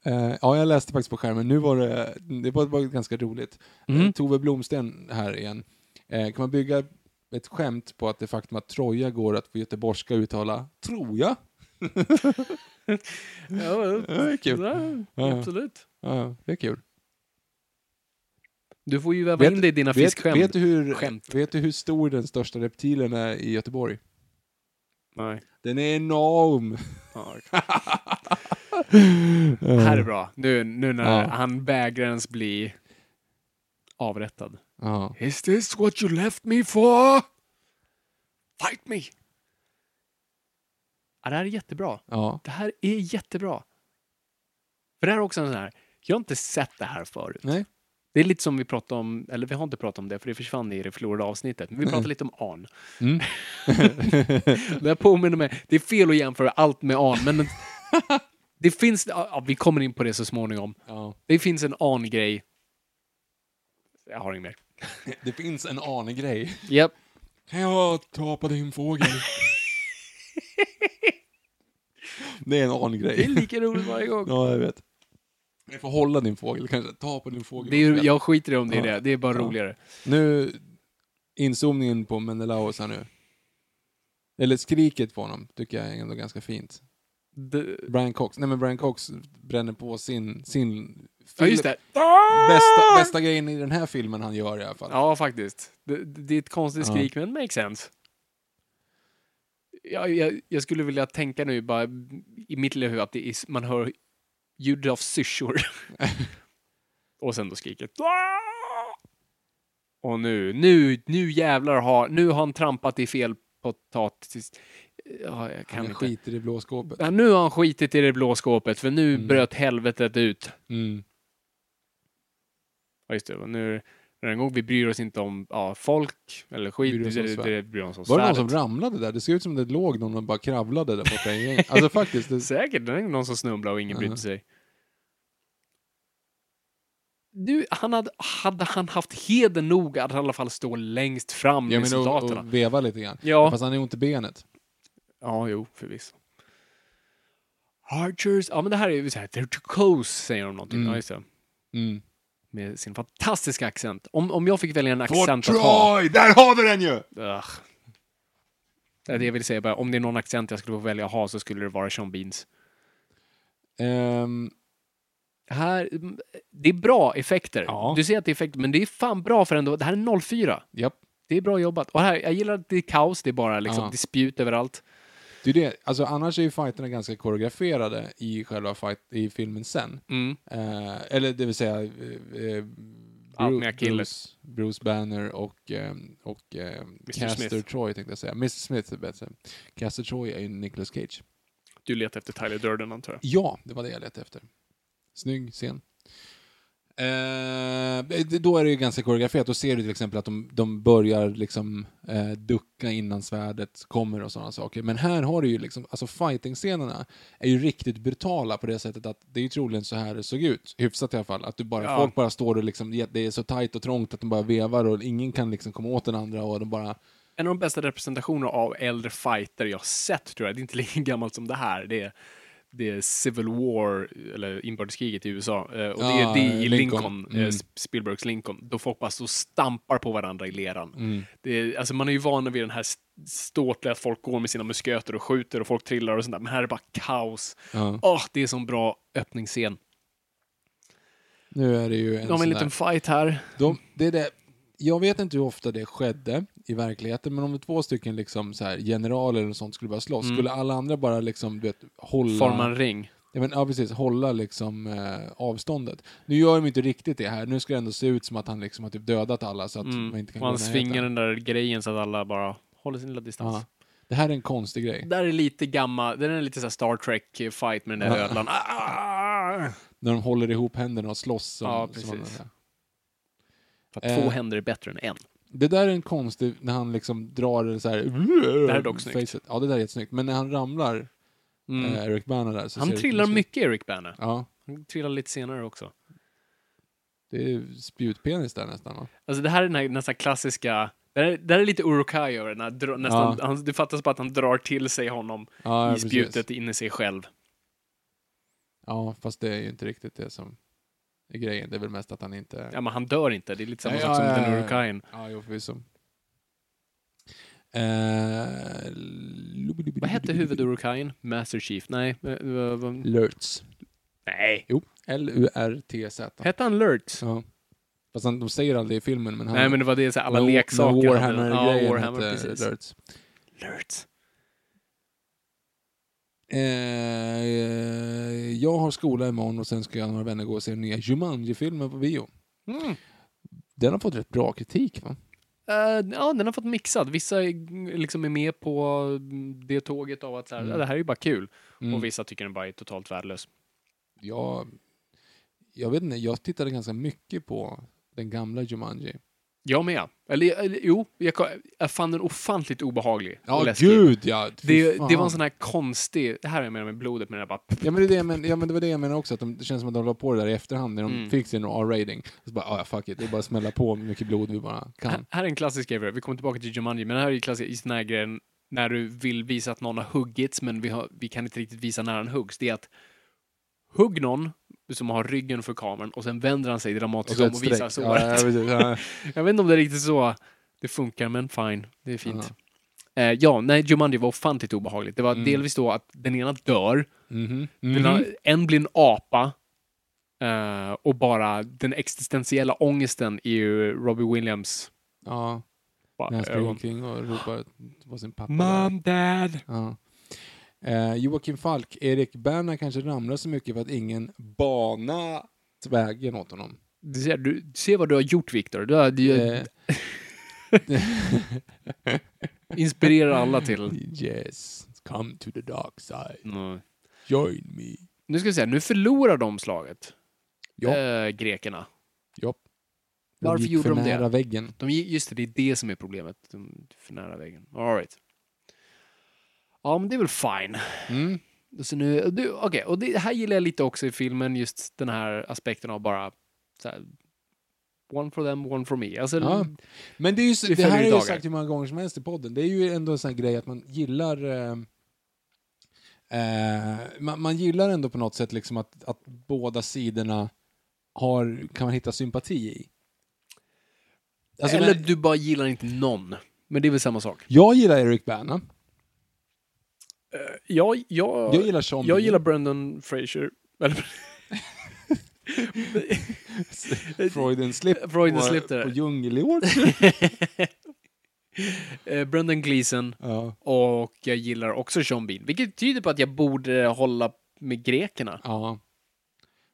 S2: Eh, ja, jag läste faktiskt på skärmen. Nu var det, det var, var ganska roligt. Eh,
S1: Mm.
S2: Tove Blomsten här igen. Eh, kan man bygga ett skämt på att det faktum att Troja går att på göteborgska uttala Troja? Ja, det är kul.
S1: Ja, absolut.
S2: Ja, Eh, det är kul.
S1: Du får ju väva in dig i dina
S2: vet,
S1: fiskskämt.
S2: vet, du
S1: Skämt.
S2: hur, vet du hur stor den största reptilen är i Göteborg?
S1: Nej.
S2: Den är enorm!
S1: Ja, Här är bra. Nu, nu när
S2: Ja.
S1: han vägrar ens bli avrättad.
S2: Ja.
S1: Is this what you left me for? Fight me! Ja, det här är jättebra.
S2: ja.
S1: Det här är jättebra. För det här är också en sån här, jag har inte sett det här förut.
S2: Nej.
S1: Det är lite som vi pratade om, eller vi har inte pratat om det, för det försvann i det förlorade avsnittet, men vi pratade lite om Arn.
S2: Mm.
S1: Det här påminner mig, det är fel att jämföra allt med Arn, men det finns, ja, ja, vi kommer in på det så småningom.
S2: ja.
S1: Det finns en Arn-grej. Jag har inget mer.
S2: Det finns en anegrej.
S1: Japp.
S2: Kan jag ta på din fågel? det är en
S1: Det är
S2: anegrej.
S1: lika roligt varje gång.
S2: Ja, jag vet. Jag får hålla din fågel kanske. Ta på din fågel.
S1: Det är, ju- jag skiter i om det är
S2: Ja.
S1: det, det är bara roligare.
S2: Nu, inzoomningen på Menelaus här nu. Eller skriket på honom tycker jag är ändå ganska fint.
S1: Det,
S2: Brian Cox. Nej men Brian Cox bränner på sin, sin
S1: ja, just det.
S2: Bästa, bästa grejen i den här filmen han gör i alla fall.
S1: Ja, faktiskt. Det, det är ett konstigt
S2: Ja.
S1: skrik, men makes sense. Jag, jag, jag skulle vilja tänka nu bara i mitt lilla huvud att det är, man hör ljudet av syrsor. Och sen då skriket. Och nu, nu, nu jävlar har, nu har han trampat i fel potatis. Ja, jag kan
S2: han
S1: inte.
S2: skiter i blåskåpet.
S1: Ja, nu har han skitit i det blå skåpet, för nu bröt helvetet ut.
S2: Mm.
S1: Ja, just det. Och nu är det en gång vi bryr oss inte om ja, folk eller skit.
S2: Bryr oss om
S1: det, det,
S2: svärd.
S1: det bryr oss om
S2: Var det någon
S1: svärdet.
S2: som ramlade där? Det ser ut som det låg någon och bara kravlade där borta i gänget. Alltså faktiskt. Det...
S1: Säkert. Det är någon som snumblade och ingen brydde
S2: Ja.
S1: sig. Du, han hade, hade han haft heder nog att i alla fall stå längst fram
S2: Jag
S1: med
S2: menar och,
S1: soldaterna.
S2: och veva lite grann.
S1: Ja.
S2: Fast han är ont i benet.
S1: Ja, jo, förvisso. Archers. Ja, men det här är ju så här. They're too close, säger de någonting.
S2: Mm.
S1: Ja, just det.
S2: Mm.
S1: Med sin fantastiska accent. Om, om jag fick välja en
S2: Fort
S1: accent att ha.
S2: Troy! Där har vi den ju!
S1: Ugh. Det är det jag vill säga bara, om det är någon accent jag skulle få välja att ha så skulle det vara Sean Beans.
S2: Ehm,
S1: Här, mm, det är bra effekter.
S2: Ja.
S1: Du ser att det är effekter, men det är fan bra för ändå. Det här är 04.
S2: japp.
S1: Det är bra jobbat. Och här, jag gillar att det är kaos, det är bara liksom
S2: Ja.
S1: disput överallt.
S2: Det är det. Alltså annars är ju fighterna ganska koreograferade i själva fight, i filmen sen.
S1: Mm.
S2: Eh, eller det vill säga eh, eh,
S1: Allt
S2: Bru-
S1: med Achilles.
S2: Bruce, Bruce Banner och, eh, och eh, Caster
S1: Smith.
S2: Troy tänkte jag säga. Mr Smith är bättre. Caster Troy är ju Nicolas Cage.
S1: Du letar efter Tyler Durden antar jag.
S2: Ja, det var det jag letade efter. Snygg scen. Eh, det- då är det ju ganska koreograferat. Då ser du till exempel att de, de börjar liksom eh, ducka innan svärdet kommer och sådana saker. Men här har du ju liksom, alltså fighting-scenerna är ju riktigt brutala på det sättet att det är ju troligen så här det såg ut, hyfsat i alla fall. Att du bara,
S1: Ja.
S2: folk bara står och liksom, det är så tajt och trångt att de bara vevar och ingen kan liksom komma åt den andra och de bara,
S1: En av de bästa representationerna av äldre fighter jag sett tror jag. Det är inte lika gammalt som det här. Det är, det är Civil War, eller inbördeskriget i USA. Eh, Och det är
S2: Ja,
S1: det i Lincoln,
S2: Lincoln.
S1: eh,
S2: Mm.
S1: Sp- Spielbergs Lincoln, då folk bara står och stampar på varandra i leran.
S2: Mm.
S1: Det är, alltså man är ju van vid den här st- ståtliga att folk går med sina musköter och skjuter och folk trillar och sånt där. Men här är det bara kaos.
S2: Ja.
S1: Åh, det är en sån bra öppningsscen.
S2: nu är det ju en
S1: De har
S2: sån
S1: en
S2: där-
S1: liten fight här.
S2: De, det är det. Jag vet inte hur ofta det skedde i verkligheten, men om två stycken
S1: Mm.
S2: liksom så här generaler och sånt skulle börja slåss, skulle alla andra bara liksom, du vet, hålla...
S1: Formar en ring.
S2: Ja, men, ja precis, hålla liksom eh, avståndet. Nu gör de inte riktigt det här, nu ska det ändå se ut som att han liksom har typ dödat alla så att man
S1: Mm.
S2: inte kan
S1: Och han
S2: gå i närheten.
S1: svingar den där grejen så att alla bara håller sin lilla distans.
S2: Ja. Det här är en konstig grej.
S1: Där är lite gammal, den är lite så här Star Trek-fight med den där ödlan. Ah, ah, ah.
S2: När de håller ihop händerna och slåss. Som,
S1: Ja,
S2: som man-
S1: precis.
S2: ja.
S1: För att två
S2: Eh.
S1: händer är bättre än en.
S2: det där är en konstig, när han liksom drar det så här...
S1: här är dock snyggt.
S2: facet. Ja, det där är jättesnyggt. Men när han ramlar,
S1: Mm.
S2: eh, Eric Bana där. Så ser
S1: han
S2: det
S1: trillar
S2: konstigt ut.
S1: mycket, Eric Bana.
S2: Ja,
S1: Han trillar lite senare också.
S2: det är spjutpenis där nästan va?
S1: Alltså det här är den här nästan klassiska... Det här, det här är lite Urukai över den här, dra- nästan, han, Det fattas bara att han drar till sig honom
S2: Ja, ja,
S1: i
S2: precis.
S1: spjutet in i sig själv.
S2: Ja, fast det är ju inte riktigt det som är grejen. Det är väl mest att han inte...
S1: Ja, men han dör inte. Det är lite samma
S2: Ja,
S1: sak
S2: ja,
S1: som
S2: ja,
S1: den
S2: ja.
S1: Urukaien.
S2: Ja, jo förvisso. Eh,
S1: Vad hette huvud-Urukaien? Master Chief? Nej. eh, vad- vad-
S2: Lurtz.
S1: Nej.
S2: Jo, L-U-R-T-Z.
S1: Hette han Lurtz?
S2: Ja. Fast han, de säger aldrig i filmen, men han...
S1: Nej, men det var det. Så här, alla
S2: men-
S1: leksaker.
S2: men
S1: hade-
S2: Warhammer-grejen
S1: ja, Warhammer
S2: hette
S1: precis.
S2: Lurtz.
S1: Lurtz.
S2: Eh, jag har skola imorgon och sen ska jag och några vänner gå och se den nya Jumanji-filmen på bio.
S1: Mm.
S2: Den har fått rätt bra kritik, va?
S1: Eh, ja, den har fått mixad. Vissa är, liksom är med på mm, det tåget av att så här,
S2: Mm.
S1: "Ja, det här är ju bara kul.
S2: Mm.
S1: Och vissa tycker den bara är totalt värdelös.
S2: jag, jag vet inte, jag tittade ganska mycket på den gamla Jumanji.
S1: Jag med. Eller, eller jo, jag, ko- jag fann den ofantligt obehaglig. och läskig.
S2: ja! fy
S1: Det, det
S2: fan.
S1: var en sån här konstig, det här är jag menar med blodet, men jag bara...
S2: Ja men, det är det, jag men, ja men det var det jag menade också, att de, det känns som att de la på det där i efterhand när de
S1: Mm.
S2: fick sin R-rating. Så bara, ah, ja fuck it, det är bara att smälla på hur mycket blod vi bara
S1: Här,
S2: kan.
S1: här är en klassisk grej, vi kommer tillbaka till Jumanji, men det här är ju klassisk i sån här grejen när du vill visa att någon har huggits, men vi, har, vi kan inte riktigt visa när han huggs. Det är att hugg någon som har ryggen för kameran och sen vänder han sig dramatiskt om och visar
S2: Ja,
S1: såret.
S2: ja, precis, ja.
S1: Jag vet inte om det är riktigt så det funkar, men fine. Det är fint. Eh, ja, nej, Jumanji var ofantligt obehagligt. Det var
S2: Mm.
S1: delvis då att den ena dör,
S2: Mhm.
S1: den
S2: Mhm.
S1: ena, en blir en apa eh, och bara den existentiella ångesten i ju Robbie Williams
S2: Ja,
S1: bara,
S2: när han springer
S1: ögon.
S2: omkring och ropar på sin pappa. där.
S1: Mom, dad!
S2: Ja. Eh, Joakim Falk, Erik Berna kanske ramlar så mycket för att ingen bana vägen åt honom.
S1: Du ser, du, du ser vad du har gjort, Viktor. Du har du,
S2: Eh,
S1: inspirerar alla till...
S2: Yes, come to the dark side.
S1: Mm.
S2: Join me.
S1: Nu ska vi se, nu förlorar de slaget.
S2: Ja.
S1: Eh, grekerna.
S2: Ja.
S1: Varför
S2: gick
S1: gjorde
S2: för
S1: de det?
S2: nära väggen.
S1: De, gick- just det, det är det som är problemet. De är för nära väggen. All right. Ja, men det är väl fine.
S2: Mm.
S1: Så nu, du, okej, och det här gillar jag lite också i filmen, just den här aspekten av bara så här, one for them, one for me. Alltså,
S2: Ja. Mm. Men det, är ju, så-
S1: Det
S2: det, här har
S1: följer
S2: jag ju
S1: dagar.
S2: sagt hur många gånger som helst i podden. Det är ju ändå en sån här grej att man gillar eh, eh, man, man gillar ändå på något sätt liksom att, att båda sidorna har, kan man hitta sympati i. Alltså,
S1: eller
S2: men,
S1: du bara gillar inte någon. Men det är väl samma sak.
S2: jag gillar Eric Bana.
S1: Jag, jag,
S2: Jag gillar Sean
S1: jag
S2: Bean.
S1: gillar Brendan Fraser. Eller,
S2: Freudian slip,
S1: Eh, Freudian
S2: på,
S1: slip där.
S2: på Djungelord.
S1: eh, Brendan Gleeson.
S2: ja.
S1: Och jag gillar också Sean Bean. Vilket tyder på att jag borde hålla med grekerna.
S2: ja.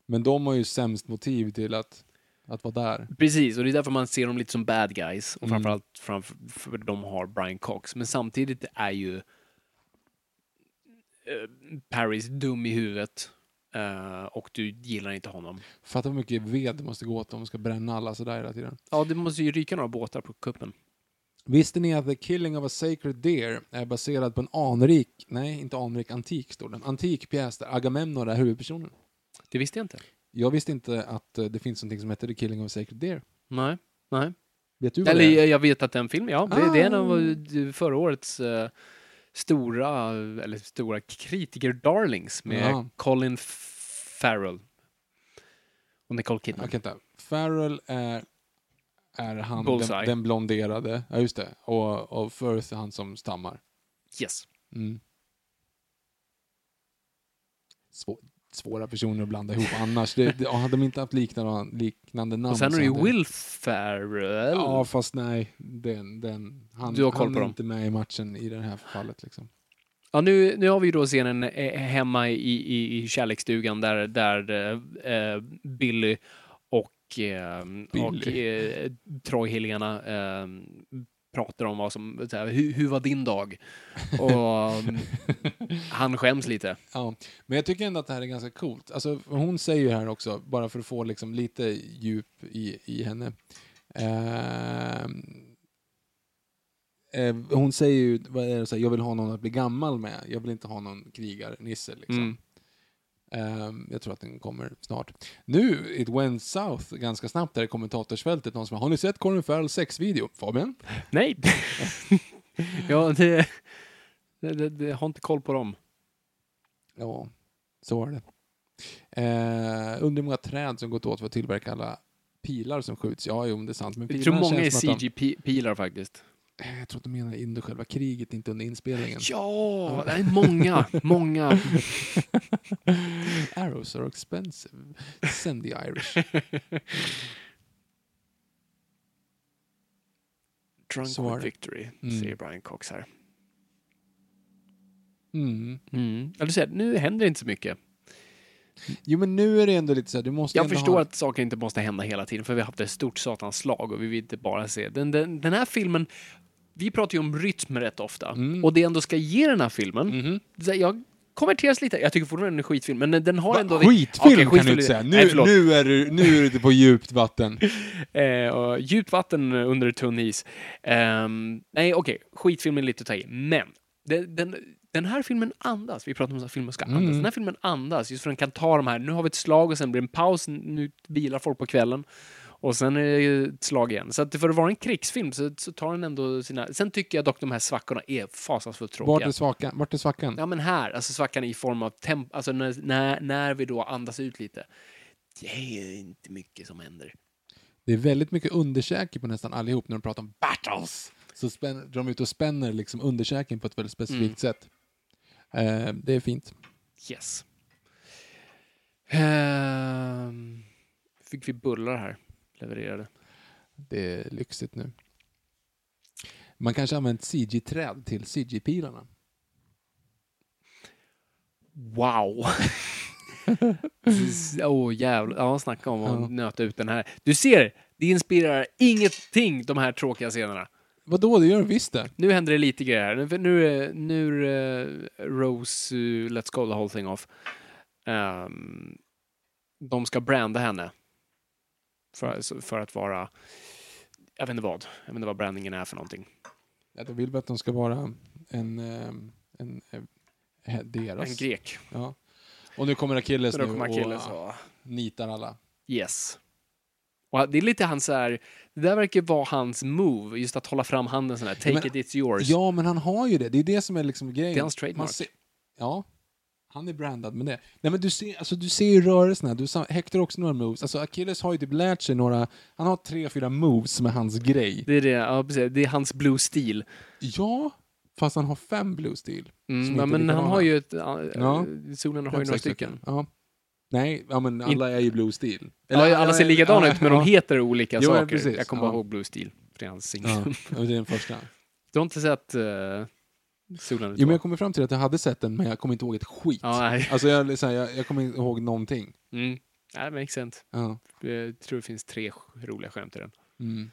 S2: Men de har ju sämst motiv till att, att vara där.
S1: Precis, och det är därför man ser dem lite som bad guys. Och framförallt framför, för de har Brian Cox. Men samtidigt är ju eh, Paris dum i huvudet. eh, och du gillar inte honom.
S2: Fatta hur mycket ved det måste gå åt om de ska bränna alla sådär hela tiden.
S1: Ja, det måste ju ryka några båtar på kuppen.
S2: Visste ni att The Killing of a Sacred Deer är baserad på en anrik, nej inte anrik, antik står den, antik pjäs där Agamemnon är huvudpersonen?
S1: Det visste jag inte.
S2: Jag visste inte att eh, det finns någonting som heter The Killing of a Sacred Deer.
S1: Nej, nej.
S2: Vet du vad
S1: Eller eh,
S2: det är?
S1: jag, jag vet att den filmen, ja, det, det är en av
S2: Ah.
S1: eh, förra årets eh, stora, eller stora kritiker-darlings med
S2: Ja.
S1: Colin Farrell. Och Nicole Kidman.
S2: Okej, vänta. Farrell är, är han den,
S1: Bullseye.
S2: den blonderade, ja just det, och, och Firth är han som stammar.
S1: Yes.
S2: Mm. Svå, svåra personer att blanda ihop annars. Det, det, ja, hade de inte haft liknande, liknande namn
S1: Och sen har du ju
S2: hade-
S1: Will Ferrell.
S2: Ja, fast nej. Den, den, han,
S1: Du har koll
S2: han
S1: på
S2: är
S1: dem.
S2: inte med i matchen i det här fallet. Liksom.
S1: Ja, nu, nu har vi ju då scenen eh, hemma i, i, i kärleksstugan där, där eh, eh, Billy och, eh, och
S2: Billy.
S1: eh, Troy Hillingarna eh, pratar om vad som, så här, hur, hur var din dag? Och mm, han skäms lite.
S2: Ja, men jag tycker ändå att det här är ganska coolt. Alltså, hon säger ju här också, bara för att få liksom lite djup i, i henne. Ehm, eh, hon säger ju, vad är det, så här, jag vill ha någon att bli gammal med. Jag vill inte ha någon krigarnisse. Liksom.
S1: Mm.
S2: Ehm, jag tror att den kommer snart. Nu, it went south ganska snabbt där i kommentatorsfältet. Någon som har, har ni sett Colin Farrells sexvideo? Fabian?
S1: Nej! ja, det, det, det, det jag har inte koll på dem.
S2: Ja, så var det. Eh, undrar hur många träd som gått åt för att tillverka alla pilar som skjuts. Ja, jo, det är sant. Men
S1: Jag
S2: pilarna
S1: tror många är
S2: känns som att de-
S1: CG-pilar faktiskt.
S2: Eh, Jag tror att de menar under själva kriget, inte under inspelningen.
S1: Ja, det är många, många.
S2: Arrows are expensive. Send the Irish.
S1: Drunk
S2: Så
S1: with
S2: var det.
S1: Victory,
S2: Mm.
S1: säger Brian Cox här.
S2: Mm.
S1: Mm. Ja, du ser, nu händer det inte så mycket.
S2: Jo, men nu är det ändå lite så här, du måste
S1: Jag
S2: ändå
S1: förstår
S2: ha...
S1: att saker inte måste hända hela tiden, för vi har haft ett stort satans slag och vi vill inte bara se. Den, den, den här filmen, vi pratar ju om rytm rätt ofta,
S2: Mm.
S1: och det jag ändå ska ge den här filmen,
S2: Mhm.
S1: så här, jag konverteras lite. Jag tycker fortfarande den är skitfilm, men den har
S2: Va,
S1: ändå...
S2: skitfilm
S1: Okej,
S2: kan du inte säga. Nu,
S1: Nej, förlåt.
S2: nu, är du, nu är du ute på djupt vatten.
S1: Eh, och djupt vatten under tunn is. Ehm, nej, okej, skitfilmen är lite att ta i, men den, den, den här filmen andas. Vi pratar om att filmer ska andas.
S2: Mm.
S1: Den här filmen andas, just för den kan ta de här, nu har vi ett slag och sen blir det en paus, nu vilar folk på kvällen. Och sen är det ju ett slag igen. Så att för att vara en krigsfilm så, så tar den ändå sina... Sen tycker jag dock de här svackorna är fasansfullt
S2: Vart
S1: tråkiga.
S2: är, svackan? Vart är svackan?
S1: Ja men här, alltså svackan i form av temp, alltså när, när, när vi då andas ut lite. Det är inte mycket som händer.
S2: Det är väldigt mycket underkäke på nästan allihop när de pratar om battles. Så spänner, drar de ut och spänner liksom underkäken på ett väldigt specifikt
S1: Mm.
S2: sätt. Eh, det är fint.
S1: Yes. Ehm, fick vi bullar här levererade.
S2: Det är lyxigt nu. Man kanske använt CG-träd till CG-pilarna.
S1: Wow! Åh oh, jävlar, ja snacka om att
S2: Ja.
S1: nöta ut den här. Du ser, det inspirerar ingenting de här tråkiga scenerna.
S2: Vadå, det gör de visst det.
S1: Nu händer det lite grejer här. Nu- Nu är nu är, eh, Rose, eh, let's go the whole thing off. Ehm, de ska branda henne. För, för att vara, jag vet inte vad, jag vet inte vad brandingen är för någonting.
S2: Att de vill väl att de ska vara en... eh, en eh, deras.
S1: En grek.
S2: Ja. Och nu kommer Akilles
S1: Så
S2: nu
S1: då kommer Achilles
S2: och
S1: och...
S2: nitar alla.
S1: Yes. Och det är lite hans så här, det där verkar vara hans move, just att hålla fram handen sån här, take
S2: men-
S1: it it's yours.
S2: Ja, men han har ju det. Det är det som är liksom grejen.
S1: Det är hans trademark.
S2: Man ser- ja. Han är brandad med det. Nej, men du ser, alltså, du ser ju rörelserna. Du sa- Hector har också några moves. Alltså, Achilles har ju typ lärt sig några... Han har tre, fyra moves som är hans grej.
S1: Det är det, ja precis, det är hans blue steel.
S2: Ja, fast han har fem blue steel.
S1: Mm,
S2: Som
S1: ja,
S2: inte
S1: men han
S2: likadana.
S1: har ju ett,
S2: Ja.
S1: ja. solen har ju några
S2: Exakt,
S1: stycken.
S2: Ja. Nej, ja, men alla är ju blue steel.
S1: Eller, alla ser likadana ut, men de heter olika
S2: Jo, ja,
S1: saker.
S2: precis.
S1: Jag kommer bara
S2: Ja.
S1: ihåg blue steel, för det är hans signum.
S2: Ja, det är den första.
S1: Du har inte sett uh, solen?
S2: Jo, men jag kommer fram till att jag hade sett den, men jag kommer inte ihåg ett skit.
S1: Ja, nej.
S2: Alltså, jag, så här, jag, jag kommer inte ihåg någonting.
S1: Mm. Nej, men accent.
S2: Ja.
S1: Jag tror det finns tre sk- roliga skämt i den.
S2: Mm.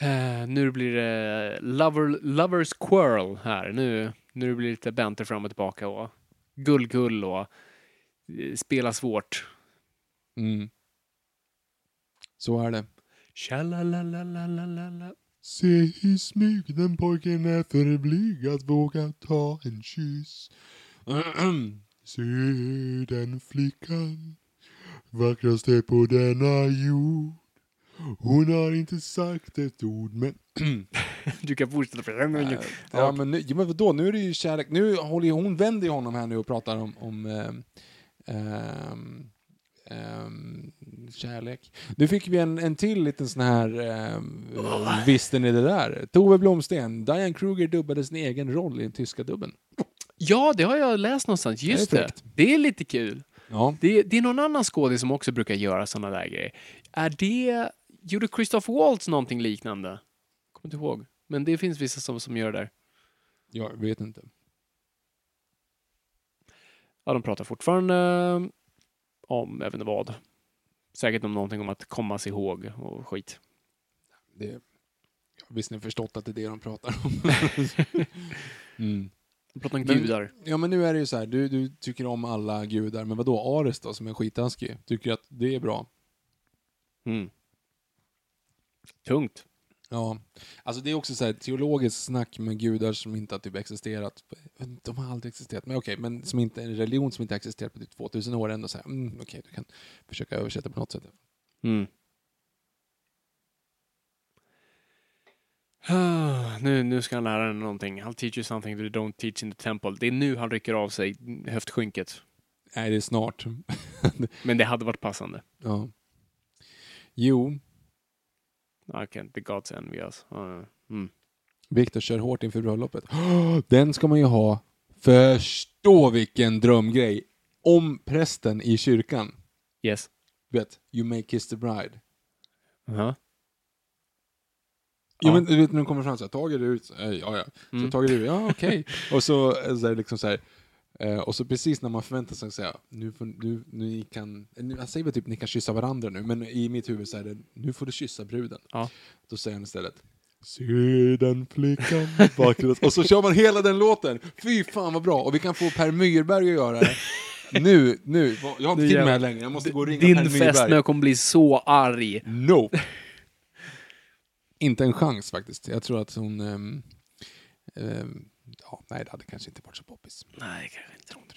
S1: Eh, nu blir det lover, lovers quarrel här. Nu, nu blir det lite banter fram och tillbaka och gull-gull och eh, spela svårt.
S2: Mm. Så är det.
S1: Tjalalalalala.
S2: Se i smyg den pojken är för blyg att våga ta en kyss. Se den flickan, vackraste på denna jord. Hon har inte sagt ett ord men...
S1: Du kan fortsätta.
S2: Ja men, nu, ja, men vadå, nu är det ju kärlek. Nu håller ju, hon vänder ju honom här nu och pratar om, om ehm, ehm, ehm, kärlek. Nu fick vi en, en till liten sån här, ehm, eh, visste ni det där? Tove Blomsten, Diane Kruger dubbade sin egen roll i den tyska dubben.
S1: Ja, det har jag läst någonstans. Just det.
S2: fräckt.
S1: Det är lite kul.
S2: Ja.
S1: Det, det är någon annan skådis som också brukar göra såna där grejer. Är det... Gjorde Christoph Waltz någonting liknande? Kommer inte ihåg. Men det finns vissa som, som gör det där.
S2: Jag vet inte.
S1: Ja, de pratar fortfarande eh, om, jag vet inte vad, säkert om någonting om att komma sig ihåg och skit.
S2: Det, jag har visserligen förstått att det är det de pratar om. mm.
S1: De pratar om
S2: Men-
S1: gudar.
S2: Ja men nu är det ju så här, du, du tycker om alla gudar, men vad då Ares då som är skitaskig? Tycker att det är bra?
S1: Mm. Tungt.
S2: Ja, alltså det är också så här teologiskt snack med gudar som inte har typ existerat. De har aldrig existerat, men okej, men som inte, en religion som inte har existerat på typ 2000 år ändå så här, mm, okej, du kan försöka översätta på något sätt.
S1: Mm. Ah, Nu, nu ska han lära dig någonting. I'll teach you something that you don't teach in the temple. Det är nu han rycker av sig höftskynket.
S2: Nej, det är snart.
S1: Men det hade varit passande.
S2: ja. Jo,
S1: I can't, the gods envy us. Ja, ja. mm.
S2: Viktor kör hårt inför bröllopet. Den ska man ju ha. Förstå vilken drömgrej. Om prästen i kyrkan,
S1: Yes.
S2: du vet, you may kiss the bride.
S1: Uh-huh.
S2: Jo
S1: Ja.
S2: men du vet när de kommer fram så här, tager du ut, eh, ja ja, så
S1: Mm.
S2: tager du, ja okej. och så, eh, så här, liksom så här, eh, och så precis när man förväntar sig säga, nu får nu, ni kan, nu, jag säger väl typ ni kan kyssa varandra nu, men i mitt huvud så är det, nu får du kyssa bruden.
S1: Ja.
S2: Då säger han istället, se den flickan i bakgrunden. och så kör man hela den låten, fy fan vad bra, och vi kan få Per Myrberg att göra det. Nu, nu, jag har inte tid med
S1: Nu
S2: det här
S1: jävlar.
S2: längre, jag måste gå och ringa Per
S1: Din
S2: Myrberg.
S1: fästmö kommer bli så arg.
S2: Nope. inte en chans faktiskt. Jag tror att hon... ehm, ehm, ja, nej, det hade kanske inte varit så poppis.
S1: Nej, kanske inte.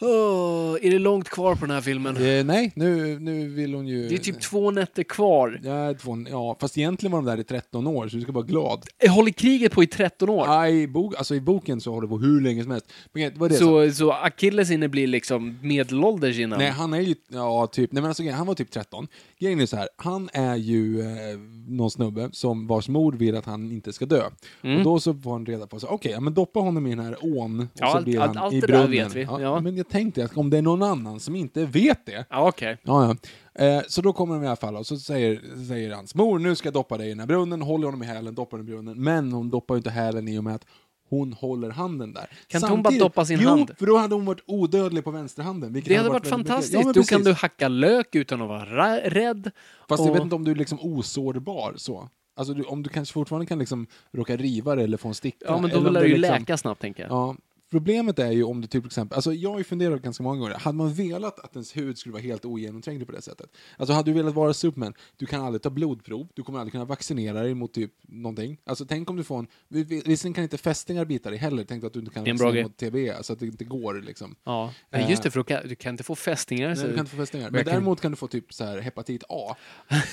S1: Åh, är det långt kvar på den här filmen?
S2: Eh, nej, nu, nu vill hon ju...
S1: Det är typ två nätter kvar.
S2: Ja, två, ja, fast egentligen var de där i 13 år, så du ska vara glad.
S1: Eh, Håller kriget på i 13 år?
S2: I, bok, alltså, I boken så håller det på hur länge som helst. Men det var det som-
S1: Så, så Achilles inne blir liksom medelålders innan?
S2: Nej, han är ju... Ja, typ. Nej, men alltså, han var typ 13. Grejen är så här, han är ju eh, någon snubbe som vars mor vill att han inte ska dö.
S1: Mm.
S2: Och då så får han reda på så okej, ja, men doppa honom i den här ån och
S1: Ja,
S2: så
S1: allt-
S2: blir han
S1: allt- allt
S2: i
S1: det där
S2: brunnen.
S1: vet vi, ja.
S2: Men jag tänkte att om det är någon annan som inte vet det,
S1: Ja, okej.
S2: Ja, ja. Eh, så då kommer de i alla fall och så säger, säger hans mor, nu ska jag doppa dig i den här brunnen, håller honom i hälen, doppar honom i brunnen. Men hon doppar ju inte hälen i och med att hon håller handen där.
S1: Kan inte hon bara doppa sin
S2: jo,
S1: hand?
S2: för då hade hon varit odödlig på vänsterhanden. vilket
S1: Det hade varit
S2: väldigt mycket-
S1: fantastiskt.
S2: Ja, men
S1: då
S2: precis.
S1: kan du hacka lök utan att vara ra- rädd.
S2: Fast
S1: och-
S2: jag vet inte om du är liksom osårbar så. Alltså du, om du kanske fortfarande kan liksom råka riva det eller få en sticka.
S1: Ja, men
S2: eller
S1: då
S2: om
S1: vill du ju
S2: liksom,
S1: läka snabbt, tänker jag.
S2: Ja, problemet är ju om du typ till exempel, alltså jag har ju funderat ganska många gånger, hade man velat att ens hud skulle vara helt ogenomtränglig på det sättet? Alltså hade du velat vara Superman, du kan aldrig ta blodprov, du kommer aldrig kunna vaccinera dig mot typ någonting. Alltså tänk om du får en, vi- vi- visserligen kan inte fästingar bita dig heller, tänk att du inte kan
S1: Det är en bra
S2: vaccinera
S1: grej.
S2: mot TB, så att det inte går liksom.
S1: Ja. Nej, just det, för du kan, du kan inte få fästingar.
S2: Nej,
S1: så-
S2: du kan inte få fästingar. Men
S1: Verkligen.
S2: däremot kan du få typ så här hepatit A.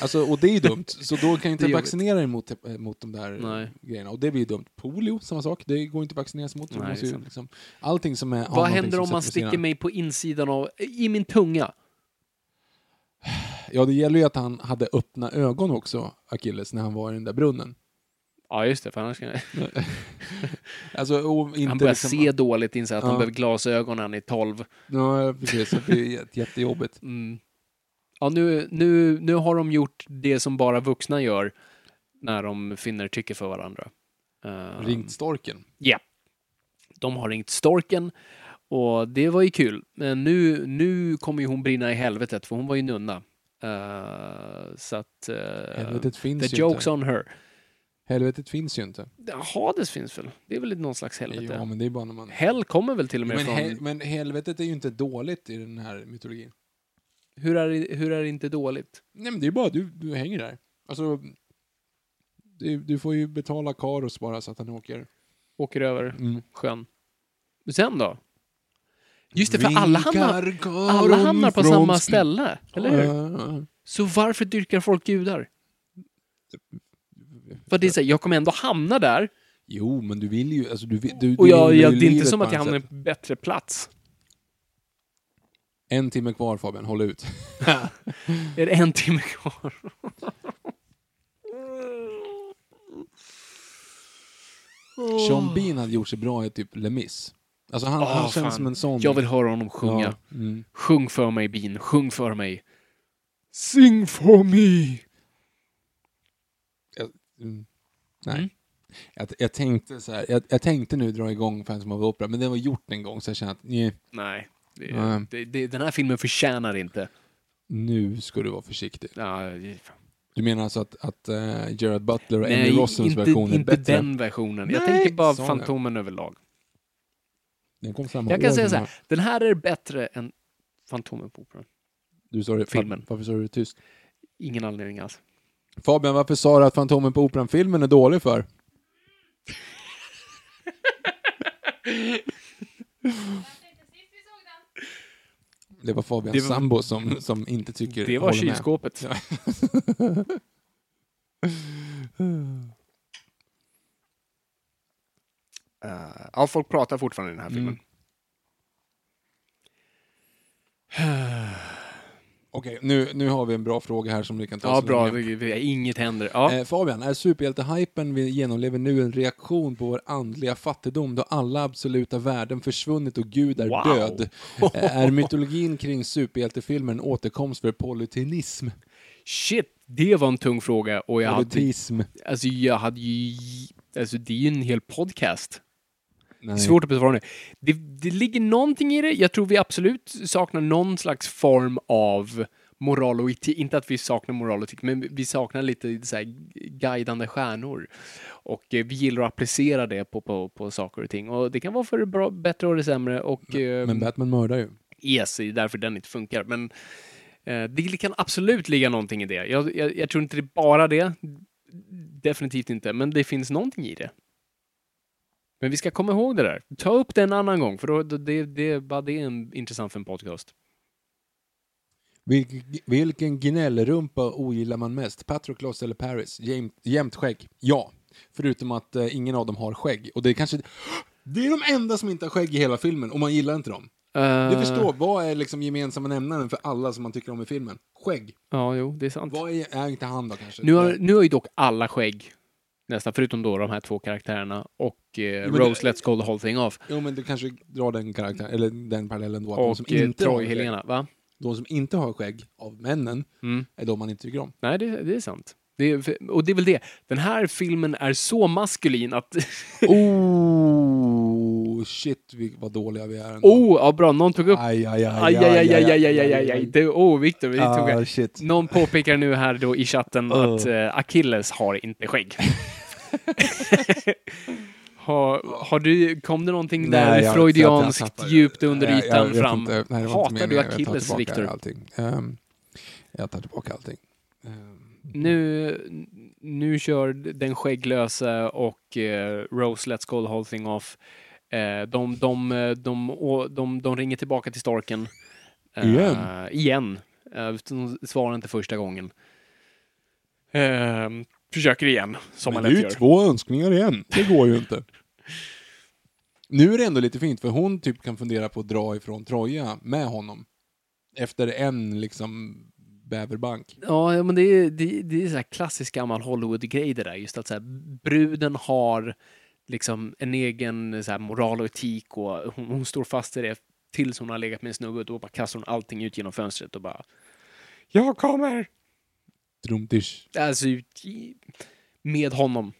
S2: Alltså, och det är ju dumt, så då kan du
S1: Det är
S2: inte
S1: jobbigt.
S2: vaccinera dig mot, eh, mot de där
S1: Nej.
S2: grejerna. Och det blir ju dumt. Polio, samma sak. Det går inte att vaccinera sig mot. så
S1: Nej,
S2: du måste
S1: det är
S2: ju,
S1: sant.
S2: liksom, allting som är... har
S1: Vad
S2: någonting
S1: händer
S2: som
S1: om man
S2: sätter på sidan.
S1: sticker mig på insidan av... I min tunga?
S2: Ja, det gäller ju att han hade öppna ögon också, Achilles, när han var i den där brunnen.
S1: Ja, just det, för annars kan jag...
S2: Alltså, och inte
S1: Han börjar
S2: liksom,
S1: se dåligt, inser att
S2: Ja.
S1: han behöver glasögon när han är 12.
S2: Ja, precis. Det blir jätte- jättejobbigt.
S1: Mm. Ja, nu, nu, nu har de gjort det som bara vuxna gör när de finner tycke för varandra. Eh,
S2: Ringt storken.
S1: Ja. De har ringt storken och det var ju kul. Men nu, nu kommer ju hon brinna i helvetet för hon var ju nunna. Eh, så att... eh,
S2: Helvetet finns
S1: the
S2: ju
S1: joke's
S2: inte.
S1: on her.
S2: Helvetet finns ju inte.
S1: Hades finns väl? Det är väl någon slags helvete?
S2: Ja, men det är bara när man...
S1: Hell kommer väl till och med
S2: Men,
S1: från...
S2: hel- men helvetet är ju inte dåligt i den här mytologin.
S1: Hur, är, hur är det inte dåligt?
S2: Nej men det är bara du, du hänger där. Alltså, du, du får ju betala Karos bara så att han åker.
S1: Åker över
S2: Mm.
S1: sjön. Sen då? Just det, för alla hamnar, alla hamnar på samma ställe. Eller hur?
S2: hur?
S1: Så varför dyrkar folk gudar? För det är så här, jag kommer ändå hamna där.
S2: Jo, men du vill ju... Alltså, du, vill- du,
S1: Och
S2: du
S1: jag,
S2: gillar
S1: jag,
S2: ju
S1: det är inte
S2: livet
S1: som
S2: på
S1: att jag
S2: något
S1: hamnar
S2: sätt.
S1: på en bättre plats.
S2: En timme kvar Fabian, håll ut.
S1: Är det en timme kvar?
S2: Sean Bean hade gjort sig bra i typ Les Mis. Alltså han,
S1: Åh,
S2: han känns
S1: fan.
S2: som en sån...
S1: Jag vill höra honom sjunga.
S2: Ja, mm.
S1: Sjung för mig, Bean. Sjung för mig. Sing for me.
S2: Mm. Nej.
S1: Mm.
S2: Jag, jag, tänkte så här, jag, jag tänkte nu dra igång Phantom of the Opera, men den var gjort en gång så jag kände att nej,
S1: Nej. Det,
S2: Nej.
S1: Det, det, den här filmen förtjänar inte.
S2: nu ska du vara försiktig.
S1: Ja, det- fan.
S2: Du menar alltså att, att eh, Gerard Butler och Emmy
S1: Nej,
S2: Rossums
S1: inte,
S2: version är
S1: inte
S2: bättre?
S1: den versionen. jag
S2: Nej,
S1: tänker bara
S2: sa jag.
S1: Fantomen överlag.
S2: den kom samma
S1: Jag
S2: år
S1: kan
S2: som
S1: säga så
S2: den
S1: här, den här är bättre än Fantomen på Operan.
S2: Du sa det,
S1: filmen.
S2: Varför sa du det tyst?
S1: Ingen anledning alls.
S2: Fabian, varför sa du att Fantomen på Operan-filmen är dålig för? Det var Fabians
S1: Det var-
S2: sambo som, som inte tycker...
S1: Det var
S2: håller med.
S1: kylskåpet.
S2: Ja.
S1: Eh, ja, folk pratar fortfarande i den här filmen.
S2: Okej, nu, nu har vi en bra fråga här som vi kan ta
S1: Ja,
S2: så
S1: bra.
S2: länge.
S1: det- det- Inget händer. Ja.
S2: Eh, Fabian, är superhjältehypen vi genomlever nu en reaktion på vår andliga fattigdom då alla absoluta värden försvunnit och Gud är
S1: Wow.
S2: död? Eh, är mytologin kring superhjältefilmer en återkomst för polyteinism?
S1: Shit, det var en tung fråga. Och jag hade,
S2: Politism.
S1: alltså, jag hade ju... Alltså, det är ju en hel podcast.
S2: Nej.
S1: Svårt att besvara nu. Det, det ligger någonting i det. Jag tror vi absolut saknar någon slags form av moral och etik. Inte att vi saknar moral och etik, men vi saknar lite så här guidande stjärnor. Och eh, vi gillar att applicera det på, på, på saker och ting. Och det kan vara för det bra, bättre och det sämre. Och, eh,
S2: Men Batman mördar ju.
S1: Yes, det är E därför den inte funkar. Men eh, det kan absolut ligga någonting i det. Jag, jag, jag tror inte det är bara det. Definitivt inte, men det finns någonting i det. Men vi ska komma ihåg det där. Ta upp det en annan gång, för då, då, det, det, bara det är en, intressant för en podcast.
S2: Vilken, vilken gnällrumpa ogillar man mest? Patroklos eller Paris? Jämt, jämt skägg? Ja. Förutom att eh, ingen av dem har skägg. Och det är kanske... Det är de enda som inte har skägg i hela filmen och man gillar inte dem. Du
S1: Eh,
S2: förstår, vad är liksom gemensamma nämnaren för alla som man tycker om i filmen? Skägg.
S1: Ja, jo, det är sant.
S2: Vad är, är inte han då kanske?
S1: Nu har, nu har ju dock alla skägg, nästan, förutom då de här två karaktärerna och eh,
S2: men
S1: Rose
S2: det-
S1: Let's Call the Whole Thing Off
S2: Jo men du kanske drar den karaktären, eller den parallellen då. Att de som
S1: och eh,
S2: inte har skägg,
S1: Troy-Helena, va?
S2: de som inte har skägg av männen,
S1: Mm.
S2: är de man inte tycker om.
S1: Nej, det, det är sant. Det, är- och det är väl det. Den här filmen är så maskulin att...
S2: Oh, shit vi, vad dåliga vi är. ändå.
S1: oh, ja, bra. Någon tog upp...
S2: Aj, aj, aj,
S1: Aj, aj, aj, aj, aj, aj, aj, aj, aj. Det, oh, Victor, vi tog
S2: Ah,
S1: det.
S2: shit.
S1: Någon påpekar nu här då i chatten
S2: Oh.
S1: att eh, Achilles har inte skägg. har, har du, kom det någonting där
S2: jag- jag
S1: freudianskt
S2: tappar-
S1: djupt under
S2: jag- jag
S1: ytan
S2: vet
S1: fram?
S2: inte. Nej, det var inte
S1: Hatar du
S2: meningen. Jag tar
S1: Achilles,
S2: tillbaka
S1: Victor?
S2: Allting. Ehm, jag tar tillbaka allting. Ehm,
S1: Nu, nu kör den skägglösa och eh, Rose Let's Call the Whole Thing Off. Eh, de, de, eh, de, å- de, de ringer tillbaka till Starken. Eh,
S2: Igen?
S1: Igen. Eh, de svarar inte första gången. Eh, försöker igen, som man
S2: Men det
S1: lätt
S2: är ju
S1: gör.
S2: två önskningar igen. Det går ju inte. Nu är det ändå lite fint, för hon typ kan fundera på att dra ifrån Troja med honom. Efter en liksom bäverbank.
S1: Ja, ja, men det är, det, det är så här klassisk gammal Hollywood-grej det där. Just att så här, bruden har liksom en egen så här, moral och etik och hon, hon står fast i det tills hon har legat med en snubbe och då bara kastar hon allting ut genom fönstret och bara Jag kommer!
S2: Drumtish.
S1: Alltså, ut i- med honom.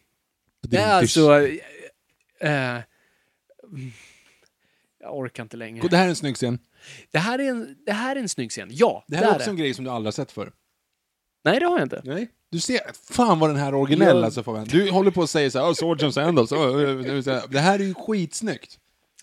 S1: Det är
S2: drumtish.
S1: alltså... eh, eh, jag orkar inte längre.
S2: Det här är en snygg scen.
S1: Det här är en, det här är en snygg scen. Ja,
S2: Det här
S1: det
S2: är
S1: är
S2: också en
S1: det.
S2: grej som du aldrig har sett förr.
S1: Nej, det har jag inte.
S2: Nej. Du ser, fan vad den här är originell
S1: Ja.
S2: alltså Fabian. Du håller på att säga såhär, oh, Swords and Sandals, oh, oh, oh, oh." det här är ju skitsnyggt.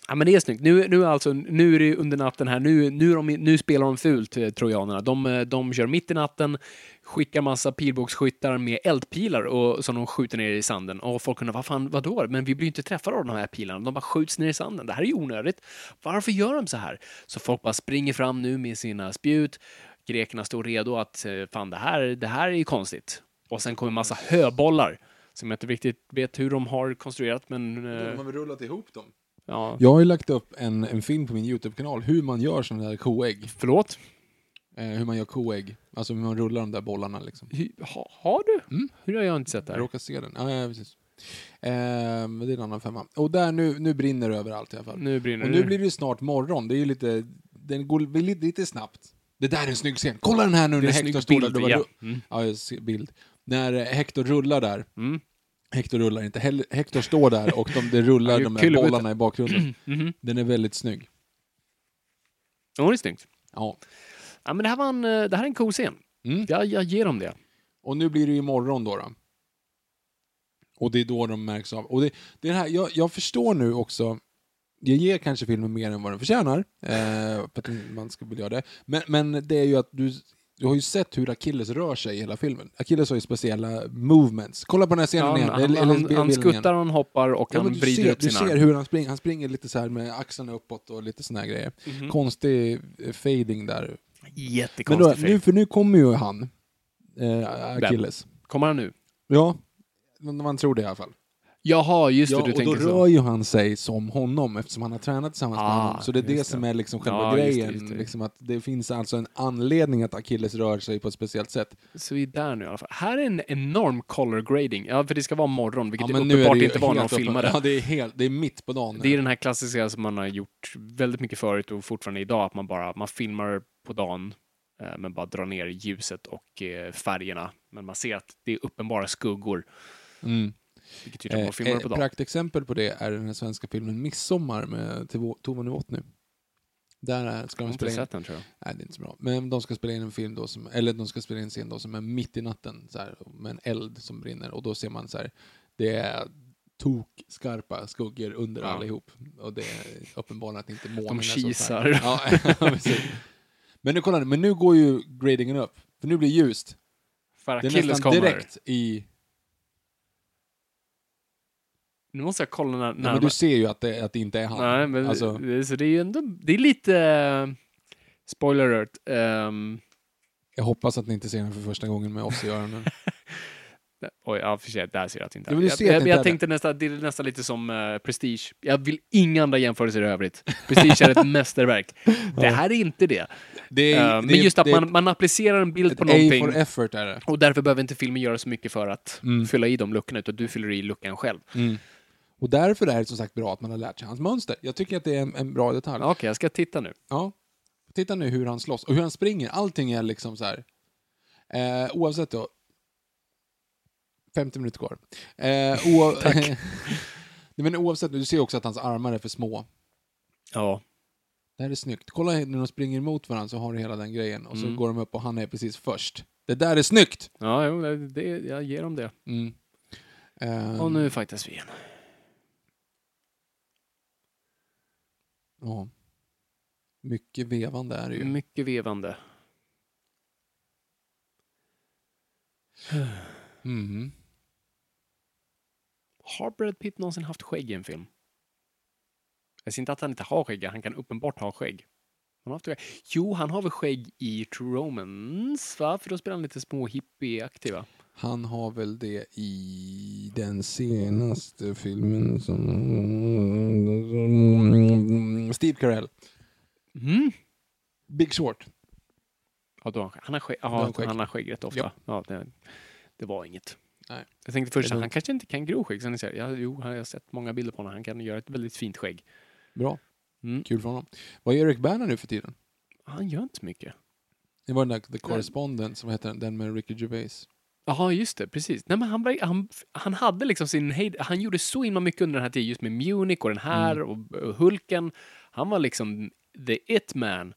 S1: Ja men det är snyggt. Nu, nu, är alltså, nu är det ju under natten här. Nu, nu, är de, nu spelar de fult, eh, trojanerna. De, eh, de kör mitt i natten, skickar massa pilbågsskyttar med eldpilar och, som de skjuter ner i sanden. Och folk undrar, vad fan, vadå? Men vi blir ju inte träffade av de här pilarna. De bara skjuts ner i sanden. Det här är ju onödigt. Varför gör de så här? Så folk bara springer fram nu med sina spjut. Grekerna står redo att, eh, fan det här, det här är ju konstigt. Och sen kommer massa höbollar som jag inte riktigt vet hur de har konstruerat, men... eh,
S2: väl rullat ihop dem.
S1: Ja,
S2: Jag har ju lagt upp en, en film på min YouTube-kanal, hur man gör sådana där koägg.
S1: förlåt.
S2: Eh, hur man gör koägg, alltså hur man rullar de där bollarna liksom.
S1: Hy- Ha, har du?
S2: Mm.
S1: Hur har jag inte sett det
S2: Jag
S1: här?
S2: råkar se den. Ja, ja, precis. Eh, men det är en annan femma. Och där nu, nu brinner det överallt i alla fall.
S1: Nu brinner
S2: och
S1: det.
S2: nu blir det ju snart morgon, det är ju lite, den går lite, lite snabbt. Det där är en snygg scen, kolla den här nu
S1: är
S2: när
S1: en
S2: Hector
S1: snygg
S2: står där.
S1: bild,
S2: Det var
S1: ja.
S2: ru- ja, jag ser bild. När eh, Hector rullar där.
S1: Mm.
S2: Hector rullar inte. Hel- Hector står där och de, det rullar
S1: Han
S2: de
S1: gör
S2: där
S1: kullerbyten.
S2: bollarna i bakgrunden.
S1: Mm.
S2: Den är väldigt snygg.
S1: Ja, det är snyggt.
S2: Ja.
S1: Ja, men det här var en, eh, det här är en cool scen.
S2: Mm.
S1: Jag, jag ger dem det.
S2: Och nu blir det ju imorgon då. då. Och det är då de märks av. Och det, det är det här, jag, jag förstår nu också, jag ger kanske filmen mer än vad den förtjänar, eh, för att man ska vilja göra det. Men, men det är ju att du, du har ju sett hur Achilles rör sig i hela filmen. Achilles har ju speciella movements. Kolla på den här scenen
S1: Ja,
S2: igen.
S1: han,
S2: eller- eller
S1: han, han
S2: bilden igen.
S1: skuttar, han hoppar och
S2: Ja, men
S1: han
S2: du
S1: vrider
S2: ser,
S1: upp
S2: Du
S1: sin
S2: ser
S1: arm.
S2: hur han springer. Han springer lite så här med axlarna uppåt och lite såna här grejer. Konstig eh, fading där. Men då,
S1: Mm. Jättekonstig
S2: nu,
S1: film.
S2: för nu kommer ju han, eh, Achilles.
S1: Kommer han nu?
S2: Ja, men man tror det i alla fall.
S1: Jaha, just det,
S2: Ja,
S1: du
S2: och
S1: tänker
S2: då
S1: så.
S2: rör ju han sig som honom eftersom han har tränat tillsammans med
S1: Ah,
S2: honom. Så det är det,
S1: just
S2: som
S1: det.
S2: är liksom själva
S1: Ja, just det,
S2: grejen.
S1: just det.
S2: Liksom att det finns alltså en anledning att Achilles rör sig på ett speciellt sätt.
S1: Så vi är där nu i alla fall. Här är en enorm color grading. Ja, för det ska vara morgon, vilket
S2: men nu
S1: uppenbart
S2: ju
S1: inte var när de
S2: helt uppen-
S1: filmade.
S2: Ja, det är, helt, det är mitt på dagen. nu.
S1: Det är den här klassiska som man har gjort väldigt mycket förut och fortfarande idag, att man bara man filmar på dagen eh, men bara drar ner ljuset och eh, färgerna. Men man ser att det är uppenbara skuggor,
S2: Mm.
S1: vilket tyder på att man filmar på
S2: ett
S1: dagen.
S2: praktexempel på det är den här svenska filmen Midsommar med Tivo- Tova Novotny. Där är- ska
S1: Jag
S2: de
S1: har inte
S2: spela in...
S1: sett den, tror jag.
S2: Nej, det är inte så bra. Men de ska spela in en film då som, eller de ska spela in en scen då som är mitt i natten så här, med en eld som brinner och då ser man så här, det är tok skarpa skuggor under
S1: Ja.
S2: allihop. Och det är uppenbarligen att inte månen
S1: De
S2: är
S1: kisar.
S2: så stark. Ja, precis. Men nu kollar ni, men nu går ju gradingen upp. För nu blir det ljust.
S1: För
S2: Det är
S1: Achilles
S2: nästan
S1: kommer.
S2: direkt i...
S1: Nu måste jag kolla när,
S2: Ja,
S1: när
S2: men du ser ju att det, att det inte är han.
S1: Nej, men
S2: alltså,
S1: det, så det är ju ändå, det är lite... eh, Spoiler alert. ehm,
S2: jag hoppas att ni inte ser den för första gången med oss i öronen.
S1: Oj, ja, för sig, där ser jag att det inte
S2: Ja,
S1: är.
S2: men du
S1: Jag,
S2: ser att det
S1: jag,
S2: inte är
S1: jag
S2: det.
S1: tänkte nästan, det är nästan lite som eh, Prestige. Jag vill inga andra jämförelser i övrigt. Prestige är ett mästerverk. Det här är inte det.
S2: Det är-
S1: Eh,
S2: det
S1: men
S2: är-
S1: just att
S2: det är
S1: man, man applicerar en bild
S2: ett
S1: på
S2: A
S1: någonting
S2: for effort är det.
S1: och därför behöver inte filmen göra så mycket för att
S2: Mm.
S1: fylla i de luckorna, utan du fyller i luckan själv.
S2: Och därför är det som sagt bra att man har lärt sig hans mönster. Jag tycker att det är en, en bra detalj.
S1: Ja, Okej, jag ska titta nu.
S2: Ja. Titta nu hur han slåss och hur han springer. Allting är liksom så här. Eh, oavsett då. 50 minuter kvar. Eh, oav...
S1: Tack.
S2: Nej, Men oavsett, nu, du ser också att hans armar är för små.
S1: Ja.
S2: Det här är snyggt. Kolla när de springer emot varandra så har du hela den grejen. Och
S1: Mm.
S2: så går de upp och han är precis först. Det där är snyggt!
S1: Ja, jo, det, det, jag ger dem det.
S2: Mm. Eh,
S1: Och nu fightas vi igen.
S2: ja. Mycket vevande är det ju.
S1: Mycket vevande.
S2: Mhm.
S1: Har Brad Pitt någonsin haft skägg i en film? Jag säger inte att han inte har skägg, han kan uppenbart ha skägg. Han har haft skägg. Jo, han har väl skägg i True Romance, va? För då spelar han lite små hippie-aktiva.
S2: Han har väl det i den senaste filmen som... Steve Carell.
S1: Mm.
S2: Big Short.
S1: Ja, då har han, skägg. han, har skägg.
S2: har han
S1: Ja,
S2: skägg.
S1: han har skägg rätt ofta.
S2: Ja.
S1: Ja. det, det var inget.
S2: Nej.
S1: Jag tänkte
S2: Det är
S1: först att han
S2: lugnt.
S1: kanske inte kan gro skägg. Sen säger jag, ja, jo, jag har sett många bilder på honom. Han kan göra ett väldigt fint skägg.
S2: Bra.
S1: Mm.
S2: Kul för honom. Vad gör Eric Berner nu för tiden?
S1: Han gör inte så mycket.
S2: Det var den där The Correspondent, som heter den, den med Ricky Gervais.
S1: Jaha, just det, precis. Nej, men han, var- han, han hade liksom sin hejd, han gjorde så himla mycket under den här tiden, just med Munich och den här och, och Hulken. Han var liksom the it man.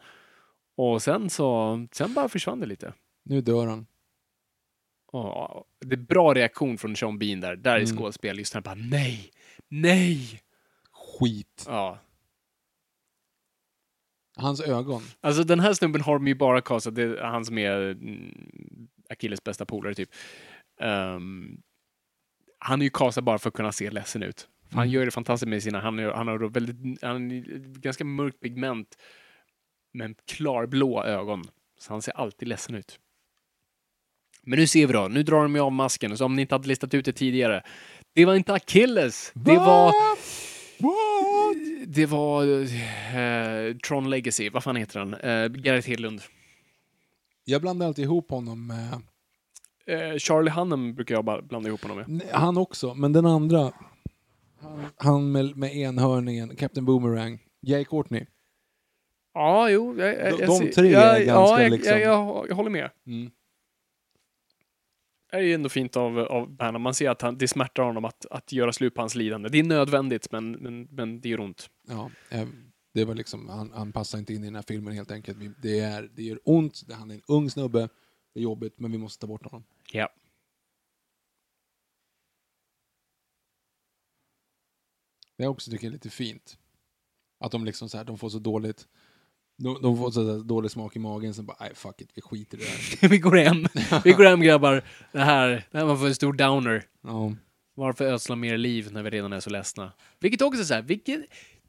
S1: Och sen så, sen bara försvann det lite.
S2: Nu dör han.
S1: Åh, det är bra reaktion från Sean Bean där, där i skådespel, just när han bara nej, nej.
S2: Skit.
S1: Ja.
S2: Hans ögon.
S1: Alltså den här snubben har de ju bara castat, det är han som är mm, Achilles bästa polare typ. Ehm, han är ju castad bara för att kunna se ledsen ut. Han gör det fantastiskt med sina, han, är, han har då väldigt, han är ganska mörkt pigment men klarblå ögon. Så han ser alltid ledsen ut. Men nu ser vi då, nu drar de ju av masken, och så om ni inte hade listat ut det tidigare. Det var inte Achilles, det var...
S2: What?
S1: Det var eh, Tron Legacy, vad fan heter den? Eh, Gareth Hedlund.
S2: Jag blandar alltid ihop honom med...
S1: Eh, Charlie Hunnam brukar jag bara blanda ihop honom med.
S2: Nej, Han också, men den andra. Han, han med, med enhörningen, Captain Boomerang. Jake Courtney.
S1: Ja, jo. Jag,
S2: De- de tre är ganska
S1: ja, jag,
S2: liksom-
S1: jag, jag, jag håller med.
S2: Mm.
S1: Det är ändå fint av, av Bernhard. Man ser att han, det smärtar honom att, att göra slut på hans lidande. Det är nödvändigt, men, men, men det gör ont.
S2: Ja, eh, det var liksom, han, han passar inte in i den här filmen helt enkelt. Vi- Det, är, det gör ont, det- han är en ung snubbe, det är jobbigt, men vi måste ta bort honom.
S1: Ja.
S2: Det jag också tycker är lite fint. Att de liksom så här, de får så dåligt, de, de får så här dålig smak i magen, sen bara, nej fuck it, vi skiter i det här.
S1: Vi går hem. Vi går hem grabbar. Det här, det här var för en stor downer.
S2: Ja,
S1: Varför ödsla mer liv när vi redan är så ledsna? Vilket också är så här, vilket,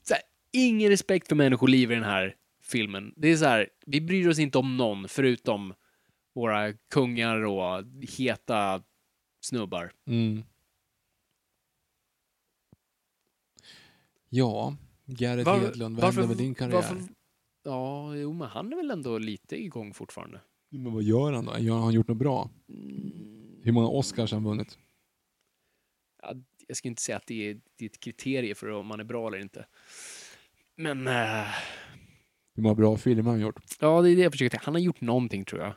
S1: så här, ingen respekt för människoliv i den här filmen. Det är så här, vi bryr oss inte om någon förutom våra kungar och heta snubbar.
S2: mm. ja Garrett
S1: Var-
S2: Hedlund, vad hände med din karriär?
S1: varför- ja, jo, men han är väl ändå lite igång fortfarande.
S2: Men vad gör han då? Gör- Har han gjort något bra?
S1: Mm.
S2: Hur många Oscars har han vunnit?
S1: Ja, jag ska inte säga att det är, det är ett kriterie för om man är bra eller inte. Men, eh,
S2: Hur många bra filmer har han gjort?
S1: ja, det är det jag försöker tänka. Han har gjort någonting, tror jag.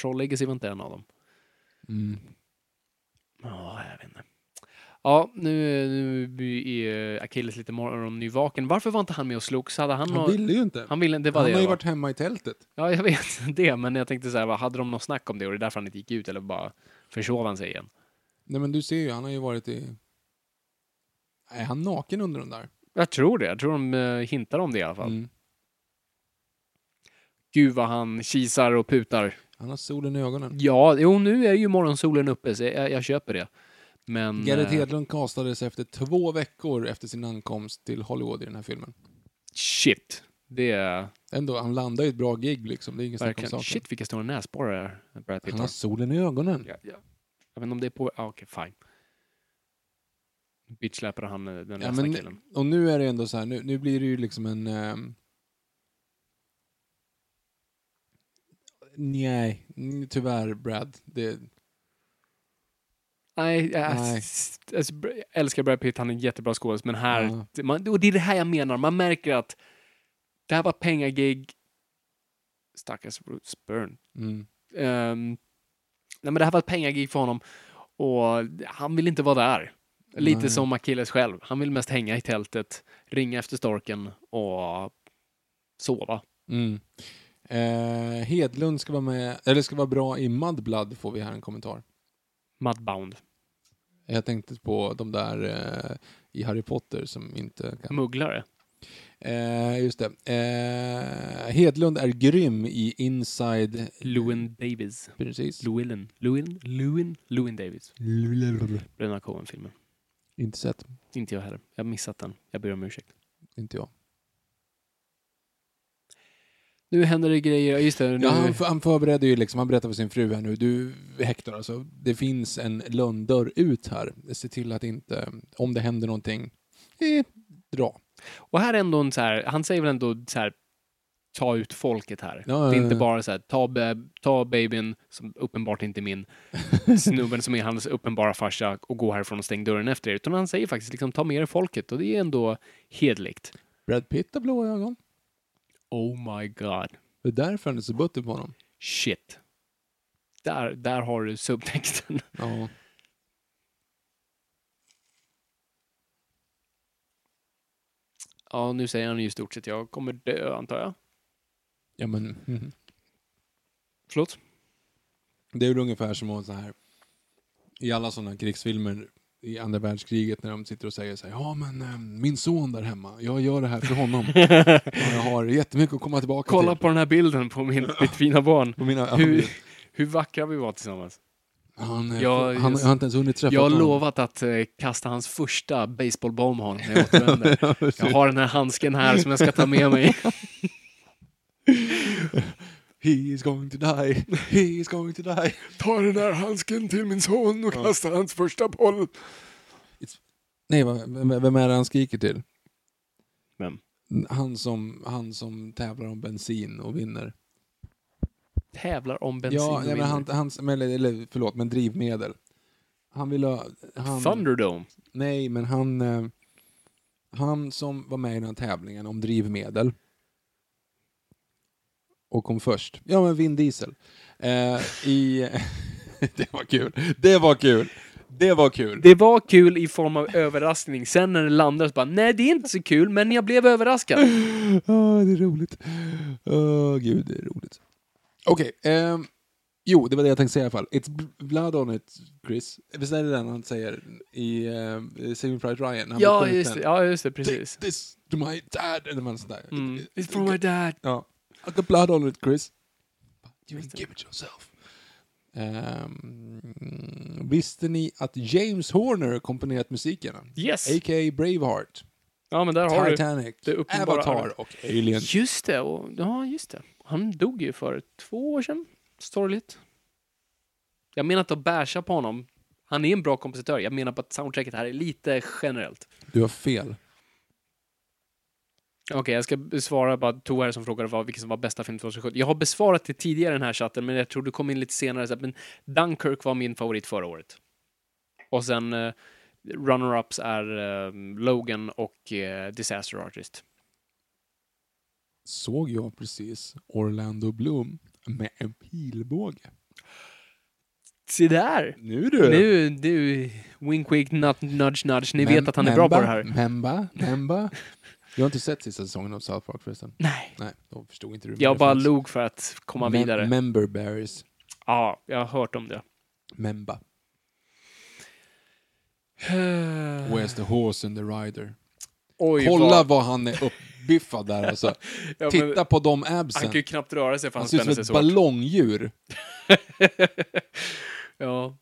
S1: Troll Legacy var inte en av dem.
S2: Mm.
S1: Ja, jag vet inte. Ja, nu, nu är Akilles lite morgonnyvaken. Varför var inte han med och slogs? Hade han,
S2: Han
S1: nå-
S2: ville ju inte.
S1: han ville det var
S2: han
S1: det
S2: har ju
S1: va?
S2: varit hemma i tältet.
S1: Ja, jag vet det, men jag tänkte så här, vad, hade de något snack om det och det är därför han inte gick ut eller bara försov han sig igen?
S2: Nej men du ser ju, han har ju varit i... Är han naken under den där?
S1: Jag tror det, jag tror de eh, hintar om det i alla fall.
S2: Mm.
S1: Gud vad han kisar och putar.
S2: Han har solen i ögonen.
S1: Ja, jo, nu är ju morgonsolen uppe, så jag, jag köper det. Men...
S2: Garrett
S1: eh,
S2: Hedlund kastades efter två veckor efter sin ankomst till Hollywood i den här filmen.
S1: Shit. Det är
S2: Ändå, han landar ju ett bra gig liksom. Det är ingen snack om
S1: verkligen...
S2: saken.
S1: Shit, vilka stora näsborrar det är. Jag börjar
S2: Han
S1: titta.
S2: har solen i ögonen.
S1: Ja, ja. Jag vet inte om det är på... Ah, Okej, fine. Bitchläpar han eh, den
S2: Ja,
S1: ledsna
S2: men-
S1: killen.
S2: Och nu är det ändå så här, nu, nu blir det ju liksom en... ehm, Nej, n- tyvärr Brad. Det,
S1: Nej, jag,
S2: Nej.
S1: s- s- jag älskar Brad Pitt, han är en jättebra skådis, men här...
S2: Ja.
S1: det- Man, och det är det här jag menar, man märker att det här var pengagig. Stackars Bruce Byrne.
S2: mm,
S1: Ehm, nej, men det här var ett pengagig för honom och han vill inte vara där. Lite
S2: Nej.
S1: som Achilles själv. Han vill mest hänga i tältet, ringa efter storken och sova.
S2: mm. Eh, Hedlund ska vara med, eller ska vara bra i Mudblood får vi här en kommentar.
S1: Mudbound.
S2: Jag tänkte på de där eh, i Harry Potter som inte kan...
S1: Mugglare.
S2: Eh, just det. Eh, Hedlund är grym i Inside...
S1: Lewin Davis.
S2: Precis.
S1: Llewellyn. Lewin? Lewin? Lewin Davis. Bröderna Coen-filmen.
S2: Inte sett.
S1: Inte jag heller. Jag har missat den. Jag ber om ursäkt.
S2: Inte jag.
S1: Nu händer det grejer. Ja, Just det. Nu...
S2: Ja, han, för- han förbereder ju liksom, han berättar för sin fru här nu, du Hector alltså, det finns en lönndörr ut här. Se till att inte, om det händer någonting, eh, dra.
S1: Och här är ändå en så här, han säger väl ändå så här, ta ut folket här.
S2: Ja,
S1: det är
S2: ja,
S1: inte
S2: ja.
S1: bara så här, ta, be- ta babyn, som uppenbart inte är min, snubben som är hans uppenbara farsa och gå härifrån och stäng dörren efter er. Utan han säger faktiskt liksom, ta med er folket och det är ändå hedligt.
S2: Brad Pitt har blåa ögon.
S1: Oh my god.
S2: Det är därför han är så butter på honom.
S1: Shit. Där, där har du subtexten.
S2: Ja.
S1: Ja, nu säger han ju i stort sett, jag kommer dö antar jag.
S2: Ja men, mhm.
S1: Förlåt?
S2: det är väl ungefär som att så här, i alla sådana krigsfilmer i andra världskriget när de sitter och säger så här, ja men eh, min son där hemma, jag gör det här för honom. Och jag har jättemycket att komma tillbaka
S1: Kolla
S2: till.
S1: på den här bilden på min, mitt fina barn.
S2: På mina,
S1: Hur, hur vackra vi var tillsammans.
S2: han, eh,
S1: Jag-
S2: han, jag har inte ens hunnit träffa
S1: Jag har
S2: honom.
S1: lovat att eh, kasta hans första baseballbomb honom när jag återvänder. jag har den här handsken här som jag ska ta med mig.
S2: He is going to die. He is going to die.
S1: ta den här handsken till min son och kasta hans första boll.
S2: Nej, vad- vem, vem är det han skriker till?
S1: Vem?
S2: Han som, han som tävlar om bensin och vinner.
S1: Tävlar om bensin
S2: ja,
S1: och
S2: nej, men
S1: vinner.
S2: han, hans- men- eller, eller förlåt, men drivmedel. Han vill ha... Han,
S1: Thunderdome.
S2: Nej, men han... eh, Han som var med i den här tävlingen om drivmedel. Och kom först. Ja, men Vin Diesel. Eh, I... det var kul. Det var kul. Det var kul.
S1: Det var kul i form av överraskning. Sen när det landade så bara, nej det är inte så kul, men jag blev överraskad.
S2: Åh, det är roligt. Åh, gud, det är roligt. Okej. ehm, jo, det var det jag tänkte säga i alla fall. It's bl- blood on it, Chris. Visst är det den han säger i uh, Saving Private Ryan? Han
S1: Ja
S2: blir
S1: just, det,
S2: skjuten.
S1: ja, just det,
S2: Take
S1: precis.
S2: this to my dad! Eller något sånt där.
S1: Mm. It's from my dad.
S2: Ja. I got blood on it, Chris. But you give it yourself. Ehm, visste ni att James Horner har komponerat musiken?
S1: Yes!
S2: A.k.a. Braveheart,
S1: Ja, men där har du.
S2: Titanic,
S1: det uppenbara arvet.
S2: Avatar och Alien.
S1: Just det, och, ja just det. Han dog ju för två år sedan. Sorgligt. Jag menar inte att basha på honom. Han är en bra kompositör. Jag menar på att soundtracket här är lite generellt.
S2: Du har fel.
S1: Okej, jag ska besvara bara Tove här som frågade vad, vilken som var bästa film 2017. Jag har besvarat det tidigare i den här chatten, men jag tror du kom in lite senare. Så att, men Dunkirk var min favorit förra året. Och sen eh, runner-ups är eh, Logan och eh, Disaster Artist.
S2: såg jag precis Orlando Bloom med en pilbåge.
S1: Se där!
S2: Nu du!
S1: Nu, du, wink wink, nut, nudge nudge. Ni vet att han är bra på det här.
S2: Memba, memba. Jag har inte sett sista säsongen av South Park förresten.
S1: Nej.
S2: Nej, då förstod inte du. min
S1: Jag bara
S2: referens.
S1: log för att komma
S2: Mem-
S1: vidare.
S2: Member berries.
S1: Ja, jag har hört om det.
S2: Memba. Where's the horse and the rider?
S1: Oj,
S2: Kolla
S1: vad-
S2: vad han är uppbiffad där alltså.
S1: Ja, men
S2: Titta på de
S1: Han
S2: absen.
S1: kan ju knappt röra sig för han,
S2: Han ser ut som
S1: spänner sig
S2: ett
S1: så hårt.
S2: ballongdjur.
S1: Ja.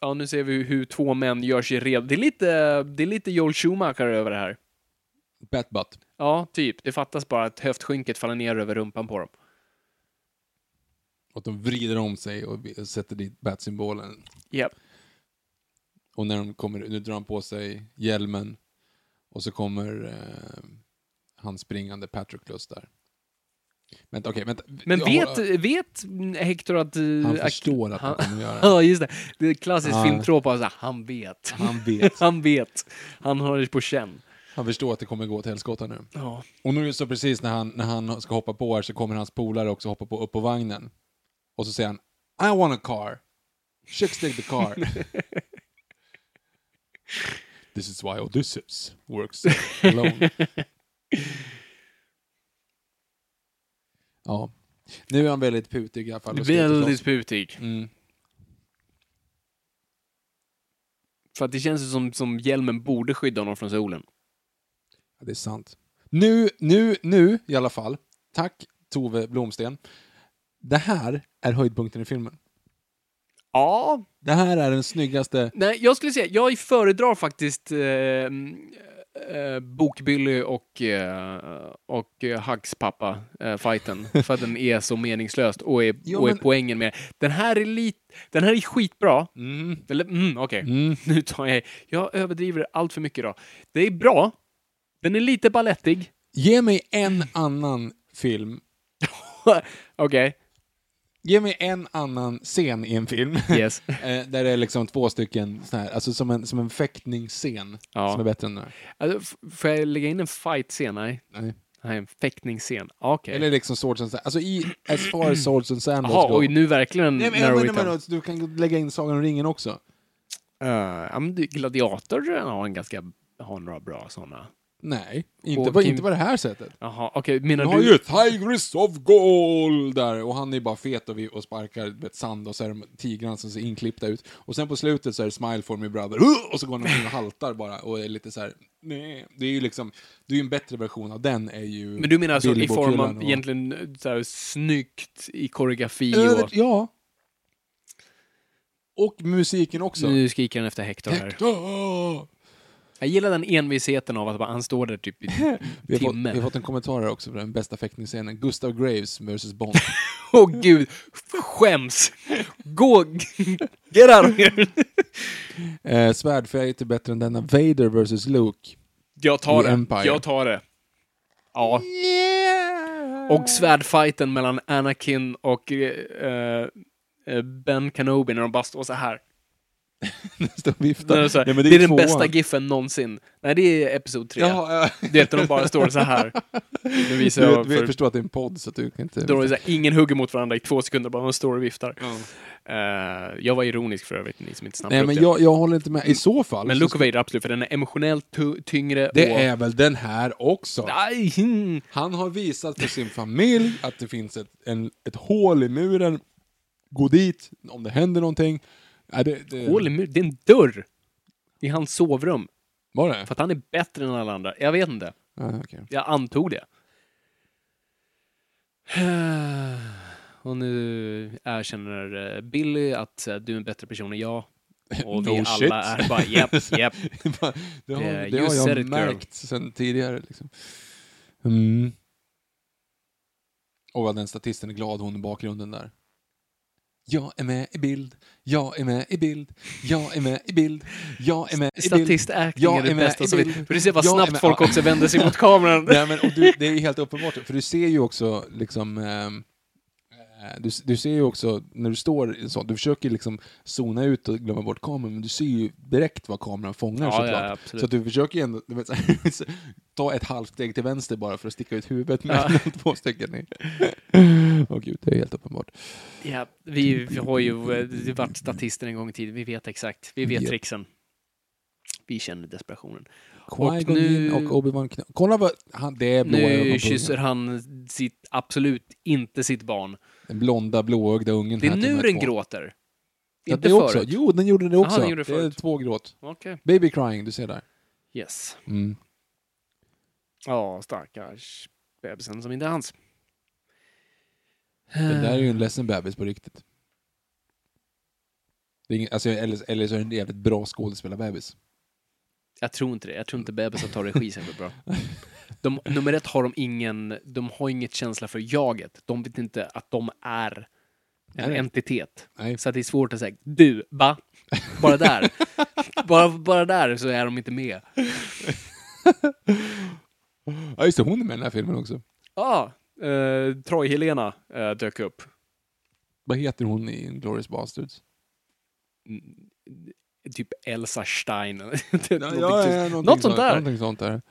S1: Ja, nu ser vi hur två män gör sig redo. Det är lite, det är lite Joel Schumacher över det här.
S2: Batbutt.
S1: Ja, typ. Det fattas bara att höftskynket faller ner över rumpan på dem.
S2: Och de vrider om sig och sätter dit bat-symbolen.
S1: Japp.
S2: Och när de kommer, nu drar han på sig hjälmen och så kommer eh, han springande Patroclus där. Vänta, okej, vänta.
S1: Men
S2: Jag
S1: vet,
S2: håller-
S1: vet Hector att... eh,
S2: Han
S1: Ak-
S2: förstår att han
S1: han-
S2: kommer göra det.
S1: Ja, just det. Det är klassiskt
S2: Ja.
S1: filmtrop. Alltså, han vet.
S2: Han vet.
S1: Han vet. Han har det på känn.
S2: Han förstår att det kommer gå åt helskotta nu.
S1: Ja.
S2: Och nu så precis när han, när han ska hoppa på här så kommer hans polare också hoppa på upp på vagnen. Och så säger han I want a car. Chicks take the car. This is why Odysseus works alone. ja. Nu är han väldigt putig i alla fall. och ska ut och
S1: Väldigt
S2: slåss.
S1: putig.
S2: Mm.
S1: För att det känns ju som, som hjälmen borde skydda honom från solen.
S2: Ja, det är sant. Nu, nu, nu i alla fall. Tack Tove Blomsten. Det här är höjdpunkten i filmen.
S1: Ja,
S2: Det här är den snyggaste
S1: Nej, jag skulle säga, jag föredrar faktiskt eh, mm, eh, Bokbilly och, eh, och eh, Hugs pappa, eh, fighten. för att den är så meningslöst och är,
S2: Jo,
S1: och är
S2: men-
S1: poängen med den. här är lit, Den här är skitbra.
S2: Mm.
S1: Eller mm, okej.
S2: Mm.
S1: Nu tar jag Jag överdriver allt för mycket idag. Det är bra. Den är lite ballettig.
S2: Ge mig en annan film.
S1: okej,
S2: Ge mig en annan scen i en film.
S1: yes.
S2: eh, där det är liksom två stycken sån här, alltså som en, som en fäktningsscen.
S1: Ja.
S2: Som är bättre än den här.
S1: Alltså, f- får jag lägga in en fight-scen? Nej.
S2: Nej.
S1: Nej, en fäktningsscen. Okej.
S2: Eller liksom Swords and Sandals. Alltså i As far as Swords and Sandals
S1: Jaha,
S2: go.
S1: oj, nu verkligen
S2: Nej men,
S1: narrow
S2: jag
S1: it
S2: menar,
S1: down.
S2: men, du kan lägga in Sagan om ringen också.
S1: Eh, ja, men du, Gladiator tror jag har en ganska har några bra sådana.
S2: Nej, inte,
S1: Och
S2: på,
S1: Kim-
S2: inte på det här sättet.
S1: Jaha, okej, menar
S2: Han har
S1: du...
S2: ju Tigris of Gold där och han är bara fet och, vi, och sparkar vet, sand och så är de tigrarna som ser inklippta ut. Och sen på slutet så är det Smile for me brother Huh! och så går han omkring och haltar bara och är lite så här. Nej. Det är ju liksom, det är ju en bättre version av den är ju
S1: Men du menar alltså i
S2: Billy Bob
S1: form
S2: Cullen
S1: av
S2: och-
S1: egentligen eh, så här, snyggt i koreografi
S2: Över,
S1: och...
S2: ja. Och musiken också. Ah!
S1: Nu skriker han efter Hector, här.
S2: Hector!
S1: Jag gillar den envisheten av att bara, han står där typ i
S2: Vi har, fått,
S1: Timme.
S2: vi har fått en kommentar här också för den bästa fäktningsscenen. Gustav Graves vs Bond.
S1: Åh gud, skäms! Gå, get out of here!
S2: eh, Svärdfejt är bättre än denna. Vader vs Luke.
S1: Jag tar
S2: I
S1: det,
S2: Empire.
S1: jag tar det. Ja. Och svärdfighten mellan Anakin och eh, eh, Ben Kenobi när de bara står så här.
S2: Står och viftar.
S1: Nej, så här,
S2: Nej, men
S1: det, är den
S2: tvåan.
S1: bästa giffen någonsin. Nej, det är episod tre.
S2: Jaha, ja.
S1: Du vet när de bara står så här. Nu visar
S2: Du,
S1: jag
S2: vet- du
S1: för...
S2: förstår att det är en podd så att du kan inte...
S1: Då är det så här, ingen hugger mot varandra i två sekunder, bara de står och viftar. Eh, jag var ironisk för övrigt, ni som inte snappade
S2: Nej,
S1: upp
S2: men
S1: det.
S2: jag, jag håller inte med. I så fall...
S1: men
S2: så
S1: Look of Vader, absolut, för den är emotionellt tu- tyngre
S2: Det
S1: och...
S2: är väl den här också?
S1: Aj, hmm.
S2: Han har visat för sin familj att det finns ett, en, ett hål i muren. Gå dit om det händer någonting. Nej, det, det,
S1: Hål i mur- det är en dörr! I hans sovrum.
S2: Var det?
S1: För att han är bättre än alla andra. Jag vet inte.
S2: Ah, okej.
S1: Jag antog det. Och nu erkänner eh, Billy att eh, du är en bättre person än jag. Och vi
S2: No
S1: alla
S2: shit.
S1: är bara japp, japp.
S2: det har,
S1: Eh,
S2: det
S1: you
S2: har
S1: said
S2: jag
S1: it, girl.
S2: märkt sen tidigare. Liksom. Mm. Och vad den statisten är glad hon i bakgrunden där. Jag är med i bild, jag är med i bild, jag är med i bild, jag är med i bild.
S1: Statistacting
S2: Jag
S1: är det
S2: är med
S1: bästa
S2: i
S1: som finns.
S2: bild.
S1: För du ser vad
S2: Jag är
S1: snabbt
S2: med.
S1: folk
S2: Ja.
S1: också vänder sig mot kameran.
S2: Nej, men, och du, det är ju helt uppenbart, för du ser ju också liksom... ehm, eh, Du, du ser ju också när du står i sånt, du försöker liksom zona ut och glömma bort kameran, men du ser ju direkt vad kameran fångar
S1: Ja,
S2: såklart.
S1: ja, absolut.
S2: så att du försöker ju ändå du vet, så här, ta ett halvt steg till vänster bara för att sticka ut huvudet mellan två stycken. i. Åh gud, det är helt uppenbart.
S1: Ja, vi, vi har ju eh, det varit statister en gång i tiden. Vi vet exakt. Vi vet
S2: Japp.
S1: trixen. Vi känner desperationen.
S2: Qui-Gon
S1: nu-
S2: nu... och Obi-Wan Kenobi. Kolla vad... Han, det är blå
S1: Nu
S2: ögonpungen.
S1: kysser han sitt, absolut inte sitt barn.
S2: Den blonda blåögda ungen.
S1: Det är
S2: här till de
S1: nu
S2: här
S1: den
S2: två.
S1: gråter.
S2: Ja,
S1: Inte
S2: det också.
S1: förut.
S2: Jo, den gjorde det
S1: Aha,
S2: också.
S1: den gjorde det
S2: det är
S1: förut.
S2: två gråt.
S1: Okej.
S2: Baby crying, du ser där.
S1: Yes.
S2: Mm.
S1: Ja, stackars bebisen som inte är hans.
S2: Den där är
S1: Ah.
S2: ju en ledsen bebis på riktigt. Det är ingen, alltså, eller, eller så är det en jävligt bra skådespelarbebis.
S1: Jag tror inte det. Jag tror inte bebisar tar regi särskilt bra. De, nummer ett har de ingen, de har inget känsla för jaget. De vet inte att de är en
S2: Nej.
S1: entitet.
S2: Nej.
S1: Så att det är svårt att säga, du, va? Bara där. bara, bara där så är de inte med.
S2: Ja just det, hon är med i den här filmen också.
S1: Ja, eh, Troy-Helena eh, dök upp.
S2: Vad heter hon i Glorious Bastards?
S1: Typ Elsa Stein. Någonting sånt. något sånt där.
S2: Någonting sånt där.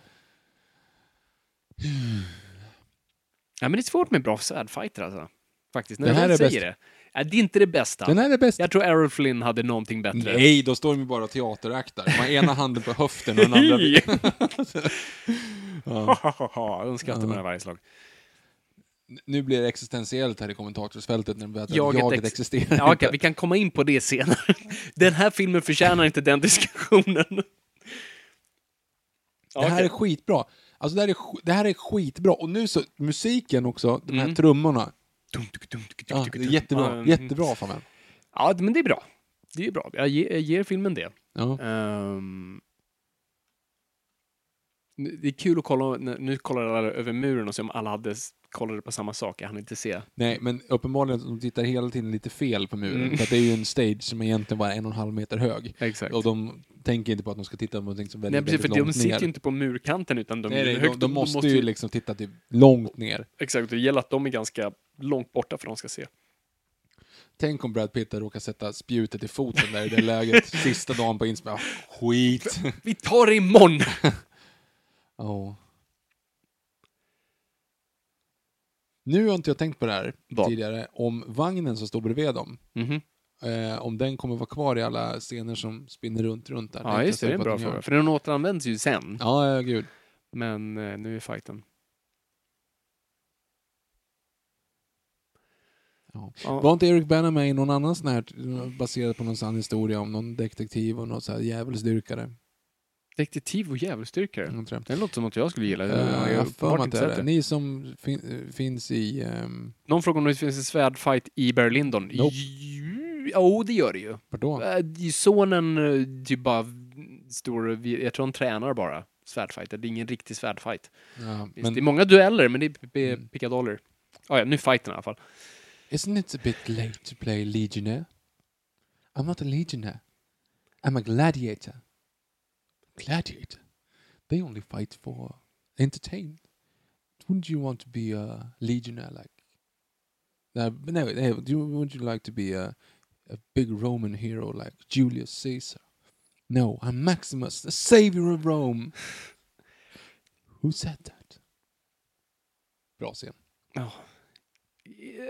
S1: Ja, men det är svårt med bra svärdfighter alltså. Faktiskt, när
S2: Den
S1: jag
S2: här
S1: väl
S2: är
S1: säger
S2: bäst.
S1: det. Ja, det är inte det bästa.
S2: Den här är bäst.
S1: Jag tror Errol Flynn hade någonting bättre.
S2: Nej, då står de ju bara och teateraktar. De har ena handen på höften och den andra... vid-
S1: De skrattar med det varje slag.
S2: Nu blir det existentiellt här i kommentatorsfältet när de berättar att
S1: Jaget
S2: jaget
S1: ex-
S2: existerar
S1: Ja, okej,
S2: inte.
S1: vi kan komma in på det senare. Den här filmen förtjänar inte den diskussionen. Ja,
S2: Det här
S1: okej.
S2: är skitbra. Alltså det här är, sk- det här är skitbra. Och nu så, musiken också, de här
S1: Mm.
S2: trummorna.
S1: Dum, tuk, dum, tuk, tuk,
S2: Ja,
S1: tuk,
S2: det är
S1: tuk.
S2: jättebra.
S1: Ja,
S2: Jättebra fan man.
S1: Ja, men det är bra. Det är ju bra. Jag ger, jag ger filmen det.
S2: Ja.
S1: Ehm, det är kul att kolla, nu- nu kollar alla över muren och se om alla hade s- kollade på samma sak, jag hann inte se.
S2: Nej, men uppenbarligen så de tittar hela tiden lite fel på muren. För att det är ju en stage som egentligen bara är en och en halv meter hög.
S1: Mm. Exakt.
S2: Och de tänker inte på att de ska titta på någonting som väldigt,
S1: Nej, precis, för
S2: väldigt
S1: de
S2: långt
S1: sitter
S2: ner.
S1: ju inte på murkanten utan de,
S2: Nej,
S1: är
S2: nej,
S1: högt
S2: de,
S1: upp.
S2: de måste ju liksom titta typ långt ner.
S1: Exakt, det gäller att de är ganska långt borta för att de ska se.
S2: Tänk om Brad Pitt råkar sätta spjutet i foten där i det läget, sista dagen på inspelningen. Ah, Skit!
S1: Vi tar det imorgon!
S2: Ja. Nu har inte jag tänkt på det här
S1: Vad?
S2: tidigare, om vagnen som står bredvid dem. Eh, om den kommer vara kvar i alla scener som spinner runt, runt där.
S1: Ja, just det, det är en
S2: Jag
S1: bra
S2: vet inte
S1: fråga.
S2: vad
S1: För den återanvänds ju sen.
S2: de gör. Ja, ja, gud.
S1: Men eh, nu är fighten.
S2: Ja.
S1: Ja.
S2: Var inte Eric Bana med i någon annan sån här, baserad på någon sann historia om någon detektiv och någon sån här djävulsdyrkare?
S1: Detektiv och djävulsdyrkare.
S2: Jag tror jag.
S1: Det låter som något jag skulle gilla.
S2: Eh,
S1: har
S2: jag har
S1: uppenbart
S2: för mig att
S1: inte
S2: det är
S1: sett
S2: det. Ni som fin- eh, finns i... ehm,
S1: Någon frågar om det finns en svärdfight i Berlindon. Jo,
S2: Nope.
S1: Jo, det gör det ju.
S2: Pardon?
S1: Äh, Sonen eh, typ bara står, och- jag tror han tränar bara svärdfighter. Det är ingen riktig svärdfight.
S2: Ja,
S1: Visst, det är
S2: men
S1: många dueller, men det är p- p-
S2: Mm.
S1: pickadoller. Ah, ja, nu är fighten i alla fall.
S2: isn't it a bit late to play legionnaire? I'm not a legionnaire. I'm a gladiator. Gladiator? They only fight for entertainment. Wouldn't you want to be a legionnaire like... No, but no, no, do you, would you like to be a, a big Roman hero like Julius Caesar? No, I'm Maximus, the savior of Rome. Who said that? Bra scen.
S1: Ja.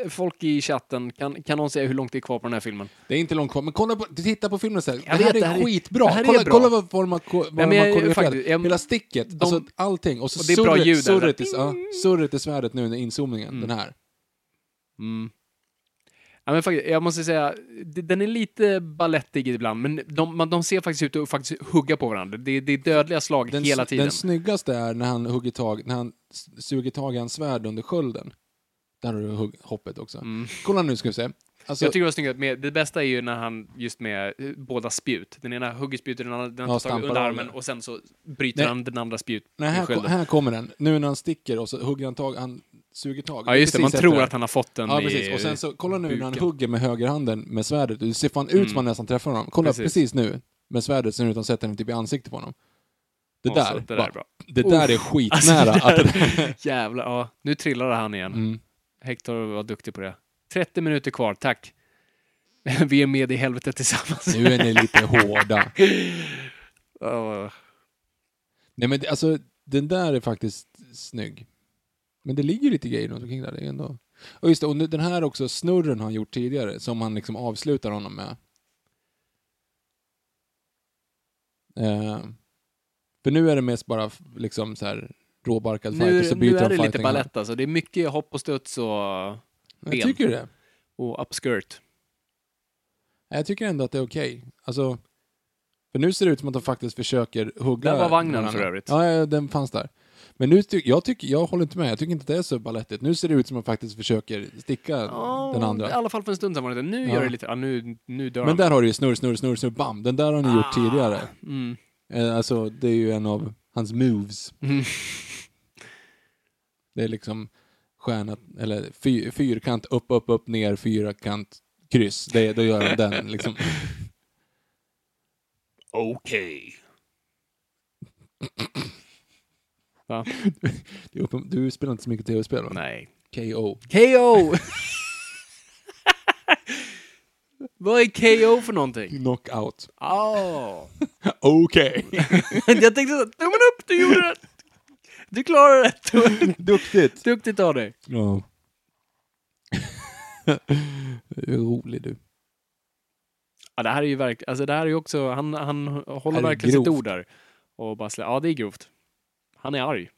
S1: folk i chatten, kan, kan någon säga hur långt det är kvar på den här filmen?
S2: Det är inte långt kvar, men kolla på, titta på filmen sen. Det
S1: Jag
S2: här
S1: vet, det
S2: är
S1: här är-
S2: skitbra.
S1: det här är
S2: kolla,
S1: bra.
S2: kolla vad, vad man, ko- vad
S1: men
S2: man
S1: jag-
S2: koreograferade.
S1: faktiskt, jag-
S2: Hela sticket,
S1: de-
S2: alltså allting. Och så
S1: Och det är bra ljud där, Mm.
S2: surret,
S1: så här,
S2: surret, i, ja, surret i svärdet nu under inzoomningen, den här.
S1: Ja, men faktiskt, jag måste säga, d- den är lite ballettig ibland, men de, man, de ser faktiskt ut att faktiskt hugga på varandra. Det, det är dödliga slag
S2: Den,
S1: hela tiden.
S2: den snyggaste är när han hugger tag, när han s- suger tag i hans svärd under skölden. Där har du hugg, hoppet också. Kolla nu ska vi se. Alltså,
S1: Mm. jag tycker det var snyggt, med, det bästa är ju när han just med eh, båda spjut. Den ena hugger spjutet, den andra
S2: Ja,
S1: den tar tag i
S2: stampar
S1: under
S2: av
S1: armen
S2: det.
S1: och sen så bryter
S2: Nej.
S1: han den andra spjut
S2: nej,
S1: med
S2: här, ko-
S1: skölden.
S2: här kommer den. Nu när han sticker och så hugger han tag, han suger tag.
S1: Ja just det,
S2: Precis efter
S1: man tror
S2: här.
S1: att han har fått den
S2: Ja,
S1: i
S2: precis. Och sen så, kolla nu när han
S1: buken. Mm.
S2: hugger med högerhanden med svärdet. Det ser fan ut som han nästan träffar honom. Kolla
S1: Precis.
S2: precis, nu med svärdet, ser ut att han sätter den typ i ansiktet på honom. Det
S1: Och
S2: där,
S1: så, det där
S2: bara-
S1: är bra.
S2: det där är
S1: Uff.
S2: skitnära.
S1: Alltså,
S2: att
S1: det
S2: det
S1: där- Jävlar, ja. Nu trillade han igen.
S2: Mm.
S1: Hector var duktig på det. 30 minuter kvar, tack. Vi är med i helvetet tillsammans.
S2: Nu är ni lite hårda.
S1: Ja,
S2: Nej men det- alltså, den där är faktiskt snygg. Men det ligger lite grejer runt omkring där, det är ändå... Och just det, och nu, den här också, snurren har han gjort tidigare, som han liksom avslutar honom med. Eh, för nu är det mest bara f- liksom så här råbarkad fight
S1: Nu,
S2: och så byter
S1: nu är
S2: de
S1: det lite
S2: fighting hand.
S1: balett alltså. Det är mycket hopp och studs och,
S2: Men
S1: ben.
S2: Jag tycker det.
S1: och upskirt.
S2: Nej, Jag tycker ändå att det är okej. Alltså, för nu ser det ut som att de faktiskt försöker hugga...
S1: Där var vagnen
S2: varandra.
S1: för övrigt.
S2: Ja, ja, den fanns där. Men nu ty- jag, tycker, jag håller inte med, jag tycker inte att det är så balettigt. Nu ser det ut som att de faktiskt försöker sticka den
S1: I
S2: andra.
S1: alla fall för en stund sedan var det det. Nu
S2: Ja.
S1: gör det lite... Ja, nu, nu dör
S2: Men
S1: han.
S2: där har du ju snurr, snurr, snurr, snurr, bam. Den där har ni gjort tidigare.
S1: Ah, Mm.
S2: Eh, Alltså, det är ju en av hans moves.
S1: Mm.
S2: Det är liksom stjärna, eller fyr, fyrkant upp, upp, upp, ner, fyrkant, kryss. Det, då gör han den liksom.
S1: Okej. Va?
S2: Det är uppen- Du spelar inte så mycket tv-spel va?
S1: Nej.
S2: KO.
S1: KO! Vad är KO för någonting?
S2: Knockout.
S1: Oh.
S2: Okej.
S1: Jag tänkte så, tummen upp, du gjorde det! Du klarade det!
S2: Duktigt.
S1: Duktigt av dig!
S2: Ja. Du är rolig du.
S1: Ja, det här är ju verkligen, alltså det här är ju också, han, han håller
S2: är
S1: verkligen sitt
S2: grovt.
S1: ord där. Och bara slä, ja det är grovt. Han är arg.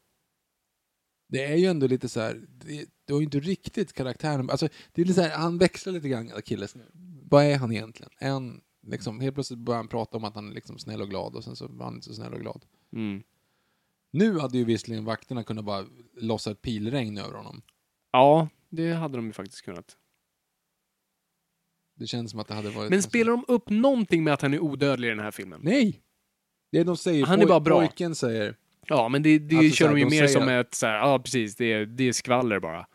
S2: Det är ju ändå lite så här. Det, du har ju inte riktigt karaktären. Alltså, det är lite så här, han växlar lite grann, Akilles. Vad är han egentligen? Är han, liksom, helt plötsligt börjar han prata om att han är liksom snäll och glad och sen så var han inte så snäll och glad.
S1: Mm.
S2: Nu hade ju visserligen vakterna kunnat bara lossa ett pilregn över honom.
S1: Ja, det hade de ju faktiskt kunnat.
S2: Det känns som att det hade varit...
S1: Men spelar de upp någonting med att han är odödlig i den här filmen?
S2: Nej! Det är de säger.
S1: Han är bara bra.
S2: Pojken säger.
S1: Ja, men det, det
S2: Alltså, så
S1: kör
S2: här,
S1: de ju
S2: de
S1: mer
S2: säger-
S1: som ett så här, ja precis, det är, det är skvaller bara.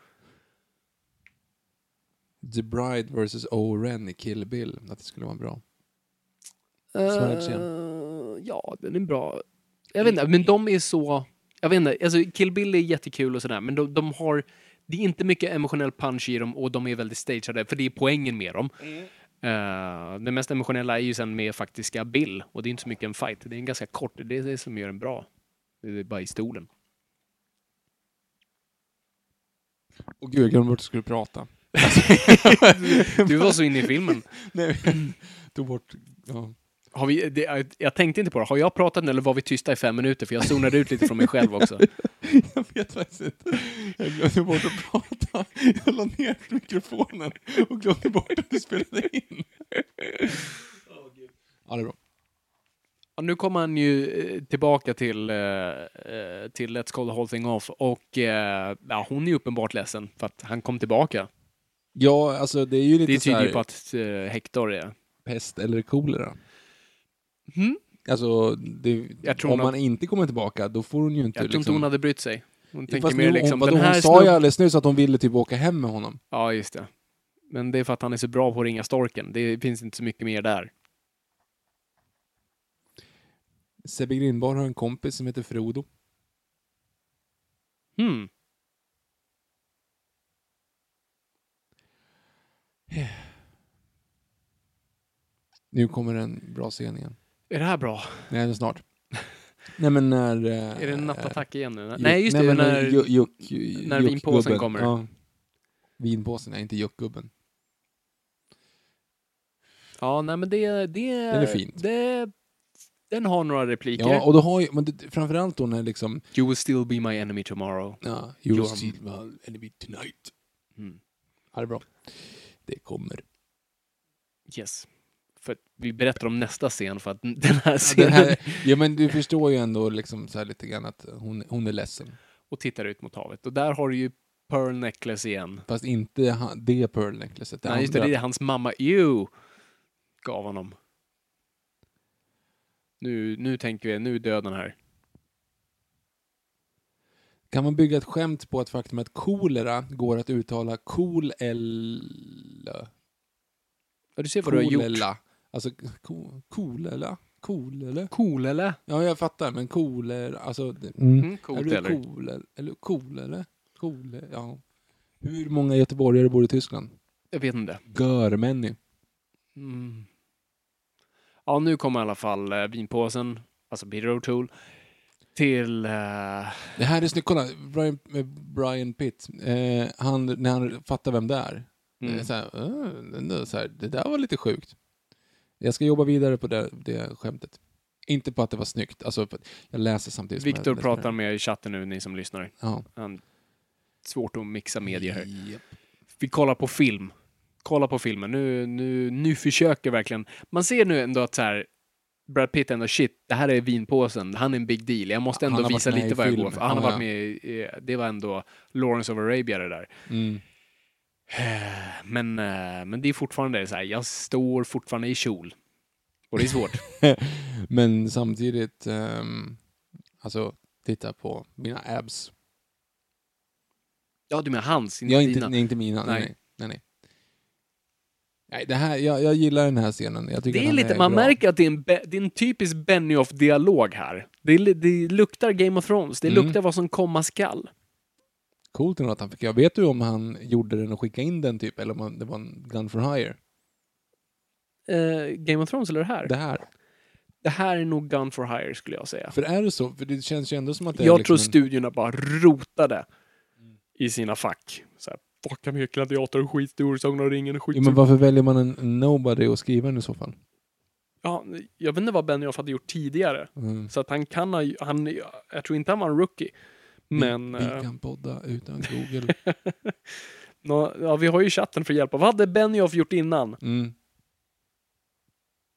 S2: The Bride vs. Oren i Kill Bill. Att det skulle vara bra. Svärdsen.
S1: Eh, ja, den är bra. Jag vet inte, men de är så... Jag vet inte, alltså Kill Bill är jättekul och sådär, men de, de har... Det är inte mycket emotionell punch i dem och de är väldigt stageade, för det är poängen med dem. Eh, det mest emotionella är ju sen med faktiska Bill, och det är inte så mycket en fight. Det är en ganska kort, det är det som gör den bra. Det är bara i stolen.
S2: Och gud, jag glömde vart du skulle prata.
S1: Du var så inne i filmen.
S2: Alltså, Nej, tog bort... Ja.
S1: Har vi, det, jag- jag tänkte inte på det. Har jag pratat nu eller var vi tysta i fem minuter? För jag zonade ut lite från mig själv också.
S2: Jag vet faktiskt inte. Jag glömde bort att prata. Jag la ner mikrofonen och glömde bort att du spelade in. Ja, det är bra.
S1: Ja, nu kommer han ju eh, tillbaka till, eh, eh, till Let's Call the Whole Thing Off och eh, ja, hon är uppenbart ledsen för att han kom tillbaka.
S2: Ja, alltså det är ju lite
S1: Det
S2: så
S1: tyder
S2: här Mm.
S1: ju på att eh, Hector är...
S2: pest eller kolera.
S1: Mm.
S2: Alltså, det,
S1: Jag tror
S2: om
S1: hon-
S2: man inte kommer tillbaka, då får hon ju inte... liksom-
S1: Jag tror inte hon hade brytt sig. Hon tänker
S2: Fast
S1: mer
S2: nu,
S1: liksom...
S2: hon, vadå,
S1: den här
S2: hon sa ju
S1: snubb-
S2: alldeles nyss att hon ville typ åka hem med honom.
S1: Ja, just det. Men det är för att han är så bra på att ringa storken. Det finns inte så mycket mer där.
S2: Sebbe Grindbar har en kompis som heter Frodo.
S1: Hmm.
S2: Nu kommer en bra scen igen.
S1: Är det här bra?
S2: Nej, det är snart. Nej men när... eh,
S1: Är det en nattattack igen nu? Nej, just det.
S2: men
S1: när...
S2: ju- juck- ju-
S1: när vinpåsen
S2: juckgubben.
S1: kommer.
S2: Ja. Vinpåsen är inte juckgubben.
S1: Ja, nej men det... det
S2: Den är fint.
S1: Det, den har några repliker.
S2: Ja, och då har ju, men det, framförallt då när liksom...
S1: You will still be my enemy tomorrow.
S2: Ja,
S1: You're
S2: you're
S1: m-
S2: still my enemy tonight.
S1: Mm.
S2: Ja, det är bra. Det kommer.
S1: Yes. För att vi berättar om nästa scen för att den här
S2: Ja,
S1: scenen...
S2: den här, ja men du förstår ju ändå liksom så här lite grann att hon, hon är ledsen.
S1: Och tittar ut mot havet. Och där har du ju Pearl Necklace igen.
S2: Fast inte han, det pearl necklacet. Det
S1: Nej, just det,
S2: andra.
S1: det är hans mamma. Ew! Gav honom. Nu, nu tänker vi, nu är döden här.
S2: Kan man bygga ett skämt på att faktum att kolera går att uttala kol eller
S1: Ja, du ser vad du har gjort.
S2: Kolella. Alltså, ko- kolella? Kolella?
S1: Kolele.
S2: Ja, jag fattar, men kolera, alltså... det-
S1: Mm,
S2: Är
S1: coolt
S2: du
S1: eller?
S2: kolel, eller kolele? Kole, ja. Hur många göteborgare bor i Tyskland?
S1: Jag vet inte.
S2: Görmänny.
S1: Mm. Ja, nu kommer i alla fall eh, vinpåsen, alltså Peter O'Toole, till... eh,
S2: Det här är snyggt, kolla. Brian, eh, Brian Pitt. Eh, han, när han fattar vem det är.
S1: mm.
S2: Eh, Så här, "Åh, den där- så här, det där var lite sjukt. Jag ska jobba vidare på det, det skämtet. Inte på att det var snyggt. Alltså, för att jag läser samtidigt som jag
S1: Viktor
S2: läser
S1: pratar
S2: det.
S1: med i chatten nu, ni som lyssnar.
S2: Ja.
S1: Han, svårt att mixa media här.
S2: Japp.
S1: Vi kollar på film. Kolla på filmen. Nu, nu, nu försöker verkligen... Man ser nu ändå att så här, Brad Pitt ändå, shit, det här är vinpåsen, han är en big deal. Jag måste
S2: Han
S1: ändå
S2: har
S1: visa
S2: varit med
S1: lite
S2: i
S1: vad jag
S2: film.
S1: går för. Han har
S2: Ja,
S1: varit
S2: ja.
S1: med i, i- det var ändå Lawrence of Arabia det där.
S2: Mm.
S1: Men, eh, men det är fortfarande så här, jag står fortfarande i kjol. Och det är svårt.
S2: Men samtidigt, ehm, alltså titta på mina abs.
S1: ja, du menar hans, inte
S2: Ja, inte,
S1: dina.
S2: nej, inte mina. Nej.
S1: Nej.
S2: Nej, nej, nej. nej det här, jag, jag gillar den här scenen. Jag tycker
S1: det
S2: att den
S1: är lite, man
S2: bra.
S1: märker att det är en, be, det är en typisk Benioff-dialog här. Det, är li- det luktar Game of Thrones, det
S2: Mm.
S1: luktar vad som komma skall.
S2: Coolt ändå att han fick jag Vet du om han gjorde den och skickade in den typ, eller om han- det var en gun for hire?
S1: Eh, Game of Thrones eller det här?
S2: Det här.
S1: Det här är nog Gun for Hire skulle jag säga.
S2: För är det så? För det känns ju ändå som att det
S1: Jag
S2: är
S1: tror
S2: liksom en- Mm.
S1: studierna bara rotade i sina fack. Så här, fuck, han är gladiator och skit, Storsången och ringen och skit.
S2: Ja, men varför väljer man en nobody och skriver den i så fall?
S1: ja, jag vet inte vad Benioff hade gjort tidigare.
S2: Mm.
S1: Så att han kan ha, han, jag tror inte han var en rookie. Men, eh,
S2: Vi,
S1: vi,
S2: vi kan podda utan Google.
S1: ja, vi har ju chatten för att hjälpa. Vad hade Benioff gjort innan?
S2: Mm.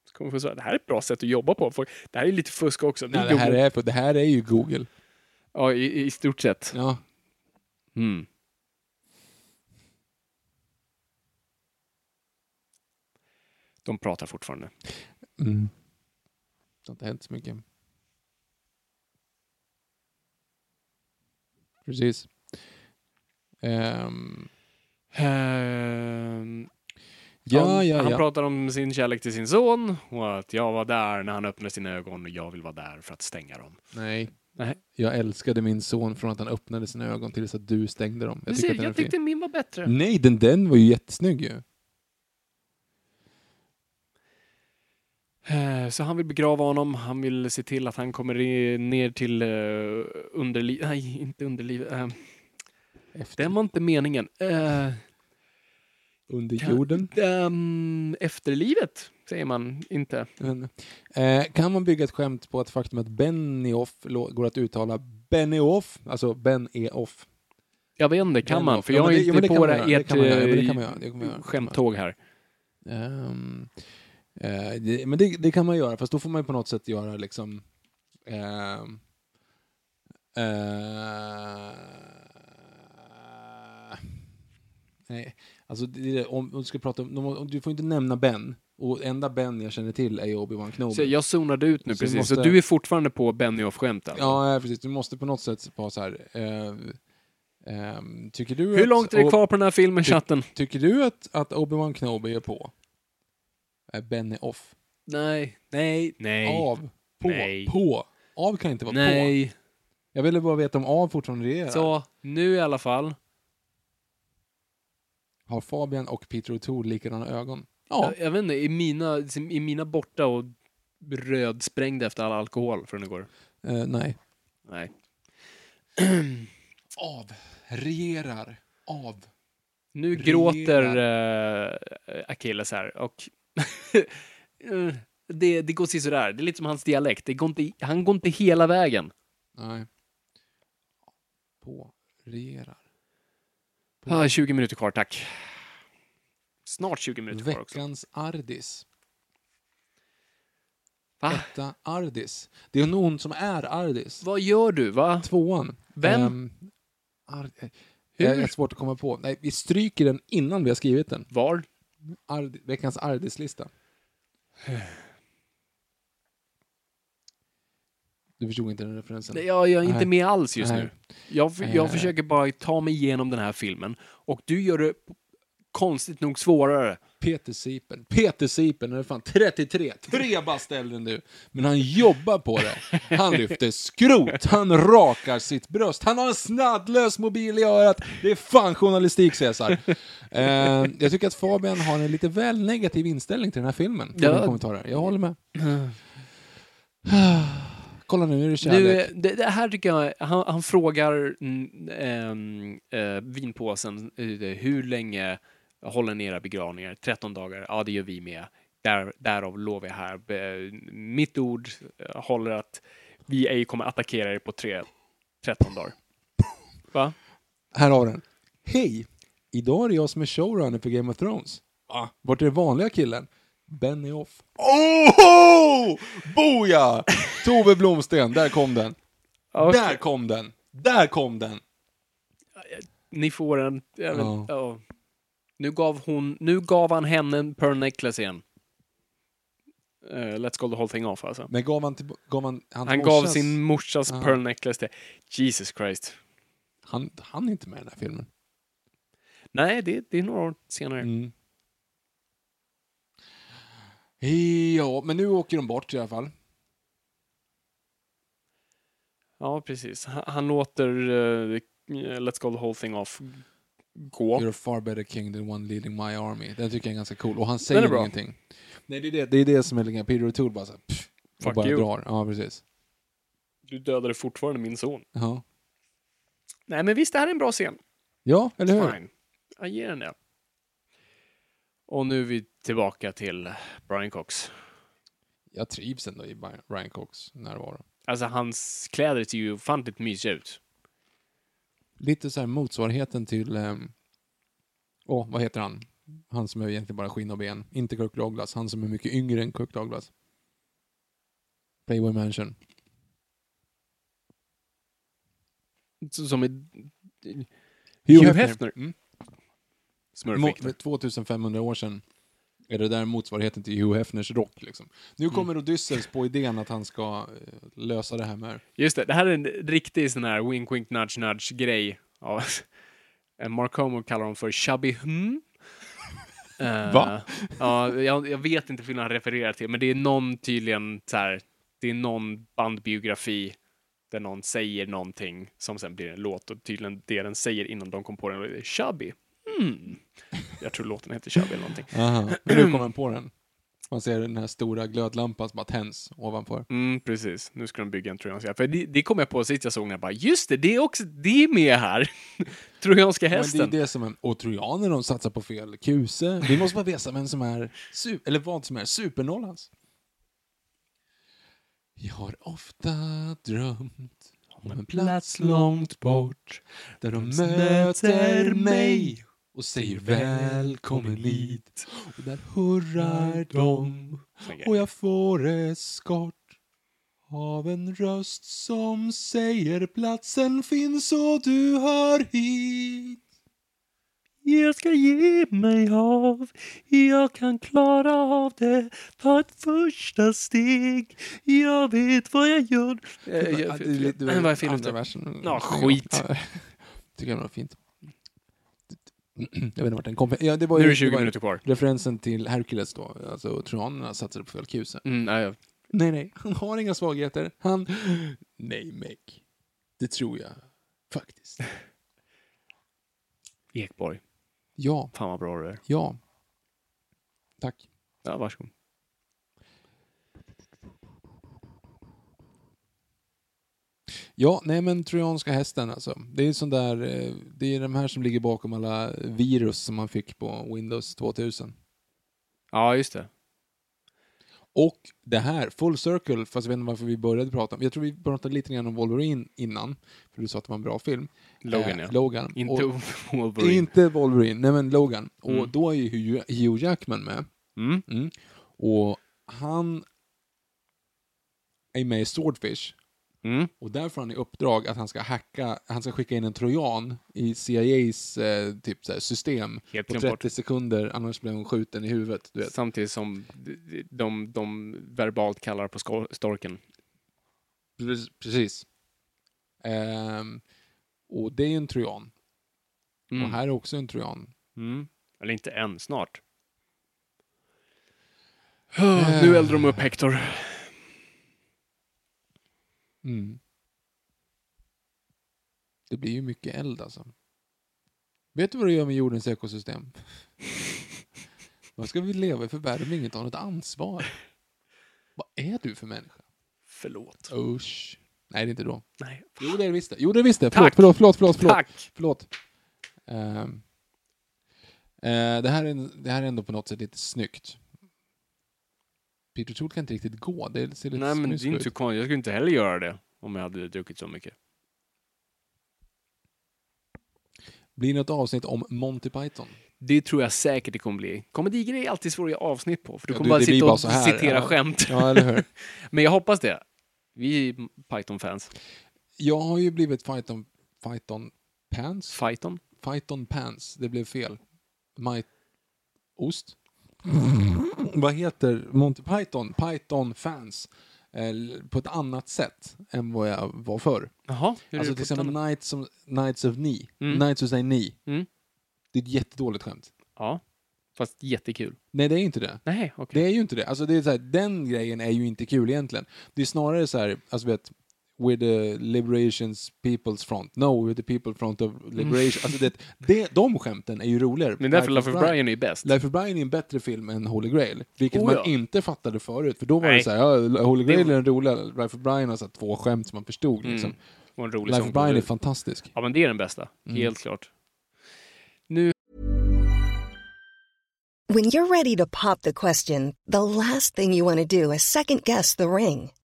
S1: Så kommer vi få säga, det här är ett bra sätt att jobba på. Folk- Det här är lite fusk också.
S2: Nej, det, här
S1: Google-
S2: är, det här är ju Google.
S1: Ja, i, i stort sett.
S2: Ja.
S1: Mm. De pratar fortfarande.
S2: Mm. Det har inte hänt så mycket. Precis. Ehm, ja,
S1: han,
S2: ja,
S1: han
S2: ja.
S1: pratar om sin kärlek till sin son och att jag var där när han öppnade sina ögon och jag vill vara där för att stänga dem.
S2: Nej.
S1: Nej.
S2: Jag älskade min son från att han öppnade sina ögon tills att du stängde dem.
S1: Jag,
S2: Jag tycker att
S1: ser,
S2: den är
S1: jag
S2: fin.
S1: tyckte min var bättre.
S2: Nej, den, den var ju jättesnygg ju.
S1: Eh, Så han vill begrava honom, han vill se till att han kommer i- ner till underlivet. Nej, inte underlivet. Eh,
S2: Efter,
S1: Den var inte meningen. Eh,
S2: Under
S1: kan-
S2: jorden.
S1: ehm, efterlivet säger man inte.
S2: Men, eh, kan man bygga ett skämt på att faktum att Benioff lå- går att uttala Benioff, alltså Ben-E-off.
S1: Jag vet inte, kan man?
S2: Benioff.
S1: För
S2: Ja,
S1: jag
S2: men
S1: är
S2: det- ja, men
S1: inte
S2: det kan
S1: på
S2: man
S1: det
S2: göra, det
S1: ert
S2: kan man göra, ja, men det
S1: eh,
S2: kan man göra, det kan man göra.
S1: skämttåg här.
S2: Ehm, eh, det, men det, det kan man göra, fast då får man ju på något sätt göra liksom... ehm, eh, nej, alltså det, är- om, om du ska prata om, om... Du får inte nämna Ben. Och enda Ben jag känner till är ju Obi-Wan Kenobi.
S1: Så jag zonade ut nu
S2: Så vi
S1: precis, så
S2: måste-
S1: du är fortfarande på Benioff-skämt alltså.
S2: Ja, ja, precis. Du måste på något sätt vara så här... eh, ehm, tycker du
S1: Hur
S2: att,
S1: långt är det
S2: och- Typ-
S1: kvar på den här filmen, chatten?
S2: Tycker du att, att Obi-Wan Kenobi är på? Är Ben är off?
S1: Nej, nej, nej,
S2: Av? På?
S1: Nej.
S2: På? Av kan inte vara på.
S1: nej.
S2: Jag ville bara veta om av fortfarande regerar.
S1: Så, nu i alla fall.
S2: Har Fabian och Peter O'Toole likadana ögon? Ja.
S1: Jag, jag vet inte, i mina, i mina borta och rödsprängda efter all alkohol från igår.
S2: Eh, nej.
S1: Nej.
S2: Av. Regerar. Av.
S1: Nu gråter eh, Achilles här och eh, det, det går sisådär. Det är lite som hans dialekt. Det går inte, han går inte hela vägen.
S2: Nej. På. Regerar.
S1: Ah, 20 minuter kvar, tack. Snart 20 minuter kvar också.
S2: Veckans Ardis.
S1: Va?
S2: Etta Ardis. Det är någon som är Ardis.
S1: Vad gör du? Va?
S2: Tvåan.
S1: Vem?
S2: Ehm, Ar- eh,
S1: Hur?
S2: Jag är svårt att komma på. Nej, vi stryker den innan vi har skrivit den.
S1: Var?
S2: Ard- veckans Ardis-lista. Du förstod inte den referensen?
S1: Nej, jag, jag är inte
S2: Nej.
S1: med alls just
S2: Nej.
S1: nu. Jag, f- jag
S2: Eh.
S1: försöker bara ta mig igenom den här filmen och du gör det p- konstigt nog svårare.
S2: Peter Sipen. Peter Sipen är fan 33. Tre bast äldre än du. Men han jobbar på det. Han lyfter skrot. Han rakar sitt bröst. Han har en snaddlös mobil i örat. Det är fan journalistik, Cesar. Eh, jag tycker att Fabian har en lite väl negativ inställning till den här filmen.
S1: Ja.
S2: Ja. Kommentarer. Jag håller med. Kolla nu, nu är det kärlek.
S1: Nu, eh, det, det här tycker jag, han, han frågar mm, ehm, eh, vinpåsen eh, hur länge håller ni era begravningar? 13 dagar? Ja, det gör vi med. Där, därav lovar jag här. Eh, Mitt ord eh, håller att vi ej kommer attackera er på tre, 13 dagar. Va?
S2: Här har den. Hej! Idag är det jag som är showrunner för Game of Thrones. Va? Vart är den vanliga killen? Benny Off. Oh! Boja! Tove Blomsten, där kom den.
S1: Ja, okej.
S2: Där kom den. Där kom den.
S1: Ni får en... Jag vet,
S2: Ja.
S1: ja. Nu gav hon... Nu gav han henne en pearl necklace igen. Eh, let's call the whole thing off alltså.
S2: Men gav han till, gav han, hans
S1: Han
S2: morsas-
S1: gav sin morsas
S2: Ja.
S1: pearl necklace till... Jesus Christ.
S2: Han, han är inte med i den här filmen.
S1: Nej, det, det är några år senare.
S2: Mm. Ja, men nu åker de bort i alla fall.
S1: Ja, precis. Han, han låter eh, Let's call the whole thing off
S2: Mm.
S1: gå.
S2: You're a far better king than one leading my army. Den tycker jag är ganska cool. Och han
S1: är
S2: säger
S1: bra.
S2: ingenting. Nej, det är det, det, är det som är lika Peter O'Toole bara så här, pff, och
S1: Fuck
S2: bara
S1: you.
S2: drar. Ja, precis.
S1: Du dödade fortfarande min son.
S2: Ja,
S1: Nej, men visst, det här är en bra scen.
S2: ja eller hur?
S1: Fine. Jag ger den det. Och nu är vi tillbaka till Brian Cox.
S2: Jag trivs ändå i Brian- Brian Cox närvaro.
S1: Alltså hans kläder ser ju ofantligt mysiga ut.
S2: Lite så här motsvarigheten till... ehm, Åh, vad heter han? Han som är egentligen bara skinn och ben. Inte Kirk Douglas. Han som är mycket yngre än Kirk Douglas. Playboy Mansion.
S1: S- Som i
S2: Hugh
S1: Hugh
S2: Hefner.
S1: Hefner.
S2: Mm.
S1: Smurf Victor.
S2: Mot, 2500 år sedan är det där motsvarigheten till Hugh Hefners rock. Liksom. Nu kommer Odysseus på idén att han ska eh, lösa det här med...
S1: Just det, det här är en riktig sån här wink wink nudge nudge grej. Ja. Eh, Mark Homo kallar dem för chubby hmm. Eh,
S2: Va?
S1: Ja, jag, jag vet inte filmen han refererar till, men det är någon tydligen så här, det är någon bandbiografi där någon säger någonting som sen blir en låt och tydligen det den säger innan de kom på den är chubby. Hmm. Jag tror låten heter chubby eller någonting.
S2: Aha. Men nu kommer han på den. Man ser den här stora glödlampan som bara tänds ovanför.
S1: Mm, precis. Nu ska de bygga en trojansk häst. För det, det kom jag på sist jag såg den här, bara, just det, det är också, det är med här. trojanska hästen.
S2: Men det är det som är, och trojaner de satsar på fel kuse. Vi måste bara veta vem som är, su- eller vad som är supernollans. Jag har ofta drömt om en plats långt bort där de möter mig och säger välkommen hit. Och där hurrar de och jag får eskort av en röst som säger platsen finns och du hör hit.
S1: Jag ska ge mig av, jag kan klara av det, ta ett första steg, jag vet vad jag gör. Eh, jag- Vad är filmen?
S2: Andra versen.
S1: Ja, skit.
S2: Ja, Tycker jag var fint. Jag vet inte vart den kom ja, det var
S1: Nu är
S2: ju,
S1: det 20
S2: var ju
S1: minuter kvar.
S2: Referensen till Hercules då, alltså trojanerna satsade på fel kuse.
S1: Mm, nej, ja.
S2: Nej, nej, han har inga svagheter. Han... Nej, Meg. Det tror jag faktiskt.
S1: Ekborg,
S2: Ja,
S1: fan vad bra du är.
S2: ja. Tack.
S1: Ja, varsågod.
S2: Ja, nej men trojanska hästen alltså. Det är sån där, eh, det är de här som ligger bakom alla virus som man fick på Windows 2000.
S1: Ja, just det.
S2: Och det här, full circle, fast jag vet inte varför vi började prata om. Jag tror vi pratade lite grann om Wolverine innan, för du sa att det var en bra film.
S1: Logan,
S2: Eh,
S1: ja.
S2: Logan.
S1: Inte
S2: och,
S1: Wolverine.
S2: Inte Wolverine, nej men Logan. Och
S1: Mm.
S2: då är ju Hugh- Hugh Jackman med.
S1: Mm.
S2: Mm. Och han är med i Swordfish.
S1: Mm.
S2: Och där får han i uppdrag att han ska hacka, han ska skicka in en trojan i CIAs eh, typ så här, system
S1: Helt
S2: på
S1: glömt
S2: 30
S1: bort.
S2: sekunder, annars blir hon skjuten i huvudet. Du vet.
S1: Samtidigt som de, de, de verbalt kallar på skor- storken.
S2: Pre- Precis. Ehm, och det är ju en trojan.
S1: Mm.
S2: Och här är också en trojan.
S1: Mm. Eller inte än, snart.
S2: Eh.
S1: Nu eldar de upp Hector.
S2: Mm. Det blir ju mycket eld alltså. Vet du vad det gör med jordens ekosystem? vad ska vi leva i för värld om ingen tar något ansvar? Vad är du för människa?
S1: Förlåt.
S2: Usch. Nej, det är inte då.
S1: Nej.
S2: Jo, det är det visst det. Jo, det är visst det.
S1: Tack.
S2: Förlåt, förlåt, förlåt, förlåt. förlåt. Förlåt.
S1: Tack!
S2: Ehm. Eh, det, här är, det här är ändå på något sätt lite snyggt. Peter Tool kan inte riktigt gå. Det ser lite
S1: Nej, men det är
S2: snuskigt
S1: inte så
S2: ut.
S1: konstigt. Jag skulle inte heller göra det om jag hade druckit så mycket.
S2: Blir det något avsnitt om Monty Python?
S1: Det tror jag säkert det kommer bli. Komedigrejer är alltid svåra att göra avsnitt på, för du
S2: Ja,
S1: kommer
S2: du,
S1: bara
S2: det blir
S1: sitta
S2: bara
S1: och
S2: så här,
S1: citera
S2: ja.
S1: skämt.
S2: Ja, eller hur?
S1: Men jag hoppas det. Vi är Python-fans.
S2: Jag har ju blivit Python... Python Pants?
S1: Python?
S2: Python Pants. Det blev fel. My... Ost? Vad heter Monty Python? Python Fans. Eh, på ett annat sätt än vad jag var förr.
S1: Jaha, hur
S2: Alltså till
S1: är det på
S2: exempel
S1: den?
S2: Knights of, Knights of Knee.
S1: Mm.
S2: Knights of Say Knee.
S1: Mm.
S2: Det är ett jättedåligt skämt.
S1: Ja, fast jättekul.
S2: Nej, det är ju inte det.
S1: Nej, okej.
S2: Det är ju inte det. Alltså, det är så här, den grejen är ju inte kul egentligen. Det är snarare så här, alltså vet, with the liberations people's front. No, with the people front of liberation. Alltså det, det, de skämten är ju roligare.
S1: Mm. Men därför
S2: Life of
S1: Life of Brian är ju bäst.
S2: Life of Brian är en bättre film än Holy Grail, vilket
S1: Oh,
S2: man
S1: ja.
S2: inte fattade förut. För då var
S1: Nej.
S2: det så här, ja, Holy
S1: Det-
S2: Grail är den roliga, Life of Brian har så här, två skämt som man förstod. Liksom.
S1: Mm. Och en rolig
S2: Life of
S1: sång.
S2: Brian är Mm. fantastisk.
S1: Ja, men det är den bästa. Helt klart. Nu...
S3: When you're ready to pop the question, the last thing you want to do is second guess the ring.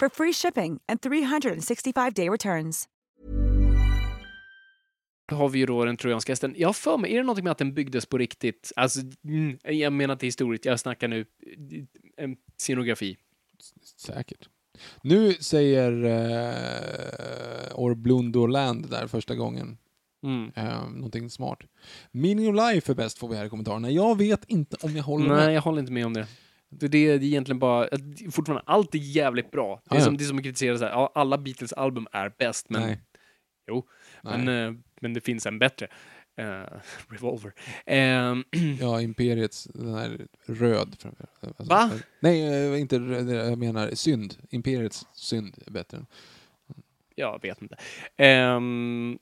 S4: for free shipping and 365-day returns.
S1: har vi ju då den trojanska hästen. Jag har för mig, är det någonting med att den byggdes på riktigt? Alltså, mm, jag menar inte historiskt, jag snackar nu eh, eh, scenografi.
S2: Säkert. Nu säger eh, Orblundoland där första gången
S1: Mm.
S2: eh, någonting smart. Meaning of life är bäst får vi här i kommentarerna. Jag vet inte om jag håller
S1: Nej,
S2: med.
S1: jag håller inte med om det. Det det är egentligen bara, att- fortfarande, allt är jävligt bra. Det är
S2: Ah, ja.
S1: som det är som att kritisera så här, ja, alla Beatles album är bäst, men,
S2: Nej.
S1: Jo,
S2: Nej.
S1: men, eh, men det finns en bättre. Eh, revolver. Eh,
S2: Ja, Imperiets, den här röd. framför- Alltså,
S1: Va?
S2: Nej, eh, inte röd, jag menar synd. Imperiets synd är bättre.
S1: jag vet inte. Ehm,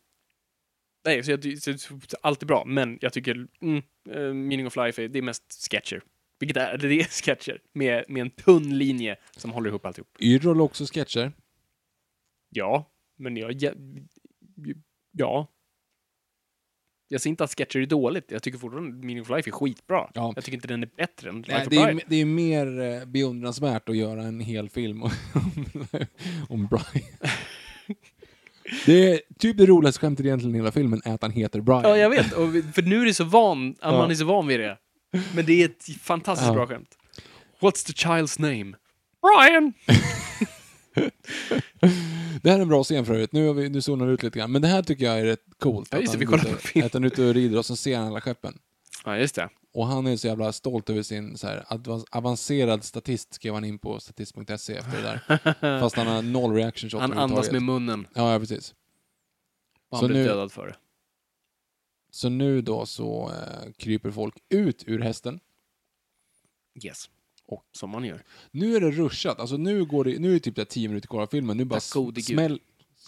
S1: Nej, så jag, så, så- allt är bra, men jag tycker mm, eh, Meaning of Life, är, det är mest sketcher. Vilket är, det är sketcher med, med en tunn linje som håller ihop alltihop.
S2: Yrrol också sketcher.
S1: Ja, men jag... Ja, ja. Jag ser inte att sketcher är dåligt. Jag tycker fortfarande Meaning of Life är skitbra.
S2: Ja.
S1: Jag tycker inte den är bättre än Life
S2: Nej,
S1: of
S2: det, är,
S1: Brian.
S2: det är mer eh, beundransvärt att göra en hel film om, om Brian. Det är typ det roligaste skämtet egentligen i hela filmen är att han heter Brian.
S1: Ja, jag vet. Och, vi- för nu är det så van, att
S2: Ja.
S1: man är så van vid det. Men det är ett fantastiskt
S2: Ja.
S1: bra skämt. What's the child's name? Brian!
S2: Det här är en bra scen för övrigt. Nu, har vi, nu zonar vi ut lite grann. Men det här tycker jag är rätt coolt.
S1: Ja, just
S2: att,
S1: det,
S2: han
S1: vi
S2: är
S1: kollar på
S2: ute,
S1: film.
S2: att han är ute och rider och så ser han alla skeppen.
S1: Ja, just det.
S2: Och han är så jävla stolt över sin så här, advan- avancerad statist, skrev han in på statist.se efter det där. Fast han har noll reaction shot
S1: Han andas
S2: överhuvudtaget.
S1: med munnen.
S2: Ja, ja, precis.
S1: Och han
S2: Så
S1: blev
S2: nu-
S1: dödad för det.
S2: Så nu då så eh, kryper folk ut ur hästen.
S1: Yes. Och som man gör.
S2: Nu är det ruschat. Alltså nu går det, nu är det typ där 10 minuter kvar av filmen. Nu bara
S1: Tack gode Gud.
S2: smäll...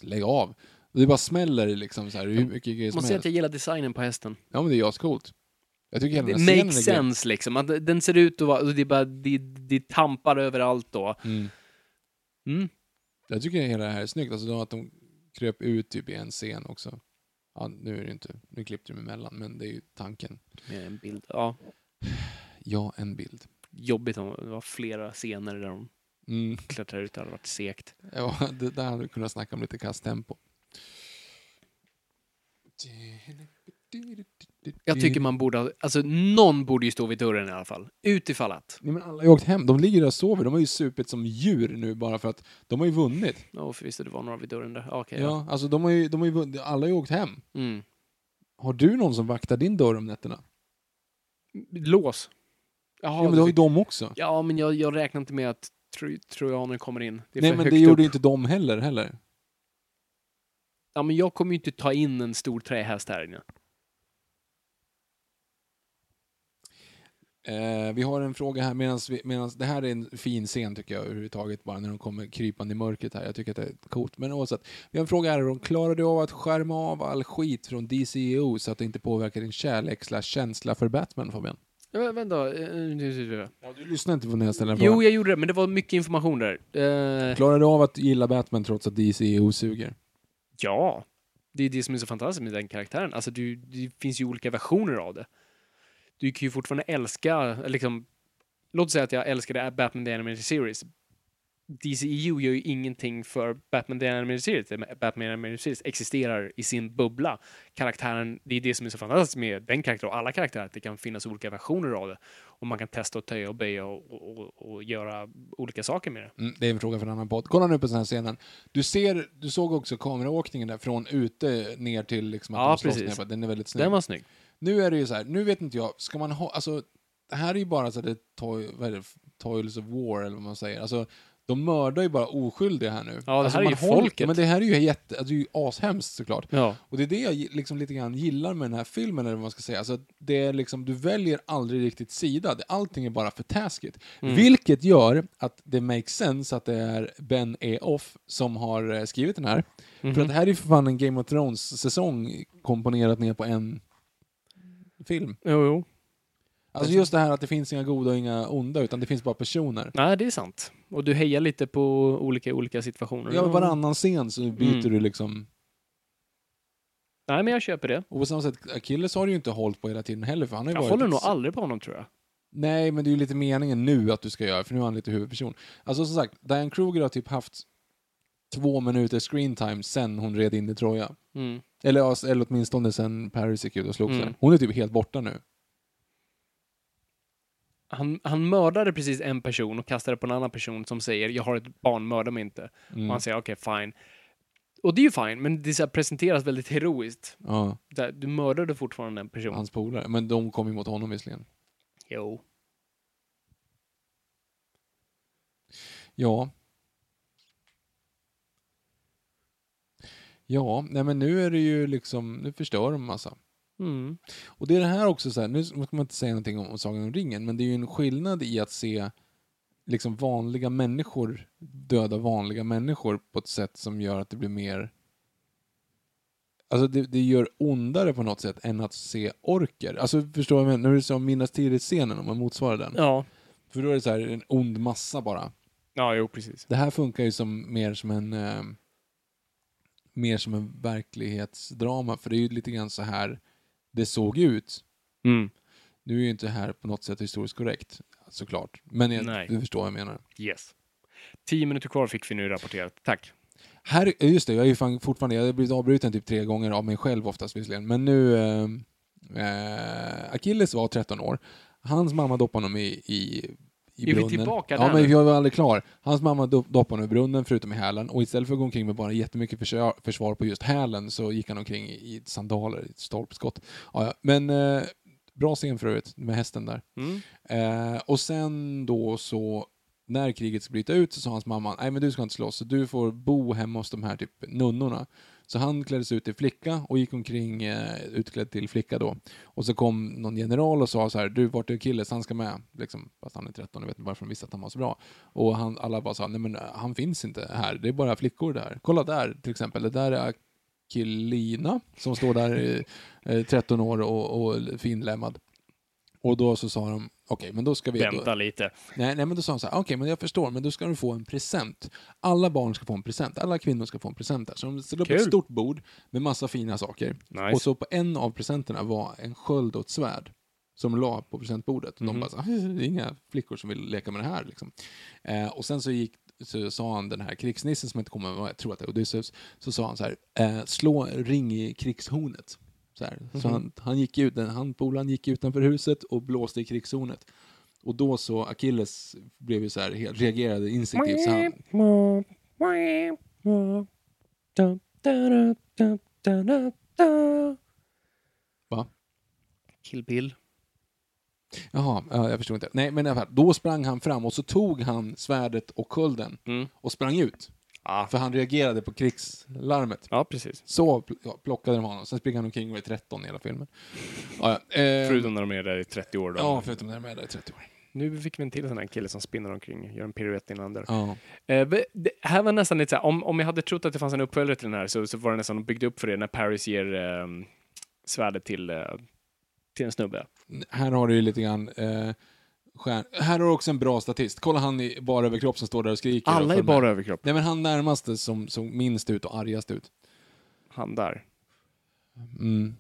S2: Lägg av. Det bara smäller liksom så här hur mycket grejer
S1: Jag
S2: som
S1: måste säga
S2: helst.
S1: att jag gillar designen på hästen.
S2: Ja men det är ascoolt. Jag tycker hela den här
S1: Det
S2: scenen
S1: makes
S2: är grym.
S1: sense liksom. Att den ser ut att vara, och det är bara, det, det tampar överallt då.
S2: Mm.
S1: Mm.
S2: Jag tycker hela det här är snyggt. Alltså de- att de kröp ut typ i en scen också. Ja, nu är det inte, nu klippte de emellan, men det är ju tanken.
S1: Med en bild. Ja,
S2: Ja, en bild.
S1: jobbigt om det var flera scener där de
S2: Mm.
S1: klättrar ut. Det hade varit segt.
S2: Ja, det där hade vi kunnat snacka om lite kasttempo.
S1: Jag tycker man borde, ha- alltså någon borde ju stå vid dörren i alla fall. Utifall att.
S2: Nej, men alla har ju åkt hem. De ligger där och sover. De har ju supit som djur nu bara för att de har ju vunnit.
S1: Ja, förvisso, det var några vid dörren där. Ja, Okej,
S2: Ja,
S1: ja.
S2: alltså de har ju, de har ju vunnit. Alla har ju åkt hem.
S1: Mm.
S2: Har du någon som vaktar din dörr om nätterna?
S1: Lås. Jaha,
S2: Ja, men det har ju de också.
S1: ja, men jag, jag räknar inte med att tro- trojaner kommer in. Det är
S2: Nej,
S1: för
S2: men
S1: högt
S2: det gjorde
S1: upp.
S2: ju inte de heller, heller.
S1: Ja, men jag kommer ju inte ta in en stor trähäst här inne.
S2: Eh, vi har en fråga här medan vi, medans, det här är en fin scen tycker jag överhuvudtaget bara när de kommer krypande i mörkret här. Jag tycker att det är coolt. Men oavsett, vi har en fråga här. om Klarar du av att skärma av all skit från DCEO så att det inte påverkar din kärlek slash känsla för Batman Fabian?
S1: Ja, vänta. eh, eh, eh,
S2: Ja, du lyssnar inte på när jag ställer en fråga.
S1: Jo, jag gjorde det, men det var mycket information där. Eh,
S2: Klarar du av att gilla Batman trots att DCEO suger?
S1: ja, det är det som är så fantastiskt med den karaktären. Alltså, du, det finns ju olika versioner av det. Du kan ju fortfarande älska, liksom, låt säga att jag älskade Batman The Animated Series. DCEU gör ju ingenting för Batman The Animated Series. Batman The Animated Series existerar i sin bubbla. Karaktären, det är det som är så fantastiskt med den karaktären och alla karaktärer, att det kan finnas olika versioner av det. Och man kan testa och töja och böja och, och, och, och göra olika saker med det.
S2: Mm, det är en fråga för en annan podd. Kolla nu på den här scenen. Du, ser, du såg också kameraåkningen där från ute ner till liksom att
S1: Ja,
S2: de slåss
S1: precis.
S2: ner på. Den är väldigt snygg.
S1: Den var snygg.
S2: Nu är det ju så här, nu vet inte jag, ska man ha, alltså, det här är ju bara så att det toy, vad är det, toils of war eller vad man säger. Alltså, de mördar ju bara oskyldiga här nu.
S1: Ja, det
S2: alltså,
S1: här är
S2: man
S1: ju
S2: håller-
S1: folket.
S2: Men det här är ju jätte, alltså, det är ju ashemskt såklart.
S1: Ja.
S2: Och det är det jag gi- liksom lite grann gillar med den här filmen, eller vad man ska säga. Alltså, det är liksom, du väljer aldrig riktigt sida. Det- Allting är bara för taskigt.
S1: Mm.
S2: Vilket gör att det makes sense att det är Ben E. Off som har eh, skrivit den här.
S1: Mhm.
S2: För att det här är ju för fan en Game of Thrones-säsong komponerat ner på en film.
S1: Jo, jo.
S2: Alltså just det här att det finns inga goda och inga onda, utan det finns bara personer.
S1: Nej, det är sant. Och du hejar lite på olika, olika situationer.
S2: Ja, varannan scen så byter
S1: Mm.
S2: du liksom...
S1: Nej, men jag köper det.
S2: Och på samma sätt, Achilles har du ju inte hållit på hela tiden heller, för han har ju
S1: Jag
S2: varit...
S1: håller
S2: ett-
S1: nog aldrig på honom, tror jag.
S2: Nej, men det är ju lite meningen nu att du ska göra, för nu är han lite huvudperson. Alltså som sagt, Diane Kruger har typ haft två minuter screen time sen hon red in i Troja.
S1: Mm.
S2: Eller, ja, eller åtminstone sen Paris gick ut och slogs
S1: Mm.
S2: där. Hon är typ helt borta nu.
S1: Han, han mördade precis en person och kastade på en annan person som säger jag har ett barn, mörda mig inte.
S2: Mm.
S1: Och han säger okej, fine. Och det är ju fine, men det så här presenteras väldigt heroiskt.
S2: Ja,
S1: Där, du mördade fortfarande en person.
S2: hans polare. Men de kom ju mot honom visserligen.
S1: Jo.
S2: Ja. Ja, nej men nu är det ju liksom, nu förstör de massa.
S1: Mm.
S2: Och det är det här också så här, nu ska man inte säga någonting om Sagan om ringen, men det är ju en skillnad i att se liksom vanliga människor döda vanliga människor på ett sätt som gör att det blir mer Alltså det, det gör ondare på något sätt än att se orker. Alltså förstår du vad jag menar? När du sa Minas Tirith-scenen, om man motsvarar den.
S1: Ja.
S2: För då är det så här en ond massa bara.
S1: Ja, jo precis.
S2: Det här funkar ju som mer som en eh, mer som en verklighetsdrama, för det är ju lite grann så här det såg ut.
S1: Mm.
S2: Nu är ju inte det här på något sätt historiskt korrekt, såklart. Men
S1: Nej.
S2: jag, du förstår vad jag menar.
S1: Yes. Tio minuter kvar fick vi nu rapporterat. Tack.
S2: Här, ja, just det, jag är ju fan fortfarande, jag har blivit avbruten typ tre gånger av mig själv oftast visserligen, men nu... Eh, eh, Achilles var 13 år. Hans mamma doppade honom i, i, i
S1: vi
S2: brunnen.
S1: tillbaka
S2: ja,
S1: där nu?
S2: men jag var aldrig klar. Hans mamma dop- doppade honom i brunnen förutom i hälen och istället för att gå omkring med bara jättemycket försvar, försvar på just hälen så gick han omkring i, i sandaler, i ett stolpskott. Ja, ja. Men eh, bra scen för övrigt med hästen där.
S1: Mm.
S2: Eh, och sen då så, när kriget ska bryta ut så sa hans mamma, nej men du ska inte slåss, så du får bo hemma hos de här typ nunnorna. Så han kläddes ut till flicka och gick omkring eh, utklädd till flicka då. Och så kom någon general och sa så här, du vart är Achilles, han ska med. Liksom, fast han är 13, jag vet inte varför de visste att han var så bra. Och han, alla bara sa, nej men eh, han finns inte här, det är bara flickor där. Kolla där till exempel, det där är Akilina som står där eh, eh, 13 år och, och finlämmad. Och då så sa de, okej men då ska vi...
S1: Vänta lite.
S2: Nej, nej, men då sa han så här, okej, men jag förstår, men då ska du få en present. Alla barn ska få en present, alla kvinnor ska få en present där. Så de ställde upp
S1: Kul.
S2: ett stort bord med massa fina saker.
S1: Nice.
S2: Och så på en av presenterna var en sköld och ett svärd som la på presentbordet. De bara så här, det är inga flickor som vill leka med det här. Liksom. Eh, och sen så gick så sa han den här krigsnissen som inte kommer ihåg, jag tror att det är Odysseus, så sa han så här, eh, slå ring i krigshornet. Så, här. så han, han gick ut, den han polaren gick utanför huset och blåste i krigshornet. Och då så, Achilles blev ju så här, helt- reagerade instinktivt. Så han, va?
S1: Kill Bill.
S2: Jaha, ja, jag förstår inte. Nej, men i alla fall, då sprang han fram och så tog han svärdet och kulden och sprang ut.
S1: Mm. Ja.
S2: För han reagerade på krigslarmet.
S1: Ja, precis.
S2: Så pl- ja, plockade de honom. Sen springer han omkring och är 13 i hela filmen. Ja, ja. Eh,
S1: Förutom när de är där i 30 år. Då.
S2: Ja, förutom när de är där i 30 år.
S1: Nu fick vi en till sån här kille som spinner omkring, gör en piruett inlander.
S2: Ja.
S1: Eh, v- det här var nästan lite så här, om, om jag hade trott att det fanns en uppföljare till den här så, så var det nästan de byggde upp för det när Paris ger eh, svärdet till, eh, till en snubbe.
S2: Här har du ju lite grann... Eh, stjärn... Här har du också en bra statist. Kolla han i bara överkropp som står där och skriker. och
S1: Alla är
S2: filmar.
S1: bara överkropp.
S2: Nej, men han närmaste som, som minst ut och argast ut.
S1: Han där.
S2: Mm.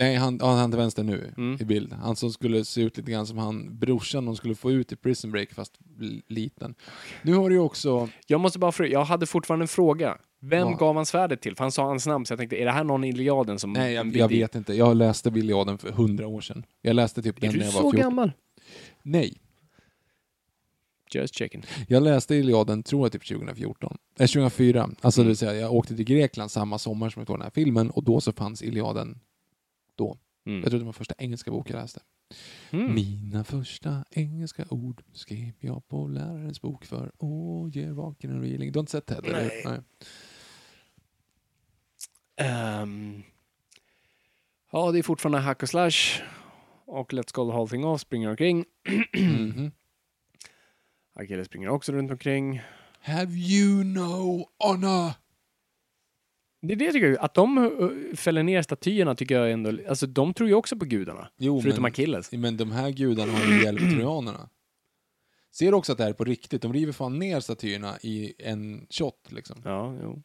S2: Nej, han, ja, han till vänster nu
S1: Mm.
S2: i bild. Han som skulle se ut lite grann som han, brorsan de skulle få ut i Prison Break, fast l- liten. Nu har du ju också...
S1: Jag måste bara fråga, jag hade fortfarande en fråga. Vem
S2: Ja.
S1: gav han svärdet till? För han sa hans namn, så jag tänkte, är det här någon i Iliaden som...
S2: Nej, jag,
S1: som
S2: jag
S1: vill dit?
S2: vet inte. Jag läste Billiaden för hundra år sedan. Jag läste typ den
S1: Är
S2: när
S1: du
S2: jag
S1: så
S2: var 14.
S1: gammal?
S2: Nej,
S1: Just checking.
S2: jag läste Iliaden, tror jag, typ 2014. Äh, 2004. Alltså, det vill
S1: Mm.
S2: säga, jag åkte till Grekland samma sommar som jag tog den här filmen och då så fanns Iliaden då.
S1: Mm.
S2: Jag tror det var första engelska bok jag läste.
S1: Mm.
S2: Mina första engelska ord skrev jag på lärarens bok för åh, ger vaken en reeling. Du har inte sett Ted? eller?
S1: Nej. Ehm, ja, det är fortfarande hack och slash. Och Let's Call the Whole Thing Off springer omkring.
S2: Mhm.
S1: Akille springer också runt omkring.
S2: Have you no honor?
S1: Det är det jag tycker jag, att de uh, fäller ner statyerna tycker jag ändå, alltså de tror ju också på gudarna.
S2: Jo,
S1: förutom
S2: men-
S1: Achilles.
S2: Men de här gudarna har ju hjälpt trojanerna. Ser du också att det här är på riktigt? De river fan ner statyerna i en shot liksom.
S1: Ja, jo.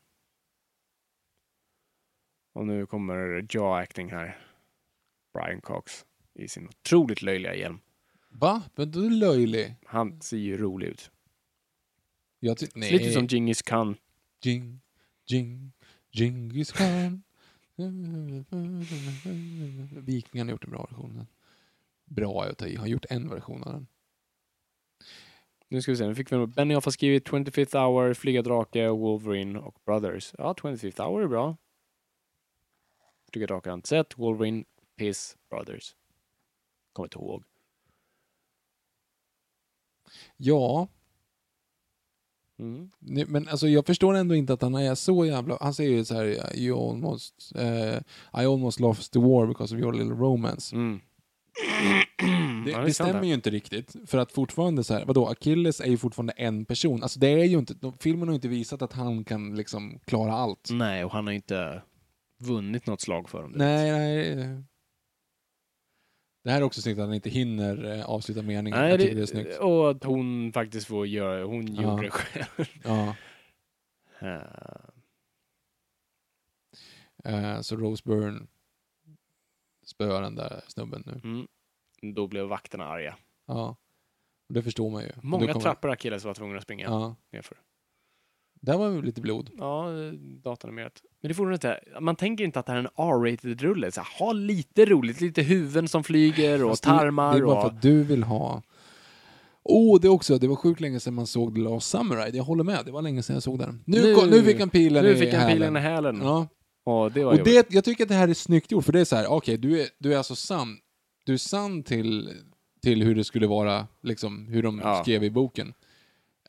S1: Och nu kommer jaw acting här. Brian Cox i sin otroligt löjliga hjälm.
S2: Va? Men du är löjlig.
S1: Han ser ju rolig ut.
S2: Jag ty- nej.
S1: Lite som Genghis Khan.
S2: Jing, Jing, Djingis khan. Vikingarna har gjort en bra version. av den. Bra är att ta i. Har gjort en version av den.
S1: Nu ska vi se, nu fick vi Benny Off har skrivit 25th Hour, Flyga Drake, Wolverine och Brothers. Ja, 25th Hour är bra. Flyga Drake har jag inte sett, Wolverine, Piss, Brothers. Kommer inte ihåg.
S2: Ja,
S1: Mm.
S2: nej, men alltså jag förstår ändå inte att han är så jävla... Han säger ju så här, you almost, eh, I almost lost the war because of your little romance.
S1: Mm.
S2: Det,
S1: Ja,
S2: det,
S1: är sant
S2: stämmer
S1: det.
S2: ju inte riktigt. För att fortfarande så här, vadå, Achilles är ju fortfarande en person. Alltså
S1: Mm.
S2: det är ju inte, de, filmen har ju inte visat att han kan liksom klara allt.
S1: Nej, och han har inte vunnit något slag för dem. direkt.
S2: Nej, nej. eh. Det här är också snyggt att han inte hinner eh, avsluta meningen.
S1: Nej,
S2: jag
S1: det, eh,
S2: tycker det är snyggt.
S1: Och att hon faktiskt får göra, hon
S2: Ja.
S1: gjorde det själv.
S2: Ja.
S1: Eh,
S2: Eh, så Rose Byrne spöar den där snubben nu.
S1: Mm. Då blev vakterna arga.
S2: Ja. Och det förstår man ju. Och
S1: Många
S2: då kommer-
S1: trappor Akilles var tvungna att springa
S2: Ja.
S1: nerför.
S2: Där var ju lite blod.
S1: Ja, datanimerat. Men det är fortfarande inte, man tänker inte att det här är en R-rated-rulle. Så här, Ha lite roligt, lite huvuden som flyger och
S2: Fast det-
S1: tarmar
S2: Det är bara
S1: och...
S2: för att du vill ha... Åh, det också. Det var sjukt länge sedan man såg The Last Samurai. Jag håller med. Det var länge sedan jag såg den. Nu,
S1: Nu-
S2: kom, nu fick han pilen
S1: nu
S2: i
S1: fick han
S2: hälen.
S1: pilen i hälen.
S2: Ja.
S1: Ja, det var
S2: Och
S1: jobbigt.
S2: det, jag tycker att det här är snyggt gjort, för det är så här, okej, du, är, du är alltså sann. Du är sann till, till hur det skulle vara, liksom, hur de
S1: Ja.
S2: skrev i boken.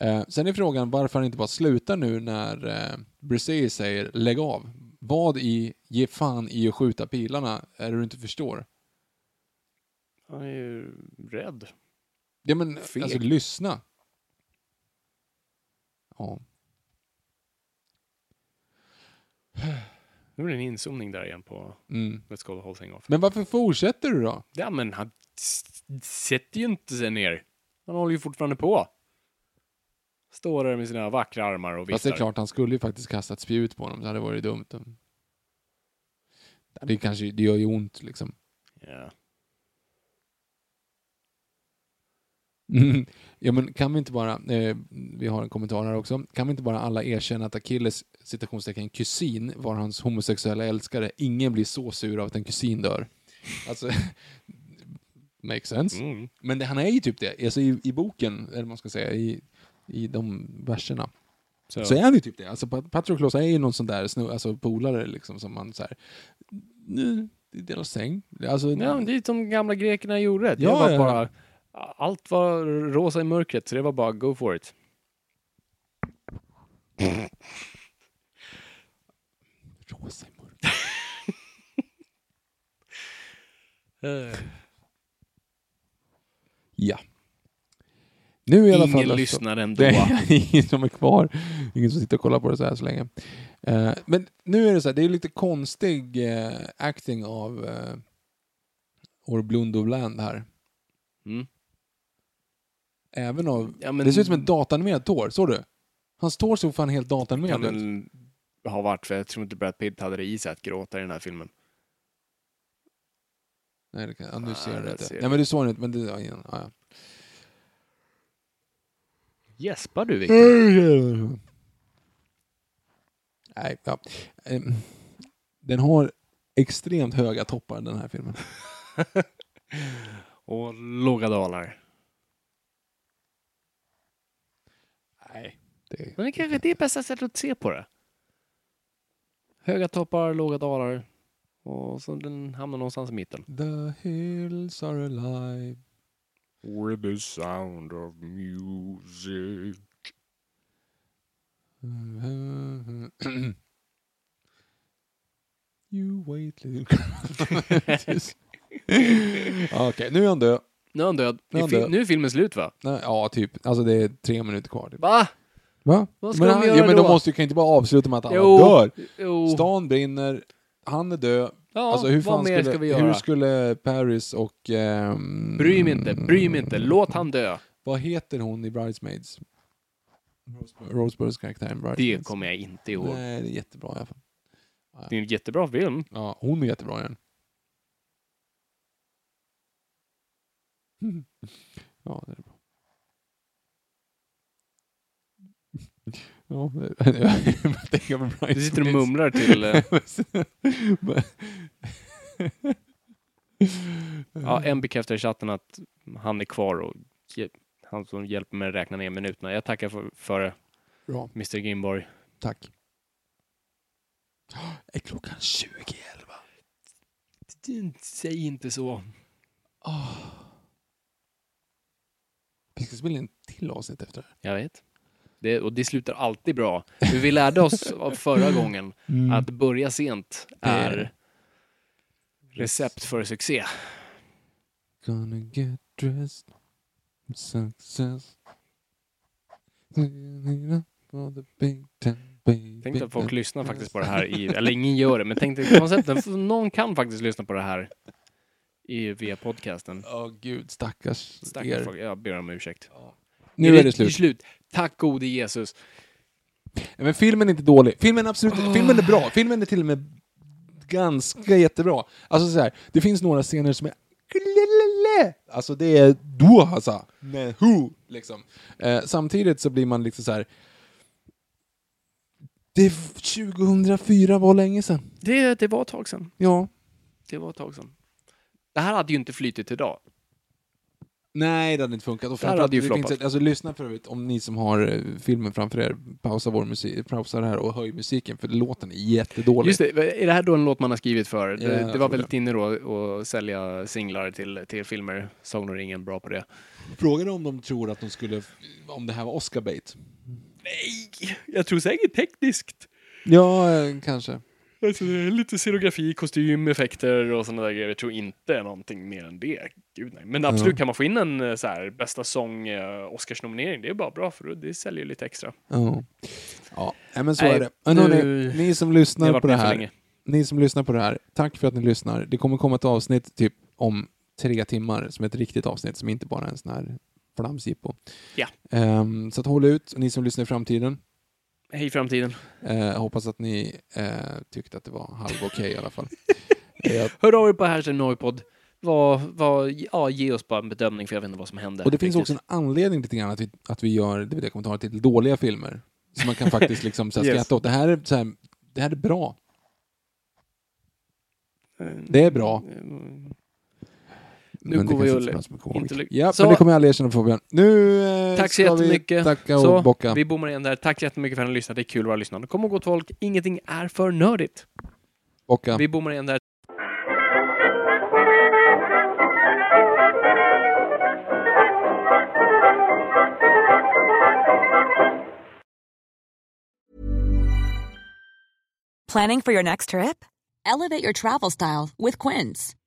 S2: Eh, sen är frågan varför han inte bara slutar nu när eh, Brisee säger lägg av. Vad i ge fan i att skjuta pilarna är det du inte förstår?
S1: Han är ju rädd.
S2: Ja men
S1: Feg.
S2: alltså lyssna. Ja.
S1: Nu är det en inzoomning där igen på
S2: Mm.
S1: Let's Go The Whole Thing Off.
S2: Men varför fortsätter du då?
S1: Ja, men han s- sätter ju inte sig ner. Han håller ju fortfarande på. Står där med sina vackra armar och viftar.
S2: Fast det är klart, han skulle ju faktiskt kastat spjut på honom. Det hade varit dumt. Det, kanske, det gör ju ont liksom.
S1: Ja.
S2: Mm. Ja men kan vi inte bara, eh, vi har en kommentar här också, kan vi inte bara alla erkänna att Akilles citationstecken kusin var hans homosexuella älskare? Ingen blir så sur av att en kusin dör. Alltså, makes sense.
S1: Mm.
S2: Men det, han är ju typ det, alltså i, i boken, eller vad man ska säga, i, i de verserna.
S1: Så,
S2: Så är han ju typ det. Alltså Pat- Patroklos är ju någon sån där snu, alltså polare liksom som man så här, nu, det är deras säng. Alltså,
S1: Ja, men det är som de gamla grekerna gjorde. Det
S2: Ja,
S1: var
S2: ja.
S1: bara, allt var rosa i mörkret, så det var bara go for it.
S2: Rosa i mörkret. Eh. Ja. Nu i alla fall...
S1: Ingen
S2: alltså.
S1: lyssnar ändå.
S2: Det är ingen som är kvar. Ingen som sitter och kollar på det så här så länge. Eh, men nu är det så här, det är lite konstig eh, acting av uh, Orblund och Bland här.
S1: Mm.
S2: Även av...
S1: Ja, men-
S2: Det ser ut som en datanimerad tår, såg du? Hans tår såg fan helt
S1: kan
S2: datanimerad ut.
S1: väl ha varit, för jag tror inte Brad Pitt hade det i sig att gråta i den här filmen.
S2: Nej, det kan, ja, nu
S1: Nej,
S2: ser jag det
S1: där
S2: inte.
S1: ser
S2: Nej,
S1: du.
S2: men du såg det inte. Men det, ja, ja, ja.
S1: Gäspar du, Victor?
S2: Mm. Nej, ja. Ehm, Den har extremt höga toppar den här filmen.
S1: Och låga dalar.
S2: Nej. Det...
S1: Men det kanske det är bästa sättet att se på det. Höga toppar, låga dalar. Och så den hamnar någonstans i mitten.
S2: The hills are alive.
S1: With the sound of music.
S2: You wait little girl. Okej, nu är han död.
S1: Nu är han död.
S2: Nu är han
S1: I fil-
S2: död.
S1: Nu är filmen slut va?
S2: Nej, Ja, typ. Alltså det är tre minuter kvar. Typ.
S1: Va?
S2: Va?
S1: Vad ska
S2: men
S1: de
S2: han,
S1: göra
S2: ja, men de
S1: då?
S2: måste ju kan inte bara avsluta med att alla
S1: Jo.
S2: dör.
S1: Jo.
S2: Stan brinner, han är död.
S1: Ja,
S2: alltså hur
S1: vad
S2: fan
S1: mer
S2: skulle,
S1: ska vi göra?
S2: Hur skulle Paris och... ehm,
S1: Bry mig inte, bry mig inte. Låt han dö.
S2: Vad heter hon i Bridesmaids? Roseburns karaktär i Bridesmaids.
S1: Det kommer jag inte ihåg.
S2: Nej, det är jättebra i alla fall.
S1: Det är en jättebra film.
S2: Ja, hon är jättebra i den. Mm. Ja, det är bra. Ja, det- jag tänker på Bridesmaids.
S1: Du sitter och mumlar till... eh, Ja, en bekräftar i chatten att han är kvar och ge- han som hjälper mig att räkna ner minuterna. Jag tackar för, för det,
S2: Bra,
S1: Mr Grimborg.
S2: tack. Är klockan 20 i elva?
S1: Säg inte så.
S2: Ah. Vi ska spela in till avsnitt efter det här.
S1: Jag vet. Det, och det slutar alltid bra. Hur vi lärde oss av förra gången att börja sent är recept för succé.
S2: Gonna get dressed success. Cleaning up for the big time. Baby,
S1: Tänk dig att folk
S2: baby.
S1: lyssnar faktiskt på det här i, eller ingen gör det, men tänk dig konceptet, någon kan faktiskt lyssna på det här i, via podcasten.
S2: Åh gud, stackars,
S1: Stackars
S2: er.
S1: folk, jag ber om ursäkt.
S2: Nu är det slut.
S1: Tack gode Jesus.
S2: Men filmen är inte dålig. Filmen är absolut filmen är bra. Filmen är till och med ganska jättebra. Alltså så här, det finns några scener som är Alltså det är du alltså. Men who? Liksom. Eh, samtidigt så blir man liksom så här. Det 2004 var länge sedan.
S1: Det, det var ett tag sedan.
S2: Ja.
S1: Det var ett tag sedan. Det här hade ju inte flytit idag.
S2: Nej, det hade inte funkat. Och
S1: Det här hade ju
S2: framförallt,
S1: floppat.
S2: finns ett- alltså, lyssna för övrigt, om ni som har eh, filmen framför er, pausa, vår musik, pausa det här och höj musiken, för låten är jättedålig.
S1: Just det, är det här då en låt man har skrivit för?
S2: Ja,
S1: det, det
S2: jag
S1: var
S2: tror
S1: väldigt
S2: det.
S1: inne då att sälja singlar till, till filmer. Sagan om ringen, bra på det.
S2: Frågan är om de tror att de skulle, om det här var Oscar bait.
S1: Nej, jag tror säkert tekniskt.
S2: Ja, eh, kanske.
S1: Alltså, det är lite scenografi, kostym, effekter och sådana där grejer. Jag tror inte någonting mer än det. Gud, nej. Men absolut, kan man få in en eh, så här, bästa sång eh, Oscarsnominering, det är bara bra för då- det säljer ju lite extra.
S2: Ja. Ja, nej, men så
S1: Nej,
S2: är det. Men hörni,
S1: nu-
S2: ni som
S1: Ni har
S2: lyssnar
S1: varit
S2: på det
S1: med för
S2: här,
S1: länge.
S2: ni som lyssnar på det här, tack för att ni lyssnar. Det kommer komma ett avsnitt typ om tre timmar som är ett riktigt avsnitt som inte bara är en sån här flamsjippo.
S1: Ja.
S2: Ehm, så att håll ut, och ni som lyssnar i framtiden.
S1: Hej framtiden.
S2: Eh, hoppas att ni eh, tyckte att det var halv okej i alla fall. Eh,
S1: Hör av er på hashtag Noipod. Vad, vad, ja, ge oss bara en bedömning för jag vet inte vad som händer.
S2: och det finns
S1: riktigt.
S2: också en anledning lite grann att vi, att vi gör DVD-kommentarer till dåliga filmer. Som man kan faktiskt liksom så här
S1: Yes.
S2: skratta åt. Det här, är, så här, det här är bra.
S1: Eh,
S2: Det är bra.
S1: Nu
S2: men det
S1: går vi
S2: kanske
S1: och
S2: inte är
S1: lä-
S2: bra som en komiker.
S1: inte lyck-
S2: Ja,
S1: Så.
S2: men det kommer jag aldrig erkänna för Fabian. Nu eh,
S1: Tack så
S2: ska vi
S1: jättemycket.
S2: tacka och
S1: så,
S2: bocka.
S1: Vi bommar igen där. Tack så jättemycket för att ni lyssnade. Det är kul att vara lyssnande. Kom och gå folk. Ingenting är för nördigt.
S2: bocka.
S1: Vi bommar igen där.
S4: Planning for your next trip?
S5: Elevate your travel style with Quince.